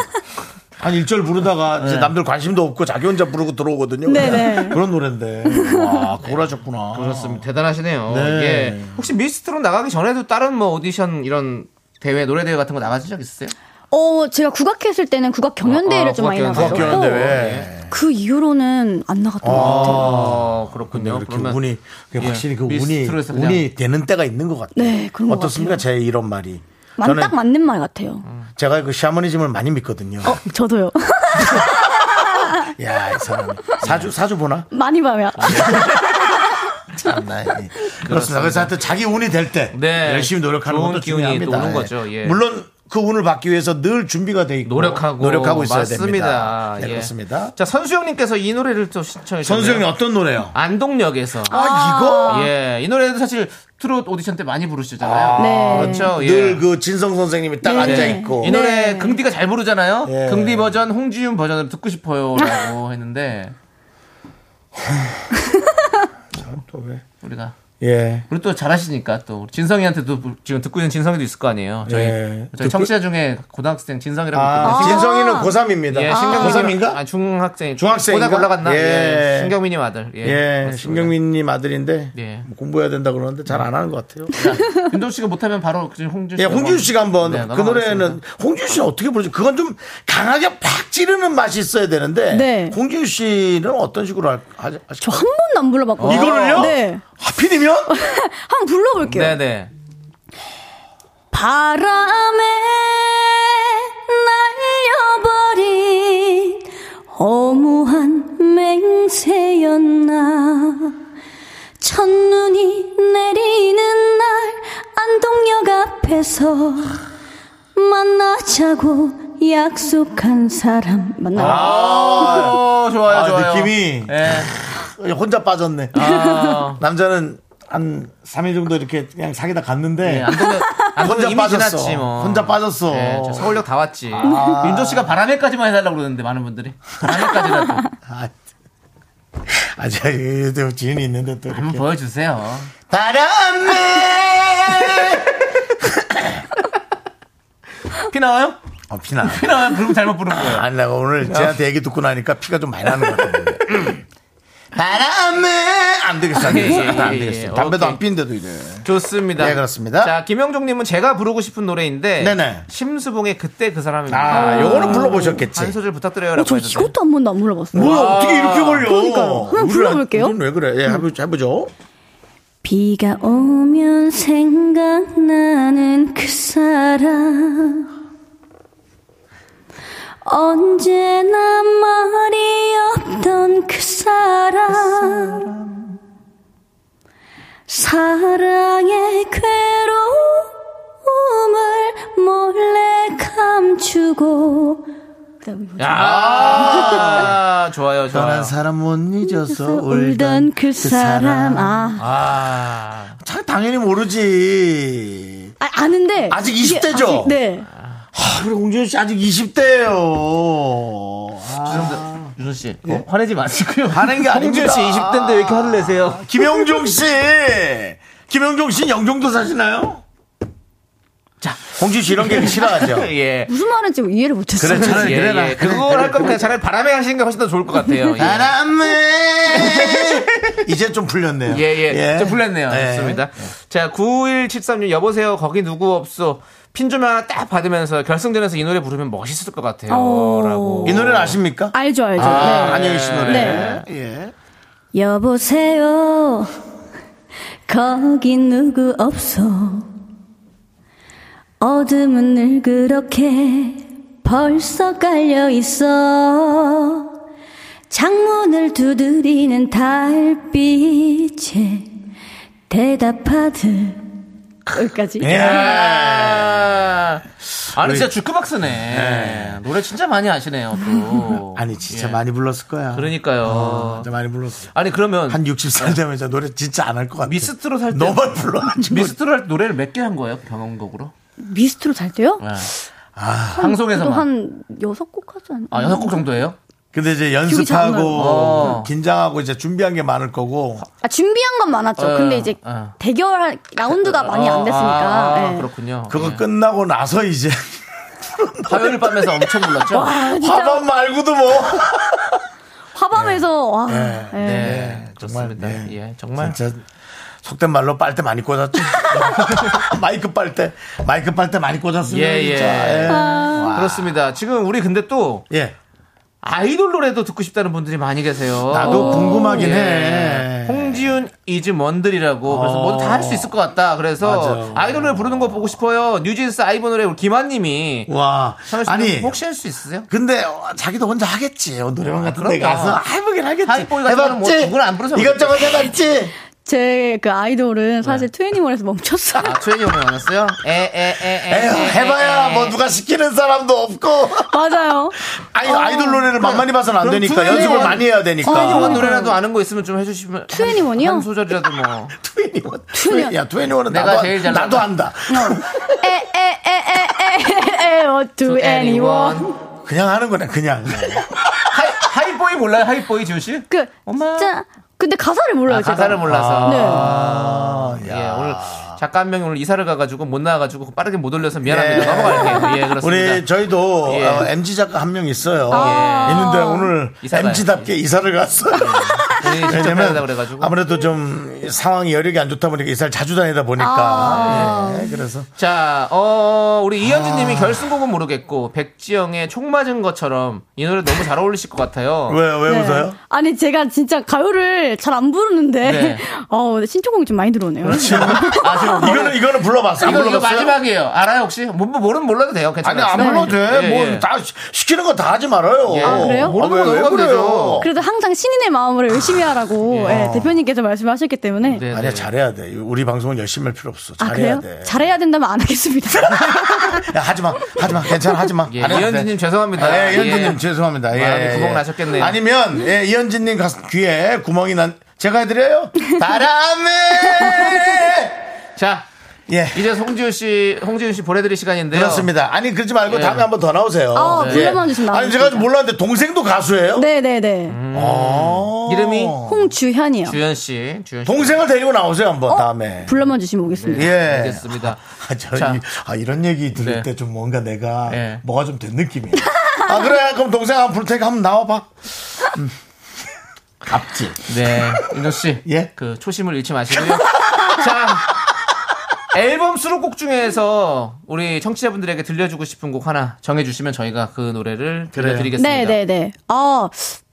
Speaker 1: 한 일절 부르다가
Speaker 2: 네.
Speaker 1: 이제 남들 관심도 없고 자기 혼자 부르고 들어오거든요.
Speaker 6: 네네.
Speaker 1: 그런 노래인데. 와, 그걸 하셨구나.
Speaker 2: 그렇습니다. 대단하시네요.
Speaker 1: 아. 네.
Speaker 2: 예. 혹시 미스트롯 나가기 전에도 다른 뭐 오디션 이런 대회 노래 대회 같은 거 나가신 적 있으세요?
Speaker 6: 어 제가 국악했을 때는 국악 경연대회를
Speaker 2: 아,
Speaker 6: 좀 많이
Speaker 2: 국악
Speaker 6: 나가지고
Speaker 2: 경연대회.
Speaker 1: 국악경연대회.
Speaker 6: 그 이후로는 안 나갔던 것 같아요.
Speaker 2: 어,
Speaker 1: 근데
Speaker 2: 그렇군요.
Speaker 1: 이렇게 운이 그게
Speaker 2: 예,
Speaker 1: 확실히 그 운이
Speaker 2: 미스트롯에서 그냥-
Speaker 1: 운이 되는 때가 있는 것 같아요.
Speaker 6: 네, 그런 것
Speaker 1: 어떻습니까? 제 이런 말이.
Speaker 6: 만-
Speaker 1: 저는
Speaker 6: 딱 맞는 말 같아요.
Speaker 2: 음.
Speaker 6: 어,
Speaker 1: 제가 그 샤머니즘을 많이 믿거든요.
Speaker 6: 저도요.
Speaker 1: 야, 이 사람 사주 사주 보나?
Speaker 6: 많이 봐요. 아,
Speaker 1: 참나. 예. 그렇습니다. 그래서 하여튼 자기 운이 될 때
Speaker 2: 네.
Speaker 1: 열심히 노력하는
Speaker 2: 좋은
Speaker 1: 것도
Speaker 2: 기운이 또
Speaker 1: 중요합니다.
Speaker 2: 오는 거죠. 예.
Speaker 1: 물론 그 운을 받기 위해서 늘 준비가 돼 있고
Speaker 2: 노력하고
Speaker 1: 노력하고 있어야
Speaker 2: 맞습니다.
Speaker 1: 됩니다. 네,
Speaker 2: 예.
Speaker 1: 그렇습니다.
Speaker 2: 자 선수형님께서 이 노래를 또 신청해 주셨네요.
Speaker 1: 선수형이 어떤 노래요?
Speaker 2: 안동역에서
Speaker 1: 아, 이거
Speaker 2: 예, 이 노래도 사실 트롯 오디션 때 많이 부르시잖아요.
Speaker 6: 네.
Speaker 2: 그렇죠. 예.
Speaker 1: 늘 그 진성 선생님이 딱
Speaker 6: 네.
Speaker 1: 앉아 있고 네.
Speaker 2: 이 노래 긍디가 잘 부르잖아요.
Speaker 1: 예.
Speaker 2: 긍디 버전, 홍지윤 버전으로 듣고 싶어요라고 했는데
Speaker 1: 또 왜?
Speaker 2: 우리가
Speaker 1: 예.
Speaker 2: 그리고 또 잘하시니까 또 우리 진성이한테도 지금 듣고 있는 진성이도 있을 거 아니에요. 저희
Speaker 1: 예.
Speaker 2: 저희 청취자 중에 고등학생 진성이라고
Speaker 1: 아,
Speaker 2: 있거든요.
Speaker 1: 진성이는 고3입니다.
Speaker 2: 예, 신경민
Speaker 1: 고3인가?
Speaker 2: 아, 중학생
Speaker 1: 중학생인가?
Speaker 2: 고등 올라갔나?
Speaker 1: 예.
Speaker 2: 예. 신경민이 아들. 예.
Speaker 1: 예,
Speaker 2: 맞습니다.
Speaker 1: 신경민님 아들인데
Speaker 2: 예. 네,
Speaker 1: 뭐 공부해야 된다 그러는데 잘 안 하는 것 같아요.
Speaker 2: 윤동 씨가 못하면 바로 지금 홍준 씨.
Speaker 1: 예, 홍준 씨가 한번
Speaker 2: 네,
Speaker 1: 그 노래는
Speaker 2: 넘어가겠습니다.
Speaker 1: 홍준 씨는 어떻게 부르죠? 그건 좀 강하게 팍 찌르는 맛이 있어야 되는데
Speaker 6: 네.
Speaker 1: 홍준 씨는 어떤 식으로 할- 하죠?
Speaker 6: 저 한 번도 안 불러봤거든요.
Speaker 1: 이거를요? 아,
Speaker 6: 네.
Speaker 1: 하필이면
Speaker 6: 한번 불러볼게요.
Speaker 2: 네, 네.
Speaker 6: 바람에 날려버린 허무한 맹세였나 첫눈이 내리는 날 안동역 앞에서 만나자고 약속한 사람 만나
Speaker 2: 어, 좋아요,
Speaker 1: 아,
Speaker 2: 좋아요.
Speaker 1: 느낌이
Speaker 2: 예.
Speaker 1: 혼자 빠졌네.
Speaker 2: 아,
Speaker 1: 남자는 한 3일 정도 이렇게 그냥 사귀다 갔는데
Speaker 2: 예, 안동은 안동은
Speaker 1: 혼자
Speaker 2: 이미
Speaker 1: 빠졌어.
Speaker 2: 지났지 뭐.
Speaker 1: 혼자 빠졌어.
Speaker 2: 예, 저 서울역 다 왔지. 윤종 씨가 바람에까지만 해달라고 그러는데 많은 분들이 바람에까지라도
Speaker 1: 아, 아, 제가 이래도 지인이 있는데 또
Speaker 2: 한번
Speaker 1: 이렇게
Speaker 2: 보여주세요.
Speaker 1: 바람에
Speaker 2: 피 나와요?
Speaker 1: 어, 피나.
Speaker 2: 피 나와요? 부르면 잘못 부른 거예요.
Speaker 1: 아니 내가 오늘 쟤한테 얘기 듣고 나니까 피가 좀 많이 나는 것 같은데. 음. 바람에 안 되겠어, 안 되겠어, 아,
Speaker 2: 예, 예,
Speaker 1: 안
Speaker 2: 예,
Speaker 1: 되겠어.
Speaker 2: 예.
Speaker 1: 담배도
Speaker 2: 오케이.
Speaker 1: 안 피는데도 이래.
Speaker 2: 좋습니다.
Speaker 1: 예, 그렇습니다.
Speaker 2: 자, 김영종님은 제가 부르고 싶은 노래인데
Speaker 1: 네네.
Speaker 2: 심수봉의 그때 그 사람입니다.
Speaker 1: 아, 요거는
Speaker 2: 한
Speaker 1: 불러보셨겠지.
Speaker 2: 소절 부탁드려요라고
Speaker 6: 저
Speaker 2: 했는데.
Speaker 6: 이것도 한 번도 안 불러봤어요
Speaker 1: 뭐야, 어떻게 이렇게 걸려?
Speaker 6: 그러니까요. 그냥
Speaker 1: 우리
Speaker 6: 불러볼게요. 음.
Speaker 1: 안- 우리는 왜 그래? 예, 해보- 해보죠.
Speaker 6: 비가 오면 생각나는 그 사람 언제나 말이 없던 그 사람 사랑의 괴로움을 몰래 감추고
Speaker 2: 아, 좋아요, 좋아요.
Speaker 1: 떠난 사람 못 잊어서
Speaker 6: 울던 그 사람 아,
Speaker 2: 아,
Speaker 1: 참, 당연히 모르지.
Speaker 6: 아 아는데
Speaker 1: 아직
Speaker 6: 이게
Speaker 1: 20대 죠?
Speaker 6: 아직- 네
Speaker 1: 아, 우리 공준 씨 아직 아. 20대예요.
Speaker 2: 죄송합니다. 윤선 씨, 어, 화내지 마시고요.
Speaker 1: 예? 화낸 게
Speaker 2: 홍준 씨
Speaker 1: 아닙니다.
Speaker 2: 20대인데 왜 이렇게 화를 내세요?
Speaker 1: 김영종 씨, 김영종 씨는 영종도 사시나요? 자, 홍준 씨 이런 게 싫어하죠.
Speaker 2: 예.
Speaker 6: 무슨 말인지 이해를 못했어요
Speaker 1: 그래, 차라리
Speaker 2: 예,
Speaker 1: 그래라.
Speaker 2: 예. 그걸 할 거면 그냥 차라리 바람에 하시는 게 훨씬 더 좋을 것 같아요. 예.
Speaker 1: 바람에 이제 좀 풀렸네요.
Speaker 2: 예, 예. 좀 풀렸네요.
Speaker 1: 예.
Speaker 2: 좋습니다. 자, 9173님, 여보세요. 거기 누구 없소. 핀 조명 하나 딱 받으면서 결승전에서 이 노래 부르면 멋있을 것 같아요.
Speaker 6: 오.
Speaker 2: 라고.
Speaker 1: 이 노래는 아십니까?
Speaker 6: 알죠, 알죠.
Speaker 1: 아,
Speaker 6: 네.
Speaker 1: 안영희 씨 노래.
Speaker 6: 네.
Speaker 1: 예.
Speaker 6: 여보세요. 거기 누구 없어. 어둠은 늘 그렇게 벌써 깔려 있어. 창문을 두드리는 달빛에 대답하듯. 여기까지.
Speaker 1: 예.
Speaker 2: 예. 아, 아니,
Speaker 1: 우리-
Speaker 2: 진짜 주크박스네. 노래 진짜 많이 아시네요, 또.
Speaker 1: 아니 진짜
Speaker 2: 예.
Speaker 1: 많이 불렀을 거야.
Speaker 2: 그러니까요.
Speaker 1: 진짜 많이 불렀어.
Speaker 2: 아니, 그러면.
Speaker 1: 한 60살 되면 진 노래 진짜 안 할 것 같아.
Speaker 2: 미스트로 살 때.
Speaker 1: 너만 불러가지고.
Speaker 2: 미스트로 할 때 노래를 몇 개 한 거예요, 경험곡으로?
Speaker 6: 미스트로 잘 때요?
Speaker 2: 예. 방송에서만.
Speaker 6: 한 여섯 곡 하지 않나?
Speaker 2: 아, 여섯 곡 정도예요?
Speaker 1: 근데 이제
Speaker 6: 기억이 잘안
Speaker 1: 연습하고 음,
Speaker 6: 나요.
Speaker 2: 어.
Speaker 1: 긴장하고 이제 준비한 게 많을 거고.
Speaker 6: 아, 준비한 건 많았죠.
Speaker 2: 어,
Speaker 6: 근데 이제
Speaker 2: 어.
Speaker 6: 대결 라운드가 아, 많이
Speaker 2: 어,
Speaker 6: 안 됐으니까.
Speaker 2: 아,
Speaker 6: 예.
Speaker 2: 그렇군요.
Speaker 1: 그거
Speaker 2: 예.
Speaker 1: 끝나고 나서 이제
Speaker 2: 화요일 밤에서 엄청 불렀죠?
Speaker 6: 아, 진짜
Speaker 1: 화밥 말고도 뭐.
Speaker 6: 화밤에서 와. 예.
Speaker 2: 네,
Speaker 1: 정말,
Speaker 2: 좋습니다.
Speaker 1: 네.
Speaker 2: 예, 정말.
Speaker 1: 진짜 속된 말로 빨대 많이 꽂았죠. 마이크 빨대, 마이크 빨대 많이 꽂았어요.
Speaker 2: 예, 예.
Speaker 1: 진짜. 예. 와.
Speaker 2: 그렇습니다. 지금 우리 근데 또
Speaker 1: 예.
Speaker 2: 아이돌 노래도 듣고 싶다는 분들이 많이 계세요.
Speaker 1: 나도 궁금하긴
Speaker 2: 예.
Speaker 1: 해.
Speaker 2: 홍지윤 이즈 원들이라고 그래서 모두 다 할 수 있을 것 같다. 그래서
Speaker 1: 어. 맞아요.
Speaker 2: 아이돌 노래 부르는 거 보고 싶어요. 뉴진스 아이브 노래 우리 김한님이
Speaker 1: 와.
Speaker 2: 아니
Speaker 1: 아니.
Speaker 2: 혹시 할 수 있으세요?
Speaker 1: 근데 어, 자기도 혼자 하겠지. 어, 노래방 같은 데
Speaker 2: 그럼요.
Speaker 1: 가서 해보긴 하겠지.
Speaker 2: 하이보이 같은 거는 뭐 누구나 안 부르죠.
Speaker 1: 이것저것 해봤지.
Speaker 6: 제 그 아이돌은 사실 트웬티원에서 멈췄어요.
Speaker 2: 네. 아 최현이 형이 많았어요?
Speaker 1: 에휴,
Speaker 2: 에에에에 예.
Speaker 1: 해봐야 뭐 누가 시키는 사람도 없고.
Speaker 6: 맞아요.
Speaker 1: 아니, 아이돌 노래를 만만히 봐서는 안
Speaker 2: 어. 그럼
Speaker 1: 되니까.
Speaker 2: 투애니원-
Speaker 1: 연습을 많이 해야
Speaker 2: 원
Speaker 1: 되니까.
Speaker 2: 노래라도 아는 거 있으면 좀 해주시면 한-
Speaker 6: 투애니원이요?
Speaker 2: 한 소절이라도 뭐
Speaker 1: 투애니원. 투애니원. 야, 투애니원은
Speaker 2: 내가
Speaker 1: 나도,
Speaker 2: 제일 잘
Speaker 1: 나도
Speaker 2: 나가.
Speaker 1: 안다.
Speaker 6: 에에에에에에에 어, to anyone.
Speaker 2: 투애니원
Speaker 1: 그냥 하는 거네, 그냥.
Speaker 2: 하이- 하이보이 몰라요 하이보이 지호 씨?
Speaker 6: 그
Speaker 2: 엄마.
Speaker 6: 진짜 근데 가사를 몰라요,
Speaker 2: 아,
Speaker 6: 제가.
Speaker 2: 가사를 몰라서.
Speaker 6: 네.
Speaker 1: 아,
Speaker 2: 예,
Speaker 1: 야.
Speaker 2: 오늘 작가 한 명이 오늘 이사를 가가지고 못 나와가지고 빠르게 못 올려서 미안합니다. 넘어갈게요. 예, 그렇습니다.
Speaker 1: 네. 우리 저희도
Speaker 2: 예.
Speaker 1: 어, MG 작가 한 명 있어요.
Speaker 6: 아.
Speaker 1: 있는데 오늘
Speaker 2: 이사가요.
Speaker 1: MG답게 이사를 갔어요.
Speaker 2: 본인이 직접 해야 된다 그래가지고.
Speaker 1: 아무래도 좀 상황이 여력이 안 좋다 보니까 이사를 자주 다니다 보니까
Speaker 6: 아.
Speaker 1: 예, 그래서
Speaker 2: 자, 어,
Speaker 1: 아.
Speaker 2: 우리 이현주님이 결승곡은 모르겠고 백지영의 총 맞은 것처럼 이 노래 너무 잘 어울리실 것 같아요.
Speaker 1: 왜 왜
Speaker 6: 네.
Speaker 1: 웃어요?
Speaker 6: 아니 제가 진짜 가요를 잘 안 부르는데
Speaker 2: 네.
Speaker 6: 어 신청곡이 좀 많이 들어오네요.
Speaker 2: 아, 지금 뭐-
Speaker 1: 이거는 이거는 불러봤어. 안
Speaker 2: 이거, 이거
Speaker 1: 불러봤어요?
Speaker 2: 마지막이에요. 알아요 혹시? 뭐, 뭐 모르면 몰라도 돼요.
Speaker 1: 아니
Speaker 2: 괜찮아요.
Speaker 1: 안 불러도 돼.
Speaker 2: 예, 예.
Speaker 1: 뭐 다 시키는 거 다 하지 말아요.
Speaker 2: 예. 아,
Speaker 6: 그래요?
Speaker 2: 모르는 거
Speaker 1: 왜, 왜
Speaker 2: 넘어가면
Speaker 1: 그래요?
Speaker 2: 되죠.
Speaker 6: 그래도 항상 신인의 마음으로 열심히 하라고 예, 대표님께서 말씀하셨기 때문에
Speaker 2: 네, 네.
Speaker 1: 아니야 잘해야 돼. 우리 방송은 열심히 할 필요 없어.
Speaker 6: 아
Speaker 1: 잘해야
Speaker 6: 그래요?
Speaker 1: 돼.
Speaker 6: 잘해야 된다면 안 하겠습니다.
Speaker 1: 야, 하지 마, 하지 마, 괜찮아, 하지 마.
Speaker 2: 예,
Speaker 1: 안 해도 돼.
Speaker 2: 이현진님 죄송합니다.
Speaker 1: 아, 예, 이현진님
Speaker 2: 예.
Speaker 1: 죄송합니다. 예,
Speaker 2: 마음이 구멍
Speaker 1: 예.
Speaker 2: 나셨겠네요.
Speaker 1: 아니면 예, 이현진님 가슴 귀에 구멍이 난 제가 해드려요. 바람에
Speaker 2: 자,
Speaker 1: 예.
Speaker 2: 이제 송지효 씨, 홍지윤 씨 보내드릴 시간인데요.
Speaker 1: 그렇습니다. 아니 그러지 말고
Speaker 2: 예.
Speaker 1: 다음에 한 번 더 나오세요.
Speaker 6: 아,
Speaker 1: 예.
Speaker 6: 불러만 주시면
Speaker 1: 아니 제가 아직 몰랐는데 동생도 가수예요?
Speaker 6: 네네네
Speaker 1: 아.
Speaker 2: 이름이?
Speaker 6: 홍주현이요.
Speaker 2: 주현 씨, 주현 씨.
Speaker 1: 동생을 데리고 나오세요 한번
Speaker 6: 어?
Speaker 1: 다음에.
Speaker 6: 불러만 주시면 오겠습니다.
Speaker 1: 예.
Speaker 2: 알겠습니다.
Speaker 1: 아, 저,
Speaker 2: 자.
Speaker 1: 이, 아, 이런 얘기 들을
Speaker 2: 네.
Speaker 1: 때 좀 뭔가 내가
Speaker 2: 네.
Speaker 1: 뭐가 좀 된 느낌이야. 아, 그래. 그럼 동생 한번 부를 테니까 한번 나와봐. 음. 갑질.
Speaker 2: 네, 윤정 씨.
Speaker 1: 예?
Speaker 2: 그 초심을 잃지 마시고요. 자, 앨범 수록곡 중에서 우리 청취자분들에게 들려주고 싶은 곡 하나 정해주시면 저희가 그 노래를 들려드리겠습니다.
Speaker 6: 네네네. 아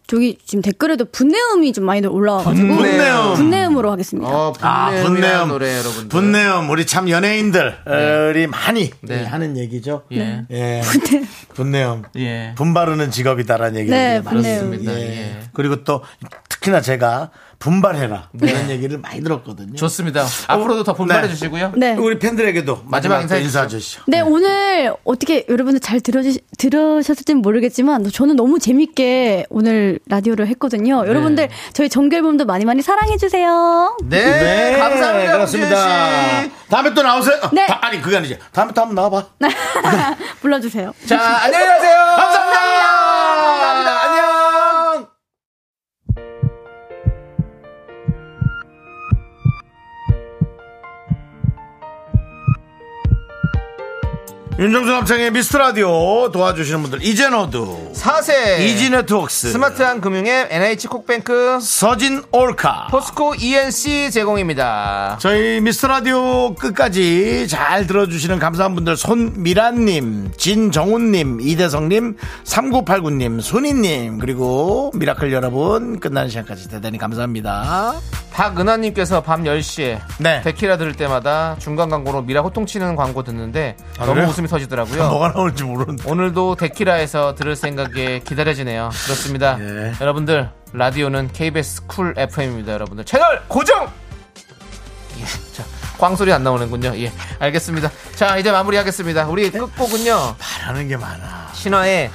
Speaker 6: 저기 지금 댓글에도 분내음이 좀 많이 올라와가지고
Speaker 1: 분내음.
Speaker 6: 분내음으로 하겠습니다.
Speaker 2: 어,
Speaker 1: 아,
Speaker 2: 분내음.
Speaker 1: 분내음.
Speaker 2: 노래 여러분들.
Speaker 1: 분내음. 우리 참 연예인들이 어, 많이
Speaker 2: 네.
Speaker 1: 하는 얘기죠.
Speaker 2: 예.
Speaker 1: 예. 분내음.
Speaker 2: 예.
Speaker 1: 분 바르는 직업이다라는 얘기를
Speaker 6: 네,
Speaker 1: 많이
Speaker 6: 분내음.
Speaker 2: 그렇습니다.
Speaker 1: 예.
Speaker 2: 예.
Speaker 1: 그리고 또 특히나 제가 분발해라. 이런 얘기를 많이 들었거든요.
Speaker 2: 네. 좋습니다. 앞으로도 더 분발해
Speaker 1: 네.
Speaker 2: 주시고요.
Speaker 6: 네.
Speaker 1: 우리 팬들에게도
Speaker 2: 마지막
Speaker 1: 마지막
Speaker 2: 인사해
Speaker 1: 인사 인사해 주시죠.
Speaker 6: 네, 오늘 어떻게 여러분들 잘 들어주, 들으셨을지는 모르겠지만 저는 너무 재밌게 오늘 라디오를 했거든요. 여러분들 저희 정규앨범도 많이 많이 사랑해주세요.
Speaker 2: 네, 감사합니다.
Speaker 1: 그렇습니다.
Speaker 2: 홍지윤
Speaker 1: 다음에 또 나오세요. 어,
Speaker 6: 네.
Speaker 1: 다- 아니 그게 아니지. 다음에 또 한번 나와봐.
Speaker 6: 불러주세요.
Speaker 2: 씨. 자, 안녕히 가세요. 감사합니다. 감사합니다. 안녕.
Speaker 1: 윤정수 남창의 미스터 라디오 도와주시는 분들 이젠어두
Speaker 2: 4세.
Speaker 1: 이지네트웍스
Speaker 2: 스마트한 금융앱 NH 콕뱅크
Speaker 1: 서진 올카
Speaker 2: 포스코 ENC 제공입니다.
Speaker 1: 저희 미스터 라디오 끝까지 잘 들어주시는 감사한 분들 손미란님, 진정훈님, 이대성님, 3989님, 순희님 그리고 미라클 여러분 끝나는 시간까지 대단히 감사합니다.
Speaker 2: 어. 박은하님께서 밤 10시에
Speaker 1: 네.
Speaker 2: 데키라 들을 때마다 중간 광고로 미라 호통 치는 광고 듣는데
Speaker 1: 아,
Speaker 2: 너무
Speaker 1: 그래요?
Speaker 2: 웃음이 터지더라고요.
Speaker 1: 뭐가 나올지 모르는데
Speaker 2: 오늘도 데키라에서 들을 생각에 기다려지네요. 그렇습니다.
Speaker 1: 예.
Speaker 2: 여러분들 라디오는 KBS 쿨 FM입니다. 여러분들 채널 고정. 예, 자 광소리 안 나오는군요. 예, 알겠습니다. 자 이제 마무리하겠습니다. 우리
Speaker 1: 네.
Speaker 2: 끝곡은요
Speaker 1: 바라는 게 많아.
Speaker 2: 신화의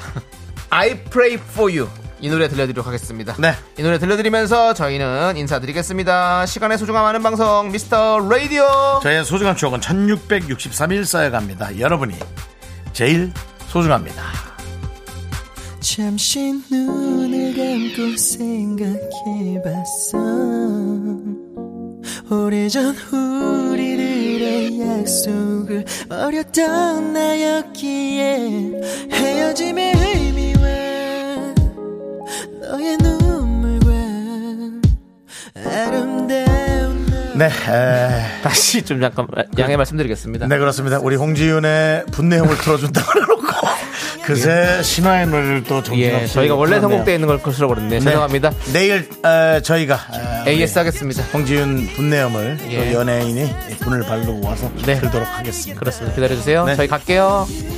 Speaker 2: I Pray For You 이 노래 들려드리도록 하겠습니다.
Speaker 1: 네.
Speaker 2: 이 노래 들려드리면서 저희는 인사드리겠습니다. 시간의 소중함 아는 방송 미스터 라디오.
Speaker 1: 저의 소중한 추억은 1663일 쌓여갑니다. 여러분이 제일 소중합니다.
Speaker 7: 잠시 눈을 감고 생각해봤어 오래전 우리들의 약속을 어렸던 나였기에 헤어짐의 의미와 너의 눈물과 아름다운 너
Speaker 1: 네, 에,
Speaker 2: 다시 좀 잠깐 양해 말씀드리겠습니다.
Speaker 1: 네 그렇습니다. 우리 홍지윤의 분내용을 틀어준다고 그래놓고 그새 신화의 노래를 또 정신없이
Speaker 2: 예, 저희가 원래
Speaker 1: 틀었네요.
Speaker 2: 선곡되어 있는 걸 거슬러버렸네요.
Speaker 1: 네. 아,
Speaker 2: 죄송합니다.
Speaker 1: 내일 에, 저희가 에, 우리
Speaker 2: AS 하겠습니다.
Speaker 1: 홍지윤 분내염을 또
Speaker 2: 예.
Speaker 1: 연예인이 분을 바르고 와서
Speaker 2: 네.
Speaker 1: 들도록 하겠습니다.
Speaker 2: 그렇습니다. 기다려주세요.
Speaker 1: 네.
Speaker 2: 저희 갈게요.